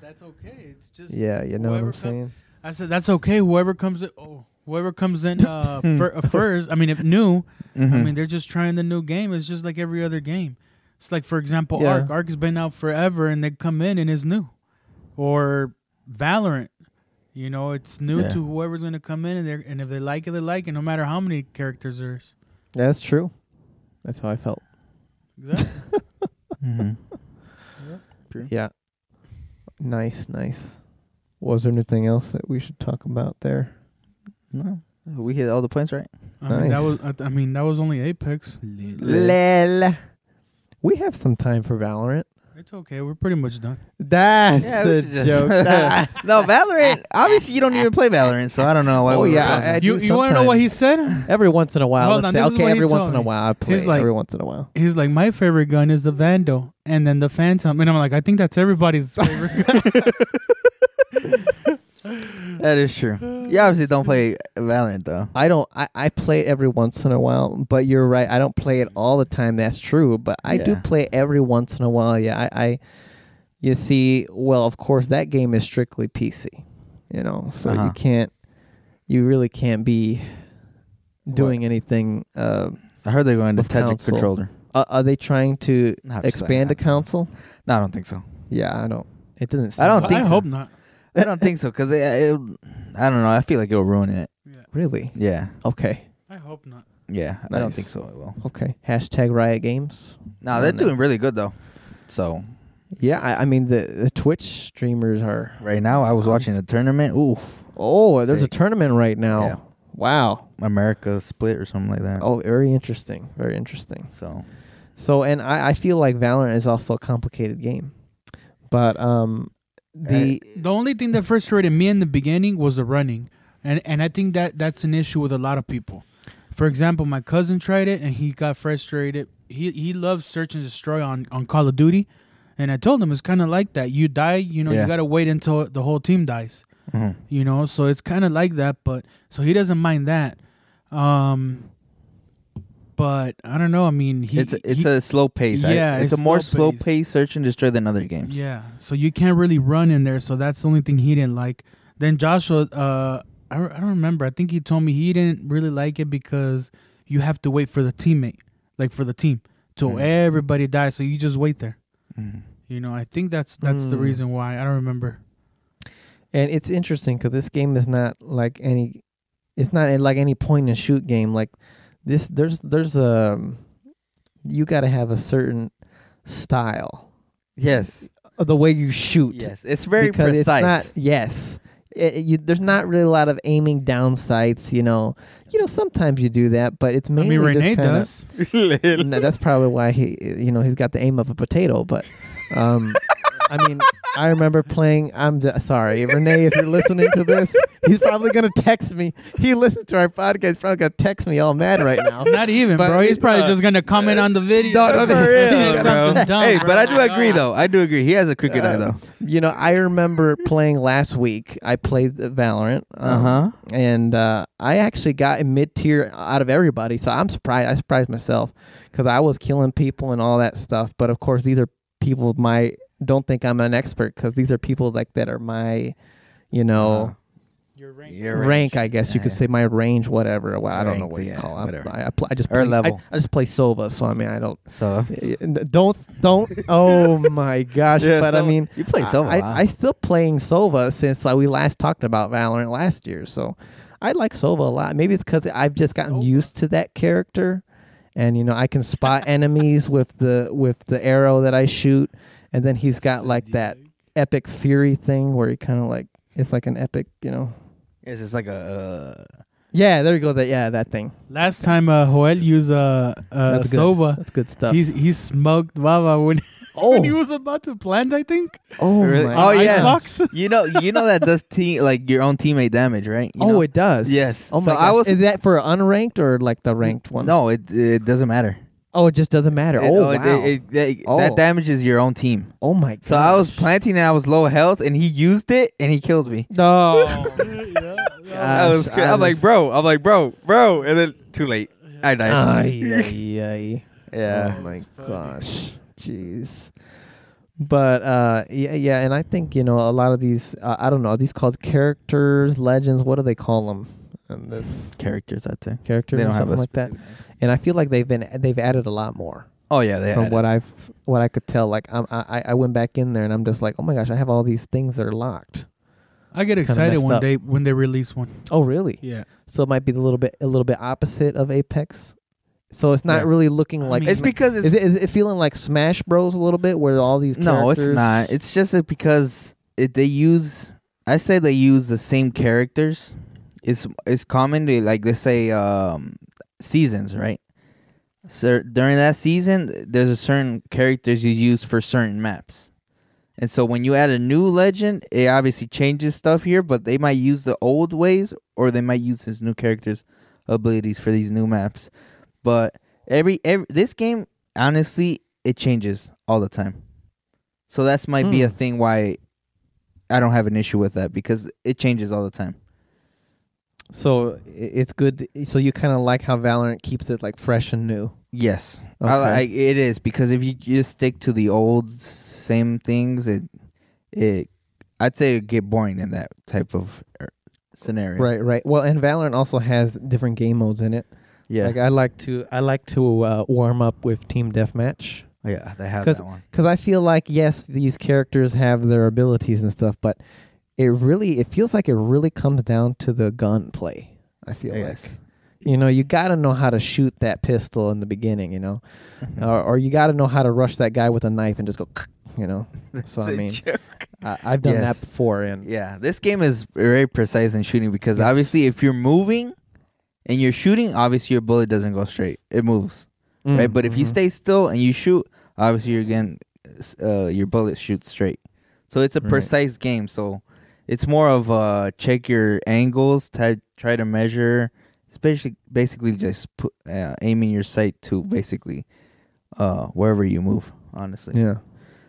Speaker 3: That's okay. It's just.
Speaker 1: Yeah, you know what
Speaker 3: whoever
Speaker 1: I'm
Speaker 3: come-
Speaker 1: saying?
Speaker 3: I said that's okay. Whoever comes in. Oh. Whoever comes in uh, fir- uh, first, I mean, if new,
Speaker 2: Mm-hmm.
Speaker 3: I
Speaker 1: Hmm.
Speaker 3: mean, they're just trying the new game. It's just like every other game. It's like, for example,
Speaker 1: Yeah.
Speaker 3: Ark. Ark has been out forever, and they come in and it's new, or Valorant. You know, it's new
Speaker 2: Yeah.
Speaker 3: to whoever's going to come in, and they are and if they like it, they like it, no matter how many characters there's.
Speaker 1: That's true. That's how I felt.
Speaker 3: Exactly.
Speaker 2: Mm-hmm.
Speaker 1: Yeah. Nice, nice. Was there anything else that we should talk about there?
Speaker 2: No, we hit all the points, right?
Speaker 3: I mean, that
Speaker 1: Nice.
Speaker 3: was. I, th- I mean, that was only Apex.
Speaker 1: Lel. We have some time for Valorant.
Speaker 3: It's okay. We're pretty much done.
Speaker 1: That's
Speaker 2: Yeah, we
Speaker 1: a
Speaker 2: should just-
Speaker 1: joke. Ah.
Speaker 2: no, Valorant. Obviously, you don't even play Valorant, so I don't know why.
Speaker 1: Oh,
Speaker 2: we were
Speaker 1: yeah,
Speaker 2: talking.
Speaker 1: I- I-
Speaker 3: you
Speaker 1: do
Speaker 3: you want to know what he said?
Speaker 1: every once in a while,
Speaker 3: Hold
Speaker 1: let's
Speaker 3: on,
Speaker 1: say,
Speaker 3: this is
Speaker 1: okay,
Speaker 3: what he
Speaker 1: every once
Speaker 3: told
Speaker 1: in a
Speaker 3: me.
Speaker 1: while, I play
Speaker 3: like-
Speaker 1: every once in a while.
Speaker 3: He's like, my favorite gun is the Vandal, and then the Phantom, and I'm like, I think that's everybody's favorite. gun."
Speaker 2: that is true. You obviously don't play Valorant though.
Speaker 1: I don't. I, I play it every once in a while, but you're right. I don't play it all the time. That's true, but I do
Speaker 2: Yeah.
Speaker 1: play every once in a while. Yeah, I, I. You see, well, of course, that game is strictly PC. You know, so
Speaker 2: Uh-huh.
Speaker 1: you can't. You really can't be doing anything. Uh,
Speaker 2: I heard they're going to
Speaker 1: With
Speaker 2: touch a
Speaker 1: console.
Speaker 2: controller.
Speaker 1: are, are they trying to
Speaker 2: Not just
Speaker 1: expand a
Speaker 2: like that.
Speaker 1: console?
Speaker 2: No, I don't think so.
Speaker 1: Yeah, I don't. It doesn't.
Speaker 2: I don't
Speaker 1: sound-
Speaker 2: think
Speaker 3: I
Speaker 2: so.
Speaker 3: hope not.
Speaker 2: I don't think so because it, it, I don't know. I feel like it'll ruin it.
Speaker 1: really.
Speaker 2: Yeah,
Speaker 1: Okay.
Speaker 3: I hope not.
Speaker 2: yeah. I don't
Speaker 1: Nice.
Speaker 2: think so. It will.
Speaker 1: Okay. Hashtag Riot Games.
Speaker 2: No, they're
Speaker 1: don't know.
Speaker 2: doing really good though. So
Speaker 1: Yeah, I, I mean the, the Twitch streamers are.
Speaker 2: right now, I was watching the tournament. Ooh,
Speaker 1: Oh, there's a
Speaker 2: Sick.
Speaker 1: tournament right now.
Speaker 2: Yeah.
Speaker 1: Wow.
Speaker 2: America split or something like that.
Speaker 1: Oh, very interesting. Very interesting.
Speaker 2: So
Speaker 1: So, and I, I feel like Valorant is also a complicated game, but um, the
Speaker 3: The only thing that frustrated me in the beginning was the running, and and I think that that's an issue with a lot of people. For example, my cousin tried it and he got frustrated. He he loves search and destroy on on Call of Duty, and I told him it's kind of like that. You die, you know,
Speaker 2: Yeah.
Speaker 3: you gotta wait until the whole team dies.
Speaker 2: mhm.
Speaker 3: You know, so it's kind of like that. But so he doesn't mind that. Um, but I don't know. I mean, he
Speaker 2: it's a, it's
Speaker 3: he-
Speaker 2: a slow pace.
Speaker 3: Yeah,
Speaker 2: I, it's,
Speaker 3: it's
Speaker 2: a more
Speaker 3: slow
Speaker 2: slow
Speaker 3: pace.
Speaker 2: pace. search and destroy than other games.
Speaker 3: Yeah, so you can't really run in there. So that's the only thing he didn't like. Then Joshua, uh, I, re- I don't remember. I think he told me he didn't really like it because you have to wait for the teammate, like for the team, till
Speaker 2: Mm.
Speaker 3: everybody dies. So you just wait there.
Speaker 2: Mhm.
Speaker 3: You know, I think that's that's the
Speaker 1: Mm.
Speaker 3: reason why. I don't remember.
Speaker 1: and it's interesting because this game is not like any, it's not like any point and shoot game. Like this, there's there's a, you got to have a certain style,
Speaker 2: Yes.
Speaker 1: of the way you shoot.
Speaker 2: Yes. It's very
Speaker 1: because
Speaker 2: precise.
Speaker 1: It's not, yes. It- it- you, there's not really a lot of aiming down sights, you know. You know, sometimes you do that, but it's mainly
Speaker 3: I mean,
Speaker 1: just
Speaker 3: Renee
Speaker 1: kinda-
Speaker 3: does.
Speaker 1: No, that's probably why he, you know, he's got the aim of a potato. But, um, I mean, I remember playing. I'm d- sorry, Renee, if you're listening to this, he's probably gonna text me. He listens to our podcast. He's probably gonna text me all mad right now.
Speaker 3: Not even,
Speaker 1: But
Speaker 3: bro. He's
Speaker 1: it-
Speaker 3: probably
Speaker 1: uh,
Speaker 3: just gonna comment on the video.
Speaker 1: No, no, no. For real,
Speaker 3: Say
Speaker 1: bro.
Speaker 3: something dumb,
Speaker 2: hey,
Speaker 3: bro.
Speaker 2: but I do agree though. I do agree. He has a crooked eye
Speaker 1: Uh,
Speaker 2: though.
Speaker 1: You know, I remember playing last week. I played the Valorant.
Speaker 2: Uh
Speaker 3: Uh-huh.
Speaker 1: um,
Speaker 2: huh.
Speaker 1: and uh, I actually got mid tier out of everybody. So I'm surprised. I surprised myself because I was killing people and all that stuff. But of course, these are people my don't think I'm an expert because these are people like that are my, you know,
Speaker 3: Your rank.
Speaker 2: Uh-huh. Your
Speaker 1: rank, I guess you
Speaker 2: Yeah,
Speaker 1: could
Speaker 2: yeah.
Speaker 1: say my range, whatever. Well, I don't know
Speaker 2: Ranked,
Speaker 1: what you
Speaker 2: yeah,
Speaker 1: call it.
Speaker 2: whatever.
Speaker 1: I, I, pl- I just
Speaker 2: Or
Speaker 1: play, I-
Speaker 2: level.
Speaker 1: I, just play Sova, so I mean I don't eh,
Speaker 2: So.
Speaker 1: don't don't. oh my gosh! but I
Speaker 2: so-
Speaker 1: mean.
Speaker 2: you play so
Speaker 1: I,
Speaker 2: huh?
Speaker 1: I, I still playing Sova since like, we last talked about Valorant last year. So I like Sova a lot. Maybe it's because I've just gotten used to that character, and you know I can spot enemies with the with the arrow that I shoot, and then he's got like that epic fury thing where he kind of like it's like an epic, you know.
Speaker 2: It's just like a. Uh,
Speaker 1: Yeah, there you go. That yeah, that thing.
Speaker 5: Last time, uh, Joel used uh, uh,
Speaker 1: That's good.
Speaker 5: Sova.
Speaker 1: That's good stuff.
Speaker 5: He's he smoked Baba when, when he
Speaker 1: oh,
Speaker 5: was about to plant. I think.
Speaker 1: oh,
Speaker 2: Really?
Speaker 1: my
Speaker 2: Oh,
Speaker 1: God.
Speaker 2: yeah.
Speaker 5: Icebox.
Speaker 2: you know, you know that does team like your own teammate damage, right? You
Speaker 1: oh,
Speaker 2: know?
Speaker 1: it does.
Speaker 2: Yes.
Speaker 1: Oh my
Speaker 2: So I
Speaker 1: gosh.
Speaker 2: was-
Speaker 1: Is that for unranked or like the ranked one?
Speaker 2: No, it it doesn't matter.
Speaker 1: Oh, it just doesn't matter.
Speaker 2: It-
Speaker 1: oh,
Speaker 2: it-
Speaker 1: wow.
Speaker 2: it- it-
Speaker 1: Oh.
Speaker 2: That damages your own team.
Speaker 1: oh my.
Speaker 2: So I was
Speaker 1: gosh.
Speaker 2: planting and I was low health, and he used it and he killed me.
Speaker 1: No. Uh,
Speaker 2: I was, cra- I'm like, bro, I'm like, bro, bro, and then too late. I died.
Speaker 1: Ay, ay, ay.
Speaker 2: yeah.
Speaker 1: Oh my gosh. Jeez. But uh, yeah, yeah, and I think you know a lot of these. Uh, I don't know. Are these called characters, legends? What do they call them? And this
Speaker 2: Characters, I'd say.
Speaker 1: characters
Speaker 2: They
Speaker 1: or
Speaker 2: don't have
Speaker 1: something
Speaker 2: a
Speaker 1: like that. And I feel like they've been they've added a lot more
Speaker 2: Oh yeah, they.
Speaker 1: from
Speaker 2: added.
Speaker 1: what I've what I could tell. Like I'm, I I went back in there and I'm just like, oh my gosh, I have all these things that are locked.
Speaker 5: I get
Speaker 1: It's kinda
Speaker 5: excited
Speaker 1: messed
Speaker 5: when
Speaker 1: up.
Speaker 5: they when they release one.
Speaker 1: Oh really?
Speaker 5: Yeah.
Speaker 1: So it might be a little bit a little bit opposite of Apex. So it's not
Speaker 2: Yeah.
Speaker 1: really looking like
Speaker 5: mean,
Speaker 2: It's because it's
Speaker 1: Is it, is it feeling like Smash Bros a little bit, where all these
Speaker 2: no, it's
Speaker 1: characters?
Speaker 2: not. It's just that because it, they use. I say they use the same characters. It's it's common to like they say um, seasons, right? So during that season, there's a certain characters you use for certain maps, and so when you add a new legend, it obviously changes stuff here. But they might use the old ways, or they might use this new characters' abilities for these new maps. But every every this game, honestly, it changes all the time. So that's might be
Speaker 1: Hmm.
Speaker 2: a thing why I don't have an issue with that because it changes all the time.
Speaker 1: so i- it's good. So you kind of like how Valorant keeps it like fresh and new.
Speaker 2: Yes,
Speaker 1: Okay.
Speaker 2: I, I, it is because if you just stick to the old same things, it it I'd say it get boring in that type of er, scenario.
Speaker 1: right, right. Well, and Valorant also has different game modes in it.
Speaker 2: Yeah.
Speaker 1: Like I like to, I like to uh, warm up with team deathmatch
Speaker 2: yeah. They have
Speaker 1: 'Cause-
Speaker 2: that one.
Speaker 1: because I feel like yes, these characters have their abilities and stuff, but it really, it feels like it really comes down to the gun play. I feel like.
Speaker 2: Yes.
Speaker 1: You know, you got to know how to shoot that pistol in the beginning, you know,
Speaker 2: Mm-hmm.
Speaker 1: or, or you got to know how to rush that guy with a knife and just go, you know. So, I
Speaker 2: It's a
Speaker 1: mean,
Speaker 2: joke.
Speaker 1: I, I've done
Speaker 2: Yes.
Speaker 1: that before. And
Speaker 2: Yeah, this game is very precise in shooting because
Speaker 1: Yes.
Speaker 2: obviously, if you're moving and you're shooting, obviously your bullet doesn't go straight; it moves, right? But if you
Speaker 1: Mhm.
Speaker 2: stay still and you shoot, obviously you're getting uh, your bullet shoots straight. So it's a
Speaker 1: Right.
Speaker 2: precise game. So it's more of uh, check your angles, try try to measure. It's basically basically just put, uh, aiming your sight to basically uh, wherever you move. Honestly,
Speaker 1: yeah,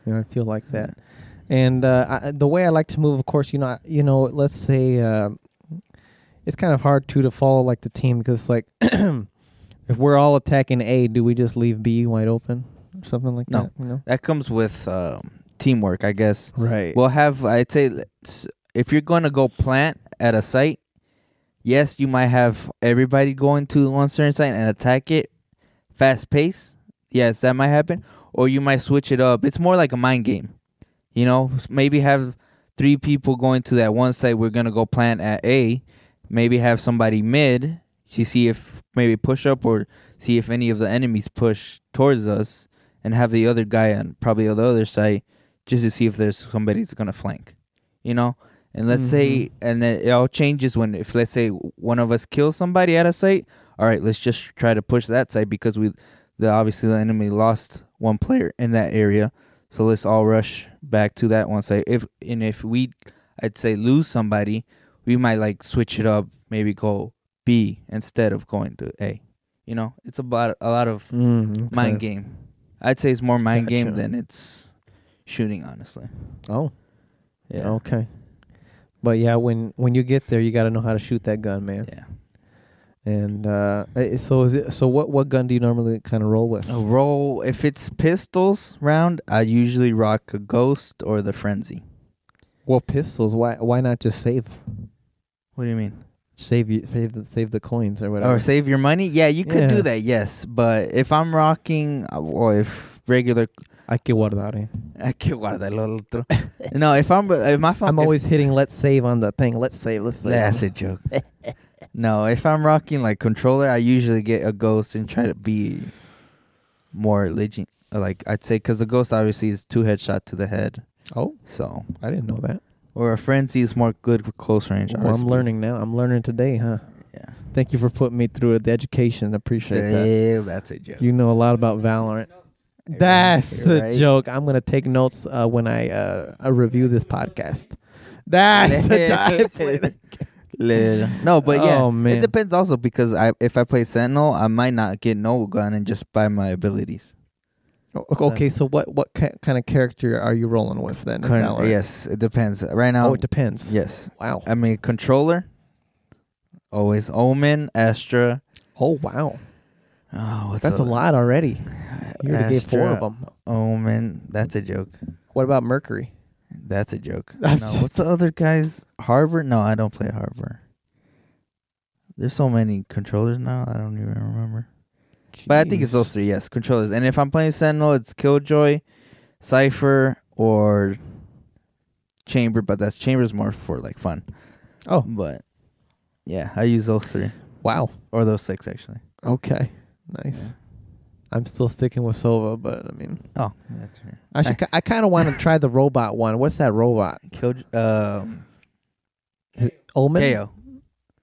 Speaker 1: yeah, I feel like
Speaker 2: Mm.
Speaker 1: that. And uh, I, the way I like to move, of course, you know, I- you know, let's say uh, it's kind of hard too to follow like the team because like if we're all attacking A, do we just leave B wide open or something like
Speaker 2: No.
Speaker 1: that? You know,
Speaker 2: that comes with um, teamwork, I guess.
Speaker 1: right?
Speaker 2: We'll have, I'd say, let's- if you're going to go plant at a site, yes, you might have everybody going to one certain site and attack it fast pace. Yes, that might happen. Or you might switch it up. It's more like a mind game. You know, S- maybe have three people going to that one site. We're going to go plant at A. Maybe have somebody mid to see if maybe push up or see if any of the enemies push towards us and have the other guy on probably the other side just to see if there's somebody that's gonna flank, you know. And let's say, and then it all changes when if let's say one of us kills somebody at a site. All right, let's just try to push that site because we, the obviously the enemy lost one player in that area, So let's all rush back to that once I if and if we I'd say lose somebody, we might like switch it up, maybe go B instead of going to A. You know, it's about a lot of
Speaker 1: Mm, okay.
Speaker 2: mind game. I'd say it's more mind game
Speaker 1: Gotcha.
Speaker 2: than it's shooting, honestly.
Speaker 1: Oh,
Speaker 2: Yeah.
Speaker 1: okay. But yeah, when when you get there, you got to know how to shoot that gun, man.
Speaker 2: Yeah.
Speaker 1: And uh, eh, so is it. So what what gun do you normally kind of roll with?
Speaker 2: A roll if it's pistols round, I usually rock a ghost or the frenzy.
Speaker 1: Well, pistols. Why why not just save
Speaker 2: What do you mean?
Speaker 1: save you save the, save the coins or whatever?
Speaker 2: Or save your money? Yeah, you could
Speaker 1: Yeah.
Speaker 2: do that, yes. But if I'm rocking, uh, well, if regular,
Speaker 1: I que guardar. eh?
Speaker 2: I can guarda lo otro. no, if I'm, if my phone,
Speaker 1: I'm
Speaker 2: if-
Speaker 1: always hitting let's save on the thing. Let's save. Let's save.
Speaker 2: that's a joke. no, if I'm rocking like controller, I usually get a ghost and try to be more legit. Like I'd say, because the ghost obviously is two headshot to the head,
Speaker 1: Oh,
Speaker 2: so
Speaker 1: I didn't know that.
Speaker 2: or a frenzy is more good for close range.
Speaker 1: Well, I'm
Speaker 2: obviously.
Speaker 1: learning now. I'm learning today, huh?
Speaker 2: Yeah.
Speaker 1: Thank you for putting me through the education. Appreciate that.
Speaker 2: Yeah, that's a joke.
Speaker 1: You know a lot about Valorant.
Speaker 2: You're
Speaker 1: That's
Speaker 2: right, you're
Speaker 1: a
Speaker 2: right.
Speaker 1: joke. I'm gonna take notes uh, when I uh, I review this podcast. That's a joke. I played-
Speaker 2: Little. No, but yeah,
Speaker 1: Oh, man.
Speaker 2: it depends also because I if I play Sentinel, I might not get no gun and just buy my abilities. Uh,
Speaker 1: O- Okay, so what what ki- kind of character are you rolling with then? in
Speaker 2: Current- um,
Speaker 1: Valorant?
Speaker 2: yes, it depends. Right now,
Speaker 1: Oh, it depends.
Speaker 2: yes,
Speaker 1: Wow.
Speaker 2: I mean controller, always Omen, Astra.
Speaker 1: Oh, wow.
Speaker 2: Oh, what's
Speaker 1: That's
Speaker 2: the-
Speaker 1: a lot already. You already gave four of
Speaker 2: Astra,
Speaker 1: them.
Speaker 2: Omen, that's a joke.
Speaker 1: What about Mercury?
Speaker 2: That's a joke. No,
Speaker 1: I'm
Speaker 2: what's the other guys? Harvard? No, I don't play Harvard. There's so many controllers now. I don't even remember. But I think it's
Speaker 1: Jeez.
Speaker 2: those three, yes, controllers. And if I'm playing Sentinel, it's Killjoy, Cipher, or Chamber. But that's Chamber's more for like fun.
Speaker 1: Oh.
Speaker 2: but yeah, I use those three
Speaker 1: Wow.
Speaker 2: or those six actually.
Speaker 1: Okay. Nice.
Speaker 2: Yeah.
Speaker 1: I'm still sticking with Sova, but I mean,
Speaker 2: Oh, that's her.
Speaker 1: I should. ki- I kind of want to try the robot one. What's that robot?
Speaker 2: Kill um
Speaker 1: Omen.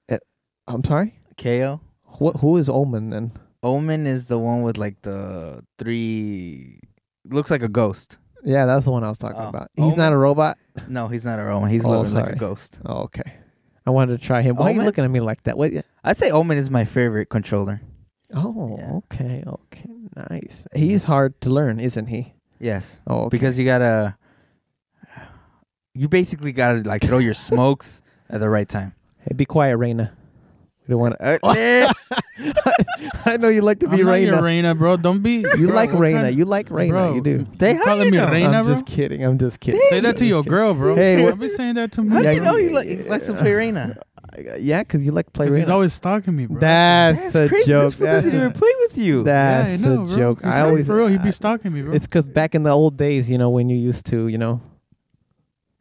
Speaker 2: KO.
Speaker 1: I'm sorry.
Speaker 2: KO.
Speaker 1: What? Who is Omen then?
Speaker 2: Omen is the one with like the three. Looks like a ghost.
Speaker 1: Yeah, that's the one I was talking
Speaker 2: Oh.
Speaker 1: about. He's not
Speaker 2: Omen?
Speaker 1: a robot.
Speaker 2: No, he's not a Omen. He's
Speaker 1: Oh,
Speaker 2: looking like
Speaker 1: sorry.
Speaker 2: a ghost.
Speaker 1: Oh, okay. I wanted to try him. Why are you
Speaker 2: Omen?
Speaker 1: looking at me like that? What?
Speaker 2: I'd say Omen is my favorite controller.
Speaker 1: Oh,
Speaker 2: Yeah.
Speaker 1: okay, okay, nice. He's hard to learn, isn't he?
Speaker 2: Yes.
Speaker 1: Oh, okay.
Speaker 2: because you gotta you basically gotta like throw your smokes at the right time
Speaker 1: hey, be quiet, Raina. We don't want to.
Speaker 2: Uh, eh,
Speaker 1: I know you like to
Speaker 3: I'm
Speaker 1: be
Speaker 3: not your
Speaker 1: Raina.
Speaker 3: Reina, bro. Don't be.
Speaker 1: You
Speaker 3: bro,
Speaker 1: like
Speaker 3: what
Speaker 1: Raina.
Speaker 3: kind-
Speaker 1: You like Raina.
Speaker 3: bro,
Speaker 1: you do.
Speaker 2: They-
Speaker 3: you
Speaker 2: how
Speaker 3: calling
Speaker 2: you
Speaker 3: me
Speaker 2: know?
Speaker 3: Reina,
Speaker 1: I'm
Speaker 3: bro?
Speaker 1: just kidding. I'm just kidding.
Speaker 3: Say that to your girl, bro.
Speaker 1: Hey, what-
Speaker 3: don't be saying that to me.
Speaker 2: how do
Speaker 1: Yeah,
Speaker 2: you know he, li-
Speaker 1: yeah,
Speaker 2: he likes to play Reina?
Speaker 1: Uh, Yeah, because you like to play
Speaker 3: Because he's
Speaker 1: Raina.
Speaker 3: always stalking me, bro.
Speaker 1: that's, a joke.
Speaker 2: This fool
Speaker 1: That's,
Speaker 2: doesn't even
Speaker 1: a,
Speaker 2: play with you.
Speaker 3: Yeah,
Speaker 1: that's
Speaker 3: I know,
Speaker 1: a
Speaker 3: bro.
Speaker 1: joke.
Speaker 3: He's
Speaker 1: I
Speaker 3: not
Speaker 1: always.
Speaker 3: for real. He'd
Speaker 1: I-
Speaker 3: be stalking me, bro.
Speaker 1: It's because back in the old days, you know, when you used to, you know.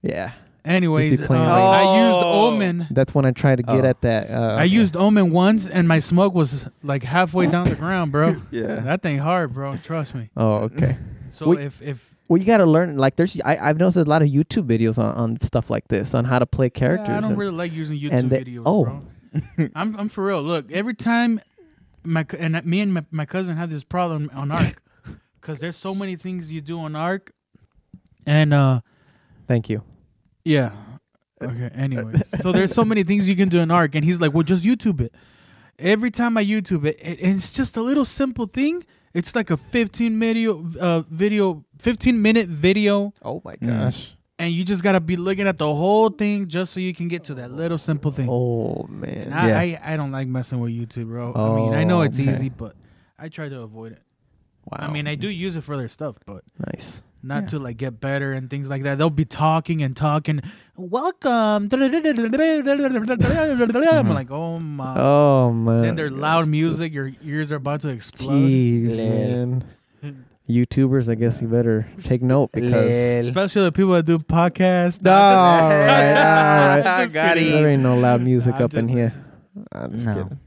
Speaker 1: Yeah,
Speaker 3: Anyways, uh,
Speaker 1: playing Reina.
Speaker 3: I used
Speaker 2: Oh.
Speaker 3: Omen.
Speaker 1: that's when I tried to get
Speaker 2: Oh.
Speaker 1: at that. Uh,
Speaker 3: I used Omen once, and my smoke was like halfway down the ground, bro.
Speaker 2: yeah.
Speaker 3: That thing hard, bro. Trust me.
Speaker 1: Oh, okay.
Speaker 3: So
Speaker 1: Wait.
Speaker 3: if if
Speaker 1: Well, you got to learn. Like, there's I, I've noticed a lot of YouTube videos on, on stuff like this on how to play characters.
Speaker 3: I don't
Speaker 1: and-
Speaker 3: really like using YouTube
Speaker 1: and they-
Speaker 3: videos,
Speaker 1: oh.
Speaker 3: bro. I'm I'm for real. Look, every time my co- and me and my, my cousin had this problem on Arc because there's so many things you do on Arc, and uh
Speaker 1: thank you.
Speaker 3: yeah. Okay. Anyway, so there's so many things you can do in Arc, and he's like, "Well, just YouTube it." Every time I YouTube it, it and it's just a little simple thing. It's like a 15 video, uh, video, 15 minute video,
Speaker 1: Oh my
Speaker 2: gosh.
Speaker 3: and you just gotta be looking at the whole thing just so you can get to that little simple thing.
Speaker 1: Oh man.
Speaker 3: I,
Speaker 2: Yeah.
Speaker 3: I, I don't like messing with YouTube, bro. I mean, I know
Speaker 1: Oh,
Speaker 3: it's
Speaker 1: okay. Oh,
Speaker 3: easy, but I try to avoid it.
Speaker 1: Wow.
Speaker 3: I mean, I do use it for other stuff, but
Speaker 1: nice.
Speaker 3: not
Speaker 2: Yeah.
Speaker 3: to like get better and things like that. They'll be talking and talking. Welcome. I'm like, oh my.
Speaker 1: Mm-hmm. Oh man.
Speaker 3: then there's loud music. Your ears are about to explode.
Speaker 1: Jeez,
Speaker 2: Lol.
Speaker 1: man. YouTubers, I guess you better take note because.
Speaker 2: Lil.
Speaker 3: Especially the people that do podcasts.
Speaker 1: No, all right, all right.
Speaker 3: I'm just
Speaker 2: Got
Speaker 3: kidding.
Speaker 1: There ain't no loud music
Speaker 3: I'm
Speaker 1: up in
Speaker 3: just
Speaker 1: here.
Speaker 3: messing.
Speaker 1: I'm just
Speaker 2: No.
Speaker 1: kidding.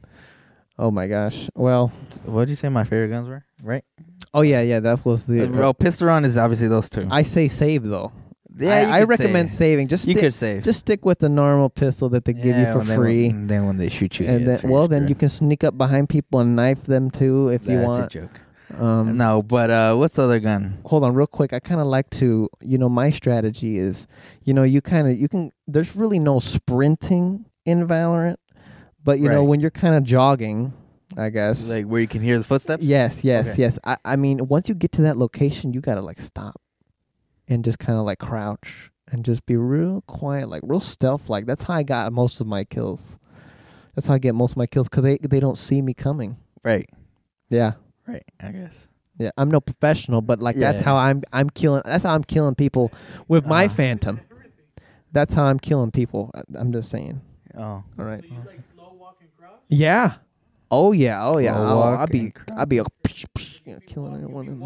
Speaker 1: Oh my gosh. Well.
Speaker 2: What did you say my favorite guns were? Right?
Speaker 1: Oh yeah, yeah. That was the.
Speaker 2: Well, pistol round is obviously those two.
Speaker 1: I say save though. I,
Speaker 2: you
Speaker 1: I
Speaker 2: could
Speaker 1: recommend
Speaker 2: save.
Speaker 1: saving. Just
Speaker 2: You
Speaker 1: stick-
Speaker 2: could save.
Speaker 1: just stick with the normal pistol that they give you
Speaker 2: Yeah,
Speaker 1: for
Speaker 2: when they-
Speaker 1: free.
Speaker 2: and then when they shoot you,
Speaker 1: and
Speaker 2: yes,
Speaker 1: then,
Speaker 2: you're
Speaker 1: well, then
Speaker 2: screwed.
Speaker 1: you can sneak up behind people and knife them too if you
Speaker 2: That's
Speaker 1: want.
Speaker 2: a joke.
Speaker 1: Um,
Speaker 2: No, but uh, what's the other gun?
Speaker 1: hold on real quick i kind of like to you know my strategy is you know you kind of you can there's really no sprinting in valorant but you know
Speaker 2: Right.
Speaker 1: when you're kind of jogging i guess
Speaker 2: Like where you can hear the footsteps.
Speaker 1: yes yes
Speaker 2: Okay.
Speaker 1: yes I, I mean once you get to that location you gotta like stop and just kind of like crouch and just be real quiet like real stealth like that's how i got most of my kills that's how i get most of my kills because they, they don't see me coming
Speaker 2: Right.
Speaker 1: yeah
Speaker 2: Right. I guess.
Speaker 1: yeah, I'm no professional, but like that's
Speaker 2: Yeah.
Speaker 1: how I'm I'm killing. That's how I'm killing people with my
Speaker 2: Uh-huh.
Speaker 1: phantom. That's how I'm killing people. I, I'm just saying.
Speaker 2: Oh.
Speaker 1: All right. Yeah. Oh yeah. Oh yeah.
Speaker 2: Slow
Speaker 1: I'll,
Speaker 2: walk
Speaker 1: I'll be
Speaker 2: and crouch.
Speaker 1: I'll be a you know, killing everyone. in-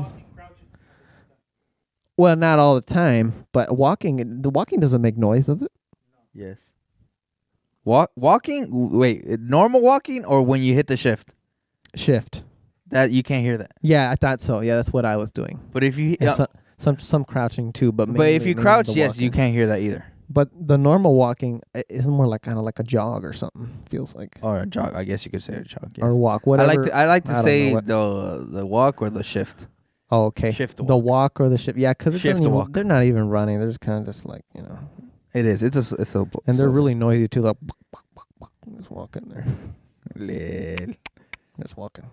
Speaker 1: Well, not all the time, but walking. The walking doesn't make noise, does it?
Speaker 2: Yes. Walk walking. w- Wait, uh, normal walking or when you hit the shift
Speaker 1: Shift.
Speaker 2: that you can't hear that.
Speaker 1: Yeah, I thought so. Yeah, that's what I was doing.
Speaker 2: But if you,
Speaker 1: And
Speaker 2: yeah,
Speaker 1: so- some some crouching too, but
Speaker 2: but if
Speaker 1: mainly-
Speaker 2: you
Speaker 1: mainly
Speaker 2: crouch,
Speaker 1: the
Speaker 2: yes, you
Speaker 1: walking.
Speaker 2: can't hear that either.
Speaker 1: But the normal walking i- is more like kind of like a jog or something. Feels like.
Speaker 2: Or a jog. I guess you could say a jog. Oh, Yes.
Speaker 1: or walk.
Speaker 2: I
Speaker 1: Whatever.
Speaker 2: like to, I like
Speaker 1: I
Speaker 2: to
Speaker 1: don't know
Speaker 2: say
Speaker 1: what-
Speaker 2: the the walk or the shift.
Speaker 1: oh, okay.
Speaker 2: Shift to
Speaker 1: the walk or the shift. Yeah, because
Speaker 2: Shift to walk.
Speaker 1: they're not even running. They're just kind of just like you know,
Speaker 2: It is. It's a s- it's a
Speaker 1: and they're really noisy too. Like just walking there,
Speaker 2: really
Speaker 1: just walking.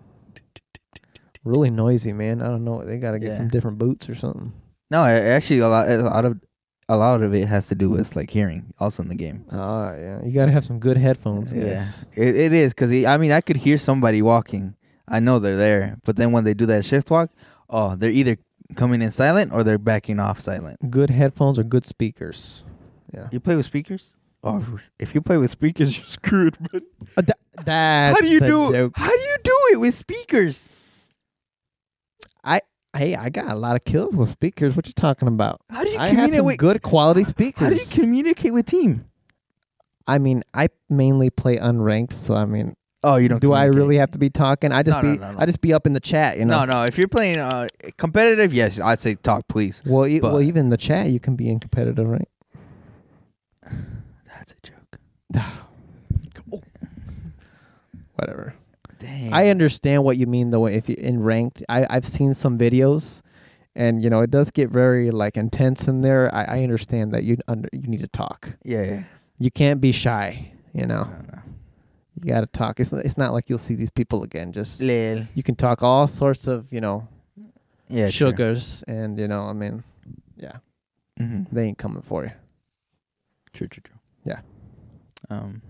Speaker 1: Really noisy, man. I don't know. They got to get
Speaker 2: Yeah.
Speaker 1: some different boots or something.
Speaker 2: no. a- Actually, a lot a lot of a lot of it has to do with like hearing also in the game.
Speaker 1: Ah, yeah. You got to have some good headphones.
Speaker 2: Yeah.
Speaker 1: Yes.
Speaker 2: It, it is because I mean I could hear somebody walking. I know they're there, but then when they do that shift walk, oh, they're either coming in silent or they're backing off silent.
Speaker 1: Good headphones or good speakers. Yeah.
Speaker 2: You play with speakers? Oh, if you play with speakers, you're screwed. But
Speaker 1: Uh, tha- that's
Speaker 2: how do you
Speaker 1: the
Speaker 2: do?
Speaker 1: joke.
Speaker 2: How do you do it with speakers?
Speaker 1: Hey, I got a lot of kills with speakers. What you talking about?
Speaker 2: How do you
Speaker 1: I
Speaker 2: communicate
Speaker 1: had some
Speaker 2: with?
Speaker 1: good quality speakers.
Speaker 2: how do you communicate with team?
Speaker 1: I mean, I mainly play unranked, so I mean,
Speaker 2: Oh, you don't.
Speaker 1: do I
Speaker 2: communicate.
Speaker 1: really have to be talking? I just
Speaker 2: No,
Speaker 1: be
Speaker 2: no, no, no.
Speaker 1: I just be up in the chat, you know.
Speaker 2: No, no. If you're playing uh, competitive, yes, I'd say talk, please.
Speaker 1: Well, e- well,
Speaker 2: But-
Speaker 1: even the chat, you can be in competitive, right?
Speaker 2: That's a joke.
Speaker 1: Whatever.
Speaker 2: Dang.
Speaker 1: I understand what you mean though. If you in ranked, I I've seen some videos, and you know it does get very like intense in there. I, I understand that you under you need to talk.
Speaker 2: yeah. yeah.
Speaker 1: You can't be shy. You know,
Speaker 2: No, no.
Speaker 1: you got to talk. It's it's not like you'll see these people again. Just
Speaker 2: Lil.
Speaker 1: you can talk all sorts of you know
Speaker 2: Yeah.
Speaker 1: sugars, and you know I mean, yeah,
Speaker 2: hmm
Speaker 1: they ain't coming for you.
Speaker 2: True, true, true.
Speaker 1: Yeah.
Speaker 2: Um,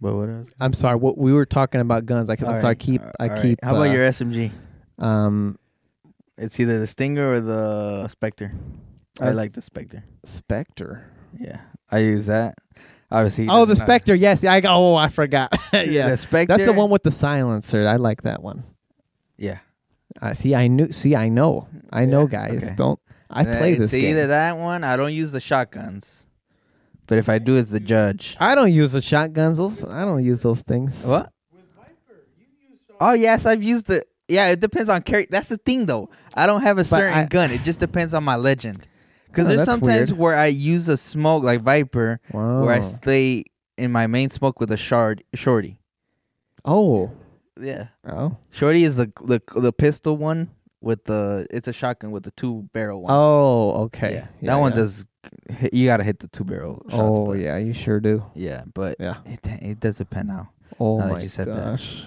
Speaker 2: but what else?
Speaker 1: I'm sorry. What we were talking about guns. I, am
Speaker 2: All
Speaker 1: sorry. I
Speaker 2: right,
Speaker 1: keep.
Speaker 2: all
Speaker 1: I
Speaker 2: right.
Speaker 1: keep.
Speaker 2: How about
Speaker 1: uh,
Speaker 2: your SMG?
Speaker 1: um
Speaker 2: It's either the Stinger or the Spectre. I
Speaker 1: Uh,
Speaker 2: like the Spectre.
Speaker 1: Spectre?
Speaker 2: Yeah, I use that. Obviously.
Speaker 1: Oh, the
Speaker 2: that's not-
Speaker 1: Spectre. Yes. I. Oh, I forgot. yeah.
Speaker 2: The Spectre.
Speaker 1: That's the one with the silencer. I like that one.
Speaker 2: Yeah.
Speaker 1: I see. I knew. See, I know. I know,
Speaker 2: Yeah,
Speaker 1: guys.
Speaker 2: okay.
Speaker 1: Don't. I
Speaker 2: Uh,
Speaker 1: play
Speaker 2: it's
Speaker 1: this game.
Speaker 2: either that one. I don't use the shotguns, but if I do, it's the Judge.
Speaker 1: I don't use the shotguns. Those, I don't use those things.
Speaker 2: What? Oh yes, I've used the. Yeah, it depends on carry. That's the thing though. I don't have a certain
Speaker 1: I-
Speaker 2: gun. It just depends on my legend.
Speaker 1: Oh,
Speaker 2: Because there's
Speaker 1: that's
Speaker 2: sometimes
Speaker 1: weird. Oh.
Speaker 2: where I use a smoke like Viper,
Speaker 1: Wow.
Speaker 2: where I stay in my main smoke with a shard shorty.
Speaker 1: oh.
Speaker 2: Yeah,
Speaker 1: Oh.
Speaker 2: shorty is the the the pistol one with the it's a shotgun with the two barrel one.
Speaker 1: Oh. Okay.
Speaker 2: yeah,
Speaker 1: Yeah,
Speaker 2: that one
Speaker 1: yeah.
Speaker 2: does. hit- You gotta hit the two barrel. Shots,
Speaker 1: Oh
Speaker 2: but-
Speaker 1: yeah, you sure do.
Speaker 2: yeah, but
Speaker 1: Yeah.
Speaker 2: it it does depend how.
Speaker 1: Oh
Speaker 2: Now that
Speaker 1: my
Speaker 2: you said that.
Speaker 1: gosh.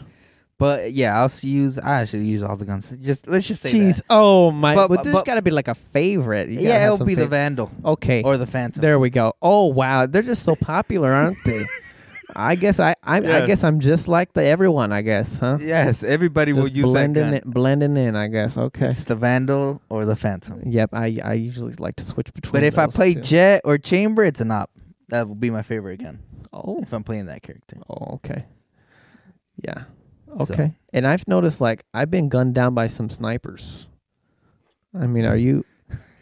Speaker 2: But yeah, I'll s- use. I should use all the guns. Just let's just say that.
Speaker 1: Jeez. Oh my.
Speaker 2: But-
Speaker 1: But,
Speaker 2: but-
Speaker 1: there's
Speaker 2: but-
Speaker 1: got to be like a favorite. You gotta
Speaker 2: Yeah,
Speaker 1: have
Speaker 2: it'll
Speaker 1: some
Speaker 2: be the
Speaker 1: fav-
Speaker 2: Vandal
Speaker 1: Okay.
Speaker 2: or the Phantom.
Speaker 1: There we go. Oh wow, they're just so popular, aren't they? I guess I I, I guess
Speaker 2: Yes.
Speaker 1: I'm just like the everyone. I guess, huh?
Speaker 2: Yes, everybody will
Speaker 1: Just
Speaker 2: use that
Speaker 1: blending
Speaker 2: gun.
Speaker 1: it, blending in. I guess. Okay.
Speaker 2: It's the Vandal or the Phantom.
Speaker 1: Yep. I I usually like to switch between.
Speaker 2: But if I
Speaker 1: those
Speaker 2: play
Speaker 1: two.
Speaker 2: Jet or Chamber, it's an op. That will be my favorite gun
Speaker 1: oh,
Speaker 2: if I'm playing that character.
Speaker 1: oh, okay. Yeah.
Speaker 2: So-
Speaker 1: Okay. And I've noticed like I've been gunned down by some snipers. I mean, are you?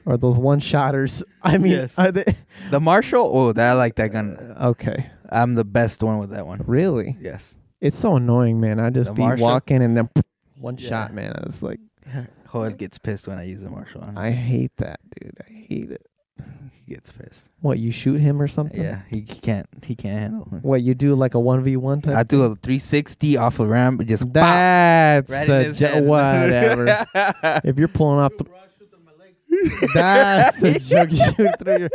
Speaker 1: Are those one shotters? I mean,
Speaker 2: Yes.
Speaker 1: are they?
Speaker 2: The Marshall, oh, that, I like that
Speaker 1: Uh,
Speaker 2: gun.
Speaker 1: Okay.
Speaker 2: I'm the best one with that one.
Speaker 1: Really?
Speaker 2: Yes.
Speaker 1: It's so annoying, man. I just
Speaker 2: The
Speaker 1: be
Speaker 2: Marshall?
Speaker 1: walking and then one
Speaker 2: Yeah.
Speaker 1: shot, man. I was like.
Speaker 2: Hoed gets pissed when I use the Marshall.
Speaker 1: I hate that, dude. I hate it.
Speaker 2: He gets pissed.
Speaker 1: What you shoot him or something?
Speaker 2: Yeah, he, he can't. He can't handle. it.
Speaker 1: What you do like a one v one
Speaker 2: I
Speaker 1: type?
Speaker 2: do a 360 off a ramp. and Just pop
Speaker 1: That's
Speaker 2: right in
Speaker 1: a
Speaker 2: his
Speaker 1: jo-
Speaker 2: head.
Speaker 1: whatever. if you're pulling off, th- that's a joke. You shoot through your.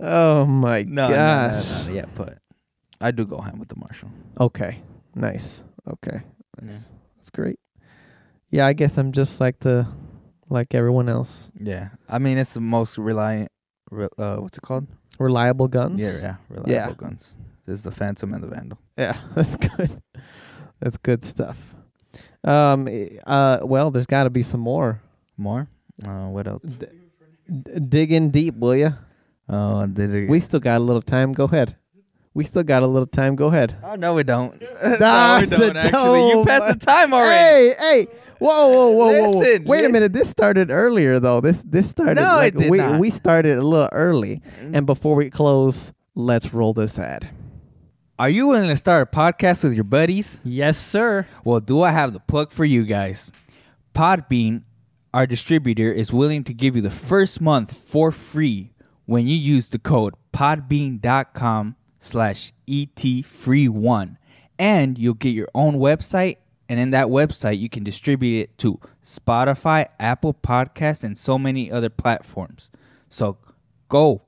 Speaker 1: Oh my
Speaker 2: no, no, no,
Speaker 1: gosh.
Speaker 2: no, no, yeah, but I do go ham with the marshal.
Speaker 1: Okay. Nice. Okay. That's, that's great. Yeah, I guess I'm just like the like everyone else.
Speaker 2: Yeah, I mean it's the most reliant. Re, uh, what's it called?
Speaker 1: Reliable guns.
Speaker 2: Yeah, yeah, reliable
Speaker 1: Yeah.
Speaker 2: guns. There's the Phantom and the Vandal.
Speaker 1: Yeah, that's good. That's good stuff. Um i- uh well, there's got to be some more.
Speaker 2: More? Uh, what else?
Speaker 1: D- d- dig in deep, will ya?
Speaker 2: Oh, I did it?
Speaker 1: Mm. We still got a little time. Go ahead. We still got a little time. Go ahead.
Speaker 2: Oh no, we don't. no, we
Speaker 1: That's
Speaker 2: don't.
Speaker 1: a
Speaker 2: Actually, you
Speaker 1: dope.
Speaker 2: passed the time already.
Speaker 1: Hey, hey. Whoa, whoa, whoa, whoa, whoa.
Speaker 2: Listen,
Speaker 1: Wait a
Speaker 2: listen.
Speaker 1: minute. This started earlier though. This this started
Speaker 2: No,
Speaker 1: like
Speaker 2: it did
Speaker 1: we
Speaker 2: not. Mm.
Speaker 1: we started a little early. And before we close, let's roll this ad.
Speaker 2: Are you willing to start a podcast with your buddies?
Speaker 5: Yes, sir.
Speaker 2: Well, do I have the plug for you guys? Podbean, our distributor, is willing to give you the first month for free when you use the code podbean.com slash etfree1. And you'll get your own website, and in that website, you can distribute it to Spotify, Apple Podcasts, and so many other platforms. So go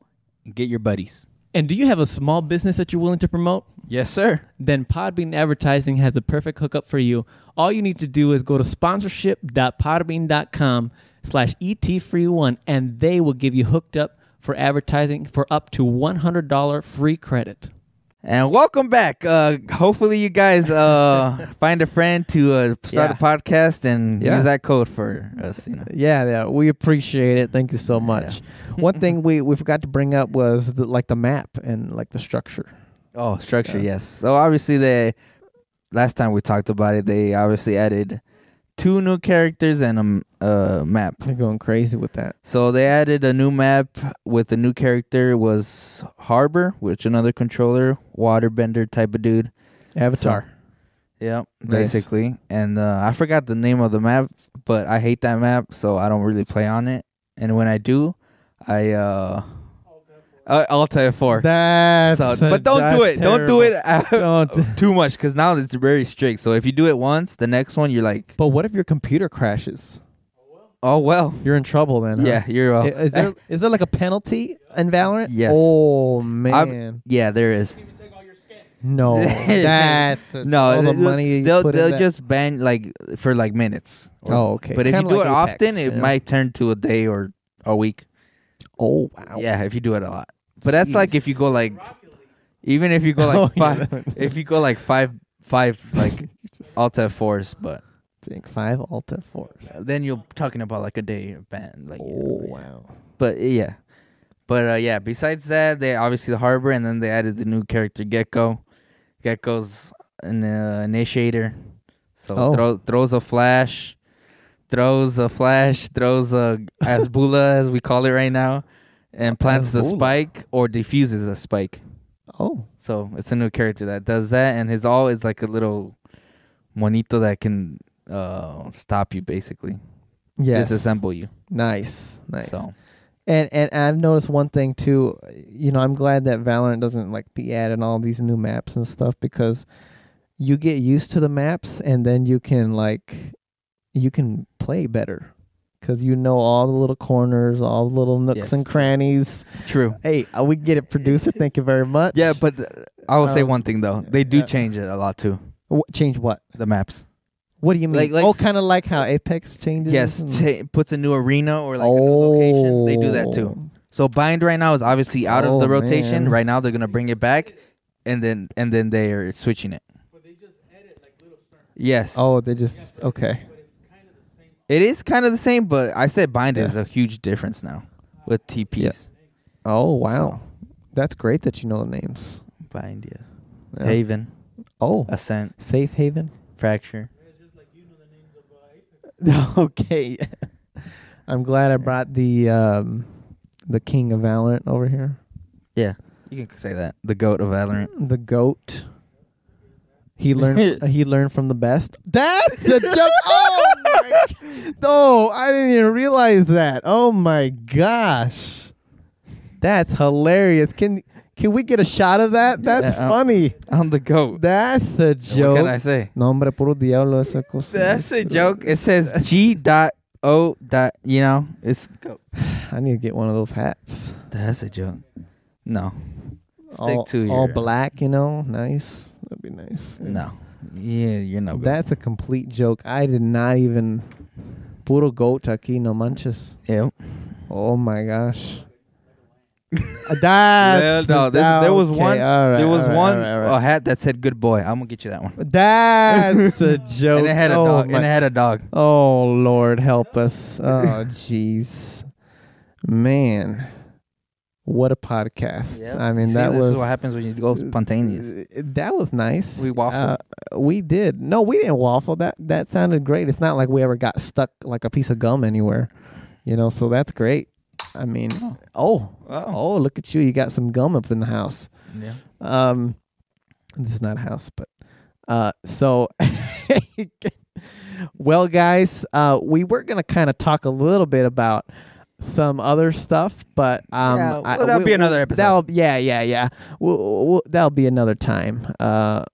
Speaker 2: and get your buddies.
Speaker 6: And do you have a small business that you're willing to promote?
Speaker 2: Yes, sir.
Speaker 6: Then Podbean Advertising has the perfect hookup for you. All you need to do is go to sponsorship.podbean.com slash E etfree1 and they will give you hooked up for advertising for up to $100 free credit.
Speaker 2: And welcome back. Uh, hopefully, you guys uh, find a friend to uh,
Speaker 1: Yeah.
Speaker 2: start a podcast and
Speaker 1: Yeah.
Speaker 2: use that code for us. You know.
Speaker 1: Yeah, yeah, we appreciate it. Thank you so much. One thing we, we forgot to bring up was the, like the map and like the structure.
Speaker 2: Oh, structure, yes. So obviously, they last time we talked about it, they obviously added two new characters and a m- a map.
Speaker 1: They're going crazy with that.
Speaker 2: So they added a new map with a new character was Harbor, which another controller, waterbender type of dude.
Speaker 1: Avatar.
Speaker 2: Yeah,
Speaker 1: Nice.
Speaker 2: basically. And uh, I forgot the name of the map, but I hate that map, so I don't really play on it. And when I do, I uh, uh I'll type four.
Speaker 1: That's
Speaker 2: So-
Speaker 1: a-
Speaker 2: but don't do
Speaker 1: that's
Speaker 2: it. Don't do it
Speaker 1: terrible. Don't.
Speaker 2: too much because now it's very strict. So if you do it once, the next one you're like,
Speaker 1: But what if your computer crashes?
Speaker 2: oh well,
Speaker 1: You're in trouble then. huh?
Speaker 2: yeah, you're.
Speaker 1: I-
Speaker 2: Uh,
Speaker 1: Is there is there like a penalty in Valorant?
Speaker 2: Yes.
Speaker 1: Oh man.
Speaker 2: yeah, there is.
Speaker 1: no. That's a-
Speaker 2: No,
Speaker 1: all the
Speaker 2: they'll-
Speaker 1: money. you
Speaker 2: they'll
Speaker 1: put in
Speaker 2: they'll
Speaker 1: that-
Speaker 2: just ban like for like minutes.
Speaker 1: Oh okay.
Speaker 2: But if
Speaker 1: Kinda
Speaker 2: you do
Speaker 1: like
Speaker 2: it
Speaker 1: Apex,
Speaker 2: often, it
Speaker 1: yeah.
Speaker 2: might turn to a day or a week.
Speaker 1: Oh wow.
Speaker 2: Yeah, if you do it a lot. But that's like if you
Speaker 1: Jeez.
Speaker 2: go like, even if you go
Speaker 1: Oh,
Speaker 2: like
Speaker 1: yeah,
Speaker 2: five,
Speaker 1: that one.
Speaker 2: if you go like five, five like Alta fours, but
Speaker 1: Think five Alta fours.
Speaker 2: then you're talking about like a day of ban, like. you know,
Speaker 1: Oh
Speaker 2: yeah.
Speaker 1: wow.
Speaker 2: But eh, yeah, but uh, yeah. Besides that, they obviously the harbor, and then they added the new character Gecko. Gecko's an uh, initiator, so
Speaker 1: Oh.
Speaker 2: throw, throws a flash, throws a flash, throws a asbula as we call it right now, and plants the
Speaker 1: Azbula.
Speaker 2: spike or defuses a spike.
Speaker 1: Oh.
Speaker 2: So it's a new character that does that, and his all is like a little monito that can uh, stop you basically,
Speaker 1: Yes.
Speaker 2: disassemble you.
Speaker 1: Nice. Nice.
Speaker 2: So
Speaker 1: And and I've noticed one thing too. You know, I'm glad that Valorant doesn't like be adding all these new maps and stuff because you get used to the maps and then you can like you can play better because you know all the little corners, all the little nooks
Speaker 2: Yes.
Speaker 1: and crannies.
Speaker 2: true.
Speaker 1: Hey, uh, we get it, producer. Thank you very much.
Speaker 2: Yeah, but th- I will say
Speaker 1: Um,
Speaker 2: one thing though. They do
Speaker 1: uh,
Speaker 2: change it a lot too.
Speaker 1: Wh- change what?
Speaker 2: The maps.
Speaker 1: What do you mean?
Speaker 2: Like- like-
Speaker 1: oh, kind of like how Apex changes.
Speaker 2: Yes,
Speaker 1: and-
Speaker 2: cha- puts a new arena or like a new location. They do that too.
Speaker 1: Oh.
Speaker 2: So bind right now is obviously out of
Speaker 1: Oh,
Speaker 2: the rotation.
Speaker 1: man.
Speaker 2: Right now they're gonna bring it back, and then and then they are switching it. Yes.
Speaker 1: Oh, they just okay.
Speaker 2: It is kind of the same, but I said bind is a huge difference now with TPs.
Speaker 1: Oh wow, that's great that you know the names.
Speaker 2: Bind, yeah.
Speaker 1: Yeah.
Speaker 2: Haven,
Speaker 1: Oh,
Speaker 2: Ascent,
Speaker 1: safe haven.
Speaker 2: Fracture.
Speaker 1: okay, I'm glad I brought the um, the king of Valorant over here.
Speaker 2: You can say that. The goat of Valorant.
Speaker 1: The goat. He learned. he learned from the best. That's the joke. Oh, my, no, I didn't even realize that. Oh my Oh, gosh, That's hilarious. Can can we get a shot of that? That's
Speaker 2: Yeah, uh,
Speaker 1: funny.
Speaker 2: I'm the goat.
Speaker 1: That's a
Speaker 2: What
Speaker 1: joke.
Speaker 2: can I say?
Speaker 1: No, hombre, puro diablo esa cosa.
Speaker 2: That's a joke. It says G dot O dot. You know, it's goat.
Speaker 1: I need to get one of those hats.
Speaker 2: That's a joke. No. Stick
Speaker 1: all,
Speaker 2: to your
Speaker 1: all black, you know, nice. That'd be nice.
Speaker 2: No. Yeah, you're no good.
Speaker 1: That's a complete joke. I did not even puro goat aquí, no manches.
Speaker 2: Yep.
Speaker 1: Oh my gosh. that
Speaker 2: no, this, there was
Speaker 1: okay,
Speaker 2: one.
Speaker 1: all right,
Speaker 2: there was
Speaker 1: all right,
Speaker 2: one
Speaker 1: all right, all right.
Speaker 2: a hat that said "Good boy." I'm gonna get you that one.
Speaker 1: That's a joke.
Speaker 2: And it had a
Speaker 1: oh,
Speaker 2: dog.
Speaker 1: my-
Speaker 2: And it had a dog.
Speaker 1: oh Lord, help us. Oh jeez, man, what a podcast. I mean,
Speaker 2: See,
Speaker 1: that
Speaker 2: this
Speaker 1: was
Speaker 2: is what happens when you go spontaneous.
Speaker 1: Uh, That was nice.
Speaker 2: We waffled.
Speaker 1: Uh, we did. No, we didn't waffle. That that sounded great. It's not like we ever got stuck like a piece of gum anywhere, you know. So that's great. I mean, oh, oh, look at you! You got some gum up in the house.
Speaker 2: Yeah.
Speaker 1: Um, this is not a house, but uh, so well, guys, uh, we were gonna kind of talk a little bit about some other stuff, but um,
Speaker 2: Yeah,
Speaker 1: I-
Speaker 2: well, that'll
Speaker 1: we-
Speaker 2: be another episode.
Speaker 1: That'll yeah, yeah, yeah. We'll, we'll, that'll be another time. Uh,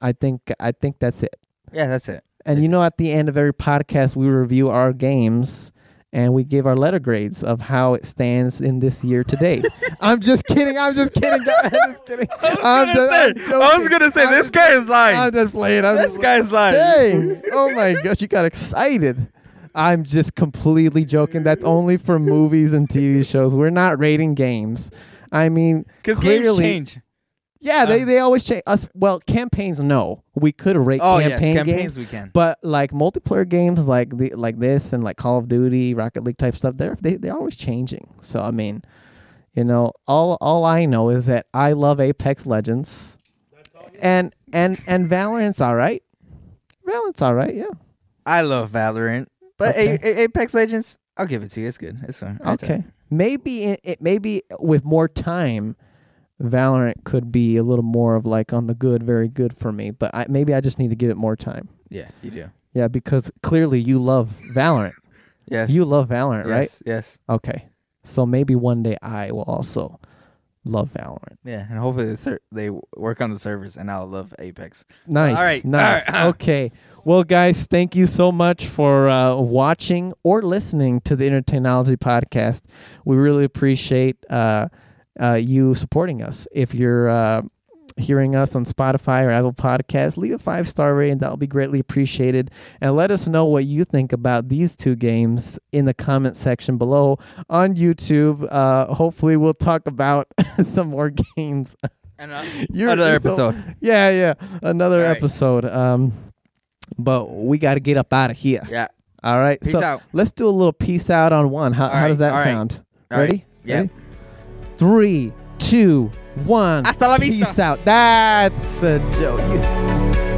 Speaker 1: I think I think that's it.
Speaker 2: Yeah, that's it.
Speaker 1: And you know, at the end of every podcast, we review our games and we give our letter grades of how it stands in this year today. I'm just kidding. I'm just kidding. guys, I'm just kidding. I'm just- I'm joking. I'm just-
Speaker 2: is lying.
Speaker 1: I'm just playing. I'm just-
Speaker 2: guy's lying.
Speaker 1: Dang! Oh my gosh, you got excited. I'm just completely joking. That's only for movies and TV shows. We're not rating games. I mean,
Speaker 2: Because games
Speaker 1: clearly,
Speaker 2: change.
Speaker 1: yeah, they,
Speaker 2: Uh.
Speaker 1: they always change. Us well, campaigns. No, we could rate
Speaker 2: Oh yes,
Speaker 1: campaign
Speaker 2: campaigns
Speaker 1: games,
Speaker 2: we can.
Speaker 1: but like multiplayer games, like the like this and like Call of Duty, Rocket League type stuff, they're they, they're always changing. So I mean, you know, all all I know is that I love Apex Legends, and and and Valorant's all right. Valorant's all right. Yeah.
Speaker 2: I love Valorant, but A-
Speaker 1: Okay.
Speaker 2: A- Apex Legends, I'll give it to you. It's good. It's fine. It's
Speaker 1: Okay. Maybe it, it maybe with more time, Valorant could be a little more of like on the good, very good for me. But I, maybe I just need to give it more time.
Speaker 2: Yeah, you do.
Speaker 1: Yeah, because clearly you love Valorant.
Speaker 2: Yes.
Speaker 1: You love Valorant, right?
Speaker 2: Yes, yes.
Speaker 1: Okay. So maybe one day I will also love Valorant.
Speaker 2: Yeah, and hopefully they, ser- they w- work on the servers, and I'll love Apex.
Speaker 1: Nice.
Speaker 2: All right, all
Speaker 1: Nice.
Speaker 2: right.
Speaker 1: Okay. Well, guys, thank you so much for uh, watching or listening to the Entertainology podcast. We really appreciate uh, uh, you supporting us. If you're uh, hearing us on Spotify or Apple Podcasts, leave a five star rating. That'll be greatly appreciated. And let us know what you think about these two games in the comment section below on YouTube. Uh, hopefully, we'll talk about some more games.
Speaker 2: And, uh,
Speaker 1: You're-
Speaker 2: another
Speaker 1: you're so-
Speaker 2: episode.
Speaker 1: Yeah, yeah. Another
Speaker 2: All right.
Speaker 1: episode. Um, but we got to get up out of here.
Speaker 2: yeah.
Speaker 1: All right.
Speaker 2: Peace
Speaker 1: so
Speaker 2: out.
Speaker 1: let's do a little peace out on one. How,
Speaker 2: All
Speaker 1: how does
Speaker 2: right,
Speaker 1: that
Speaker 2: all right,
Speaker 1: sound?
Speaker 2: all right.
Speaker 1: Ready?
Speaker 2: Yeah.
Speaker 1: Ready? Three, two, one.
Speaker 2: Hasta la
Speaker 1: peace
Speaker 2: vista.
Speaker 1: out. That's a joke. You-